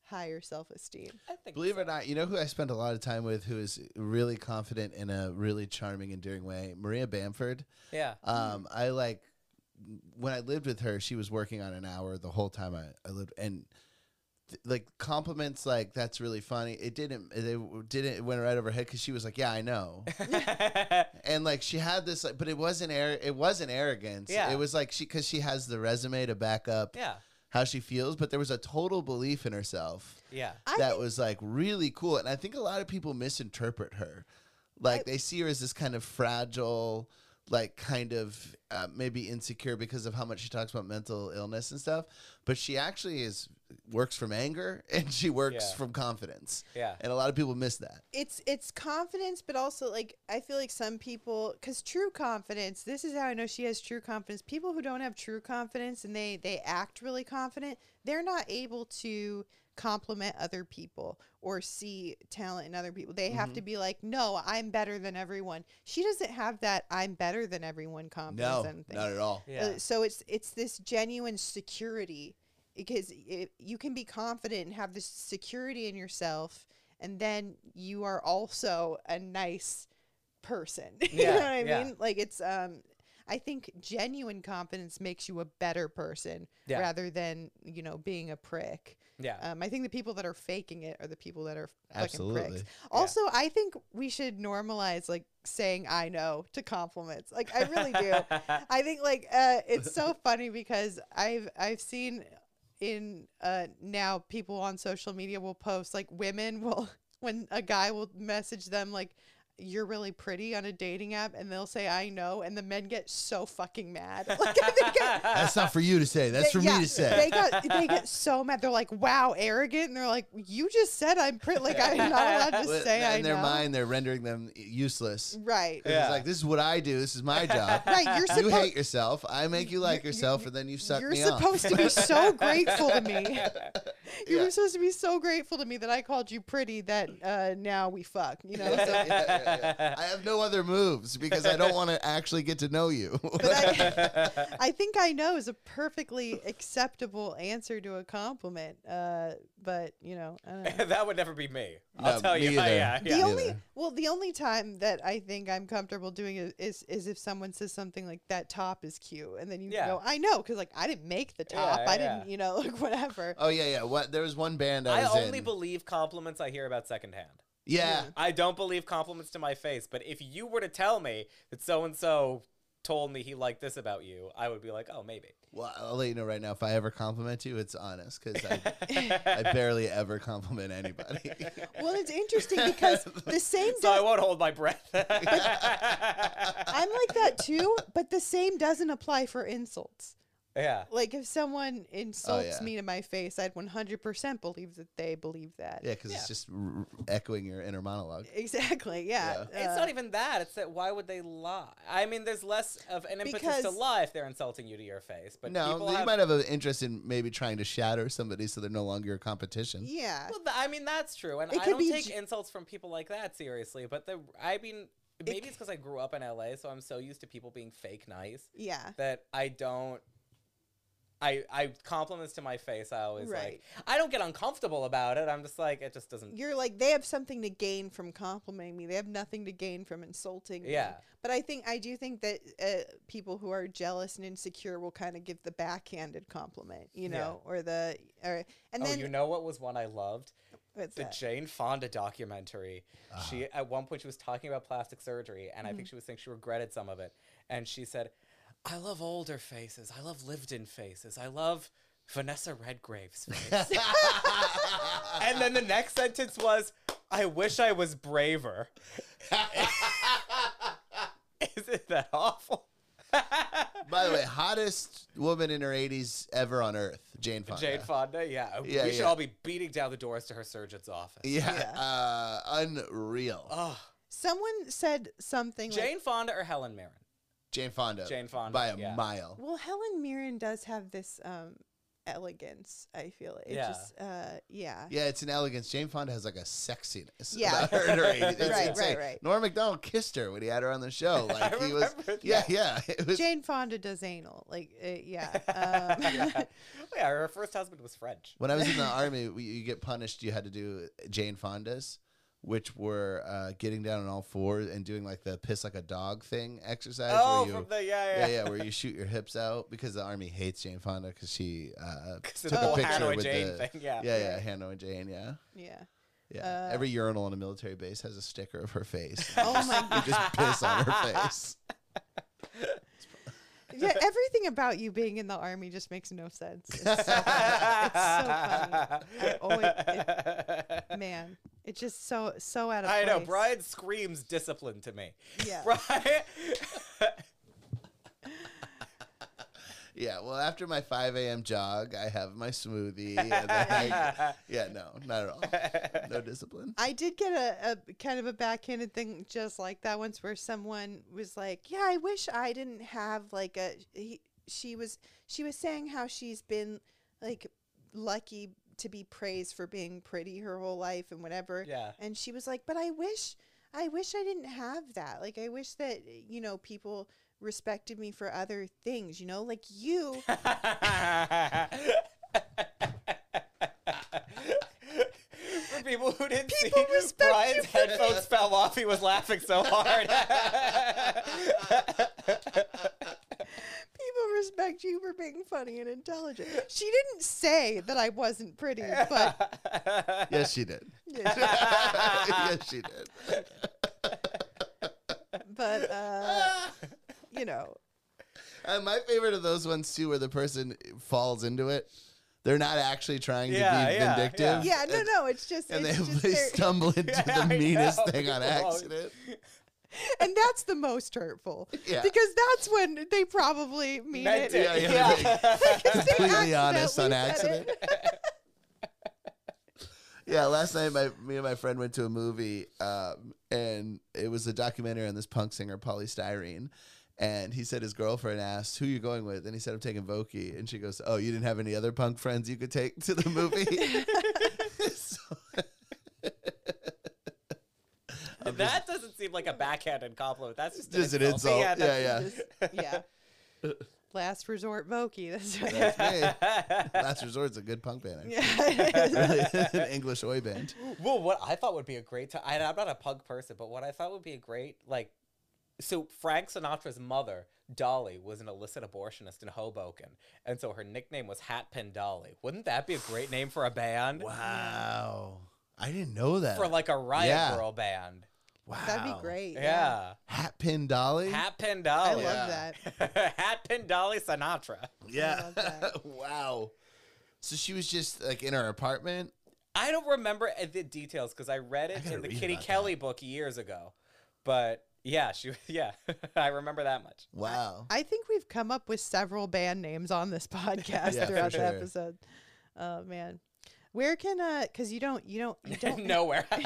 higher self-esteem I think Believe it so. or not, you know who I spent a lot of time with, who is really confident in a really charming, endearing way. Maria Bamford. yeah. Um, I like when I lived with her, she was working on an hour the whole time I, I lived, and th- like compliments like that's really funny. It didn't they w- didn't it went right over her head because she was like, yeah, I know, and like she had this, like, but it wasn't air it wasn't arrogance. Yeah. it was like she because she has the resume to back up yeah. how she feels, but there was a total belief in herself Yeah. I that think- was like really cool. And I think a lot of people misinterpret her. Like they see her as this kind of fragile, like kind of uh, maybe insecure because of how much she talks about mental illness and stuff. But she actually is works from anger and she works Yeah. from confidence. Yeah. And a lot of people miss that. it's it's confidence but also like i feel like some people because true confidence this is how i know she has true confidence people who don't have true confidence and they they act really confident they're not able to compliment other people or see talent in other people they have Mm-hmm. to be like no i'm better than everyone she doesn't have that i'm better than everyone confidence No, I don't think. not at all. Yeah. Uh, so it's it's this genuine security because it, you can be confident and have this security in yourself, and then you are also a nice person. you know Yeah, what I yeah. mean? Like it's um, I think genuine confidence makes you a better person Yeah. rather than you know being a prick. Yeah. Um, I think the people that are faking it are the people that are fucking Absolutely. pricks. Also, I think we should normalize like saying "I know" to compliments. Like I really do. I think like uh, it's so funny because I've I've seen in uh, now people on social media will post like women will when a guy will message them like you're really pretty on a dating app and they'll say I know and the men get so fucking mad. Like I think I, That's not for you to say. That's they- for yeah, me to say. They got they get so mad. They're like, "Wow, arrogant," and they're like, "You just said I'm pretty. Like I'm not allowed to But say in I their know." mind, they're rendering them useless. right. It's Yeah. like this is what I do. This is my job. Right, you're you supposed hate yourself. I make you like yourself, and then you suck You're me supposed off. to be so grateful to me. You Yeah. were supposed to be so grateful to me that I called you pretty that uh, now we fuck. You know, so Yeah, yeah, yeah. I have no other moves because I don't want to actually get to know you. but I, I think I know is a perfectly acceptable answer to a compliment. Uh, but you know, I don't know. that would never be me. I'll No, tell me you. either. Yeah, The yeah. only Neither. well, the only time that I think I'm comfortable doing it is is if someone says something like that top is cute, and then you Yeah. go, I know, because like I didn't make the top, Yeah, I yeah. didn't, you know, like whatever. oh yeah, yeah. What? There was one band I, I was only in. believe compliments I hear about secondhand. yeah, I don't believe compliments to my face, but if you were to tell me that so and so told me he liked this about you, I would be like, oh, maybe. Well, I'll let you know right now. If I ever compliment you, it's honest because I, I barely ever compliment anybody. Well, it's interesting because the same So I does, won't hold my breath. I'm like that too, but the same doesn't apply for insults. yeah. Like if someone insults Oh, yeah. me to my face, I'd 100% believe that they believe that. yeah, because Yeah. it's just r- echoing your inner monologue. Exactly. Yeah. Uh, It's not even that. It's that why would they lie? I mean, there's less of an impetus to Because- lie if they're insulting you to your face. But no, people you have, might have an interest in maybe trying to shatter somebody so they're no longer a competition. yeah. Well, th- I mean, that's true, and It I could don't be take j- insults from people like that seriously. But the, I mean, maybe c- it's because I grew up in LA, so I'm so used to people being fake nice yeah. that I don't. I, I compliments to my face. I always Right. like. I don't get uncomfortable about it. I'm just like it just doesn't. You're like they have something to gain from complimenting me. They have nothing to gain from insulting me. Yeah. But I think I do think that uh, people who are jealous and insecure will kind of give the backhanded compliment, you Yeah. know, or the or and oh, then you know what was one I loved? what's the that? Jane Fonda documentary. She Uh-huh. at one point she was talking about plastic surgery, and I think Mm-hmm. she was saying she regretted some of it. And she said, "I love older faces. I love lived-in faces. I love Vanessa Redgrave's face." and then the next sentence was, "I wish I was braver." Isn't that awful? By the way, hottest woman in her 80s ever on earth, Jane Fonda. Jane Fonda, yeah. Yeah, we should yeah. all be beating down the doors to her surgeon's office. Yeah, Yeah. Uh, unreal. Ugh. Someone said something like, Jane Fonda or Helen Mirren? Jane Fonda. Jane Fonda, By a yeah. mile. "Well, Helen Mirren does have this um elegance, I feel. It Yeah. just uh yeah. Yeah, it's an elegance. Jane Fonda has like a sexiness. Yeah. about her in her 80s. It's Right, insane. right, right. Norm MacDonald kissed her when he had her on the show. Like he was. remember Yeah, yeah. It was. Jane Fonda does anal. Like uh, yeah. Um, yeah, her first husband was French. When I was in the army, we, you get punished. You had to do Jane Fonda's. which were uh, getting down on all fours and doing like the piss like a dog thing exercise. Oh, where you, from the yeah, yeah, yeah. yeah, where you shoot your hips out because the army hates Jane Fonda because she uh, Because took of the a whole picture Hanoi with Jane the thing, yeah. yeah, yeah, Hanoi Jane, yeah, Yeah. yeah. Uh, Every urinal in a military base has a sticker of her face. Oh my You just piss on her face. Yeah, everything about you being in the army just makes no sense. It's so funny. It's so funny. I always, it, man, it's just so so out of I know. place. Brian screams discipline to me. Yeah. Brian. Yeah, well, after my 5 a.m. jog, I have my smoothie. And then I, yeah, no, not at all. No discipline. I did get a, a kind of a backhanded thing just like that once where someone was like, "Yeah, I wish I didn't have like a he, she was she was saying how she's been like lucky to be praised for being pretty her whole life and whatever." Yeah. And she was like, "But I wish I wish I didn't have that. Like I wish that you know people respected me for other things, you know? Like you For people who didn't People see, respect you Brian's for- headphones fell off. He was laughing so hard. People respect you for being funny and intelligent. She didn't say that I wasn't pretty, but Yes, she did. yeah, yes, she did. but uh, you know, And my favorite of those ones, too, where the person falls into it. They're not actually trying Yeah, to be yeah, vindictive. yeah, no, no, it's just, And it's they, just they their- stumble into Yeah, the I meanest know. thing on People always- accident. and that's the most hurtful Yeah. because that's when they probably mean Meant it. it. Yeah, yeah, They Completely honest on accidentally said accident. Yeah, last night my me and my friend went to a movie, um, and it was a documentary on this punk singer Polystyrene. And he said his girlfriend asked, "Who you going with?" And he said, "I'm taking Voki." And she goes, "Oh, you didn't have any other punk friends you could take to the movie?" So- that doesn't seem like a backhanded compliment. That's just, just an insult. Yeah, yeah. it. yeah. Last resort, Voki. That's what That's me. Last Resort's a good punk band. yeah. actually. An English oi band. Well, what I thought would be a great time, and I'm not a punk person, but what I thought would be a great, like, so Frank Sinatra's mother, Dolly, was an illicit abortionist in Hoboken, and so her nickname was Hatpin Dolly. Wouldn't that be a great name for a band? Wow, I didn't know that. For like a riot Yeah. girl band. wow, That'd be great. Yeah. Hatpin Dolly. Hatpin I Dolly. love Yeah. that. Hatpin Dolly Sinatra. I yeah. love that. wow. So she was just like in her apartment. I don't remember uh, the details because I read it gotta in the read Kitty about Kelly book years ago. But yeah, she yeah, I remember that much. Wow. I think we've come up with several band names on this podcast Yeah, for throughout sure. the episode. Oh man, where can uh? Because you don't, you don't, you don't, Nowhere.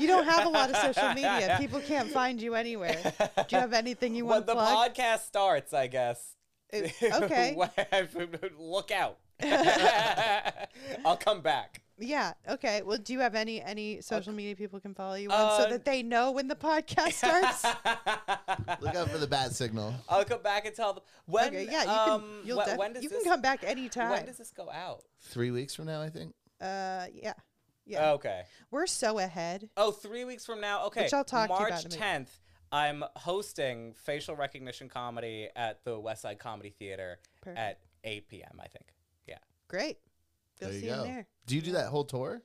you don't have a lot of social media. People can't find you anywhere. Do you have anything you when want to the plug? podcast starts, I guess. It- okay. Look out. I'll come back. yeah. Okay. Well, do you have any any social media people can follow you on Uh, so that they know when the podcast starts? Look out for the bat signal. I'll come back and tell them when. okay. Yeah. You can. um, you'll wh- def- when does you this, can come back anytime. When does this go out? Three weeks from now, I think. uh. Yeah. Yeah. Okay. We're so ahead. Oh, three weeks from now. Okay, Which I'll talk to you March about in a minute. tenth. I'm hosting facial recognition comedy at the West Side Comedy Theater Perfect. at 8 p.m. I think. Yeah. Great. Go There see you him go. there. Do you do that whole tour?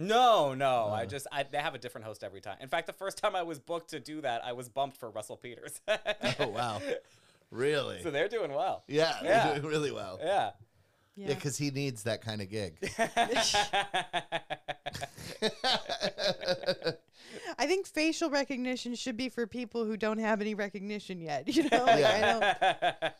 No, no. I just I, they have a different host every time. In fact, the first time I was booked to do that, I was bumped for Russell Peters. Oh wow, really? so they're doing well. yeah, Yeah. you're doing really well. Yeah. Yeah, because he needs that kind of gig. I think facial recognition should be for people who don't have any recognition yet. You know, like, I don't,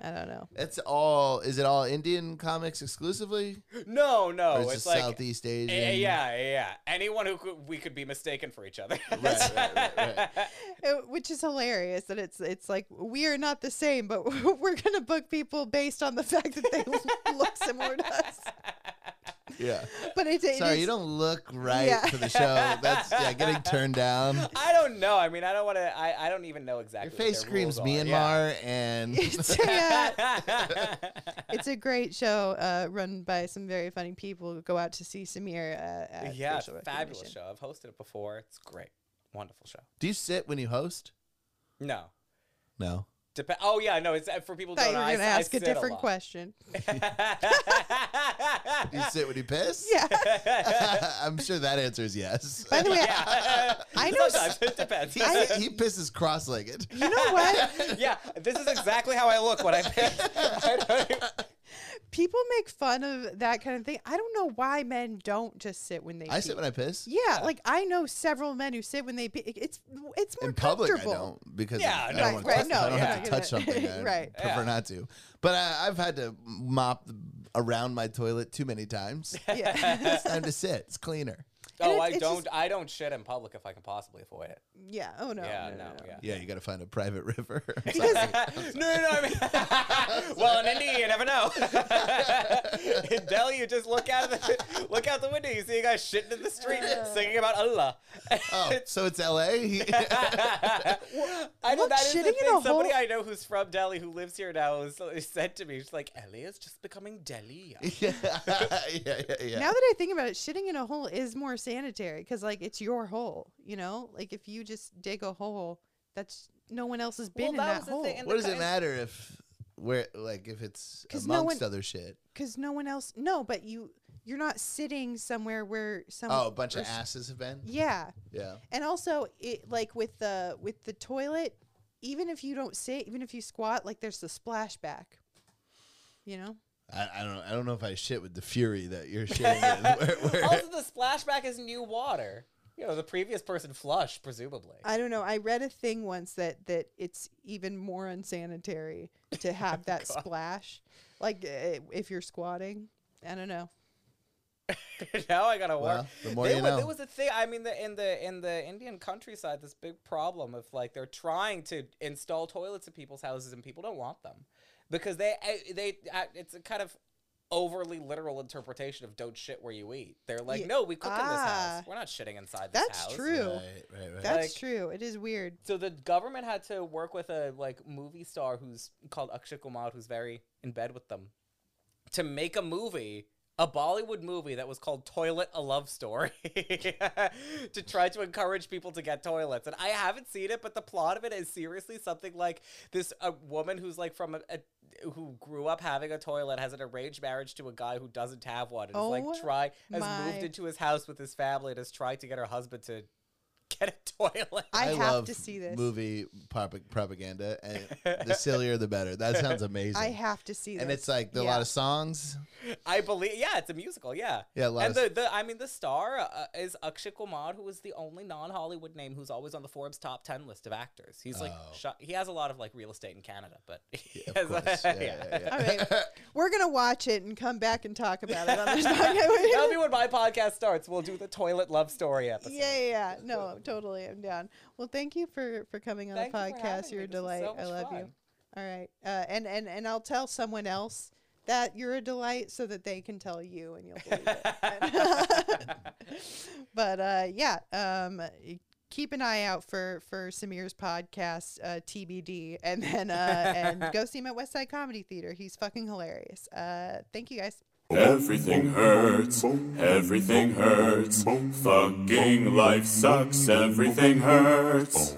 I don't know. It's all. Is it all Indian comics exclusively? no, Or no. is It's, it like Southeast Asian? eh, yeah, yeah. Anyone who could, we could be mistaken for each other. Right, right, right, right. Uh, which is hilarious that it's it's like we are not the same, but we're gonna book people based on the fact that they look similar to us. Yeah. But it's it Sorry, is- you don't look right Yeah. for the show. That's yeah, getting turned down. I don't know. I mean, I don't want to. I, I don't even know exactly. Your face what their rules screams are. Yeah. Myanmar and It's a, uh, yeah, it's a great show uh, run by some very funny people. Go out to see Samir. Uh, at it's Facial a fabulous Recognition. show. I've hosted it before. It's great, wonderful show. do you sit when you host? No, No. Dep- Oh yeah, no. It's uh, for people who Thought don't you know. were I, going to s- I ask a sit different lot. question. Do you sit when you piss? Yeah. I'm sure that answer is yes. By the way, yeah. I know s- Sometimes it depends. he, he pisses cross-legged. you know what? yeah, this is exactly how I look when I piss. I don't even- People make fun of that kind of thing. I don't know why men don't just sit when they. I pee. sit when I piss. Yeah, like I know several men who sit when they pee. It's it's more In public, I comfortable. don't because Yeah, I don't, right, wanna right, touch, no, I don't you're have not to gonna- touch something. I Right. prefer Yeah. not to. But I, I've had to mop around my toilet too many times. Yeah. it's time to sit. It's cleaner. And oh, it's- I it's don't. just- I don't shit in public if I can possibly avoid it. yeah. Oh no. yeah, no, no, no. yeah. Yeah, you got to find a private river. or something. no, no, no. I mean, well, in India, you never know. in Delhi, you just look out of the look out the window. You see a guy shitting in the street, singing about Allah. oh, so it's L.A. I know Look, that is the shitting in thing. a Somebody hole- I know who's from Delhi who lives here now is, is said to me, she's like, "Ellie is just becoming Delhi." yeah, yeah, yeah. yeah. Now that I think about it, shitting in a hole is more sanitary because, like, it's your hole. You know, like if you just dig a hole, that's no one else has been in that was that the thing, hole and- what does the it kind- matter if where like if it's 'Cause no amongst one- other shit? because no one else. No, but you you're not sitting somewhere where some. Oh, a bunch of where s- asses have been. Yeah, Yeah. and also it like with the with the toilet, even if you don't sit, even if you squat, like there's the splashback. You know. I, I don't. I don't know if I shit with the fury that you're shitting with. Where, where- Also, the splashback is new water. You know, the previous person flushed, presumably. I don't know. I read a thing once that that it's even more unsanitary to have that splash, like uh, if you're squatting. I don't know. now I gotta work. Well, the more They you were- know. There was a thing. I mean, the, in the in the Indian countryside, this big problem of like they're trying to install toilets in people's houses and people don't want them because they I- they I- it's a kind of overly literal interpretation of don't shit where you eat. They're like, Ye- no, we cook in this Ah. house. We're not shitting inside this That's house. true. Right, right, right. That's Like- true. It is weird. So the government had to work with a like movie star who's called Akshay Kumar, who's very in bed with them, to make a movie, a Bollywood movie that was called Toilet: A Love Story, to try to encourage people to get toilets. And I haven't seen it, but the plot of it is seriously something like this: a woman who's like from a, a who grew up having a toilet has an arranged marriage to a guy who doesn't have one, and is Oh like try has my- moved into his house with his family and has tried to get her husband to get a toilet. I, have love to see this. movie prop- propaganda, and the sillier the better. That sounds amazing. I have to see this. and it's like there are a lot Yeah. of songs. I believe, yeah, it's a musical, yeah. Yeah, a lot and of- the, the I mean, the star uh, is Akshay Kumar, who is the only non-Hollywood name who's always on the Forbes top ten list of actors. He's like, Oh. sh- he has a lot of like real estate in Canada, but he Of has- course. Yeah, yeah, yeah. All right. We're gonna watch it and come back and talk about it on this podcast. That'll be when my podcast starts. We'll do the toilet love story episode. Yeah, yeah, yeah. No, totally. I'm down. Well, thank you for for coming on Thank the you for podcast. having you're me. a This was delight. so I much love you. fun. All right. Uh, and and and I'll tell someone else that you're a delight so that they can tell you and you'll believe it. but uh, yeah, um, keep an eye out for for Samir's podcast uh, TBD, and then uh, and go see him at West Side Comedy Theater. He's fucking hilarious. Uh, thank you guys. Everything hurts. Everything hurts. Fucking life sucks. Everything hurts.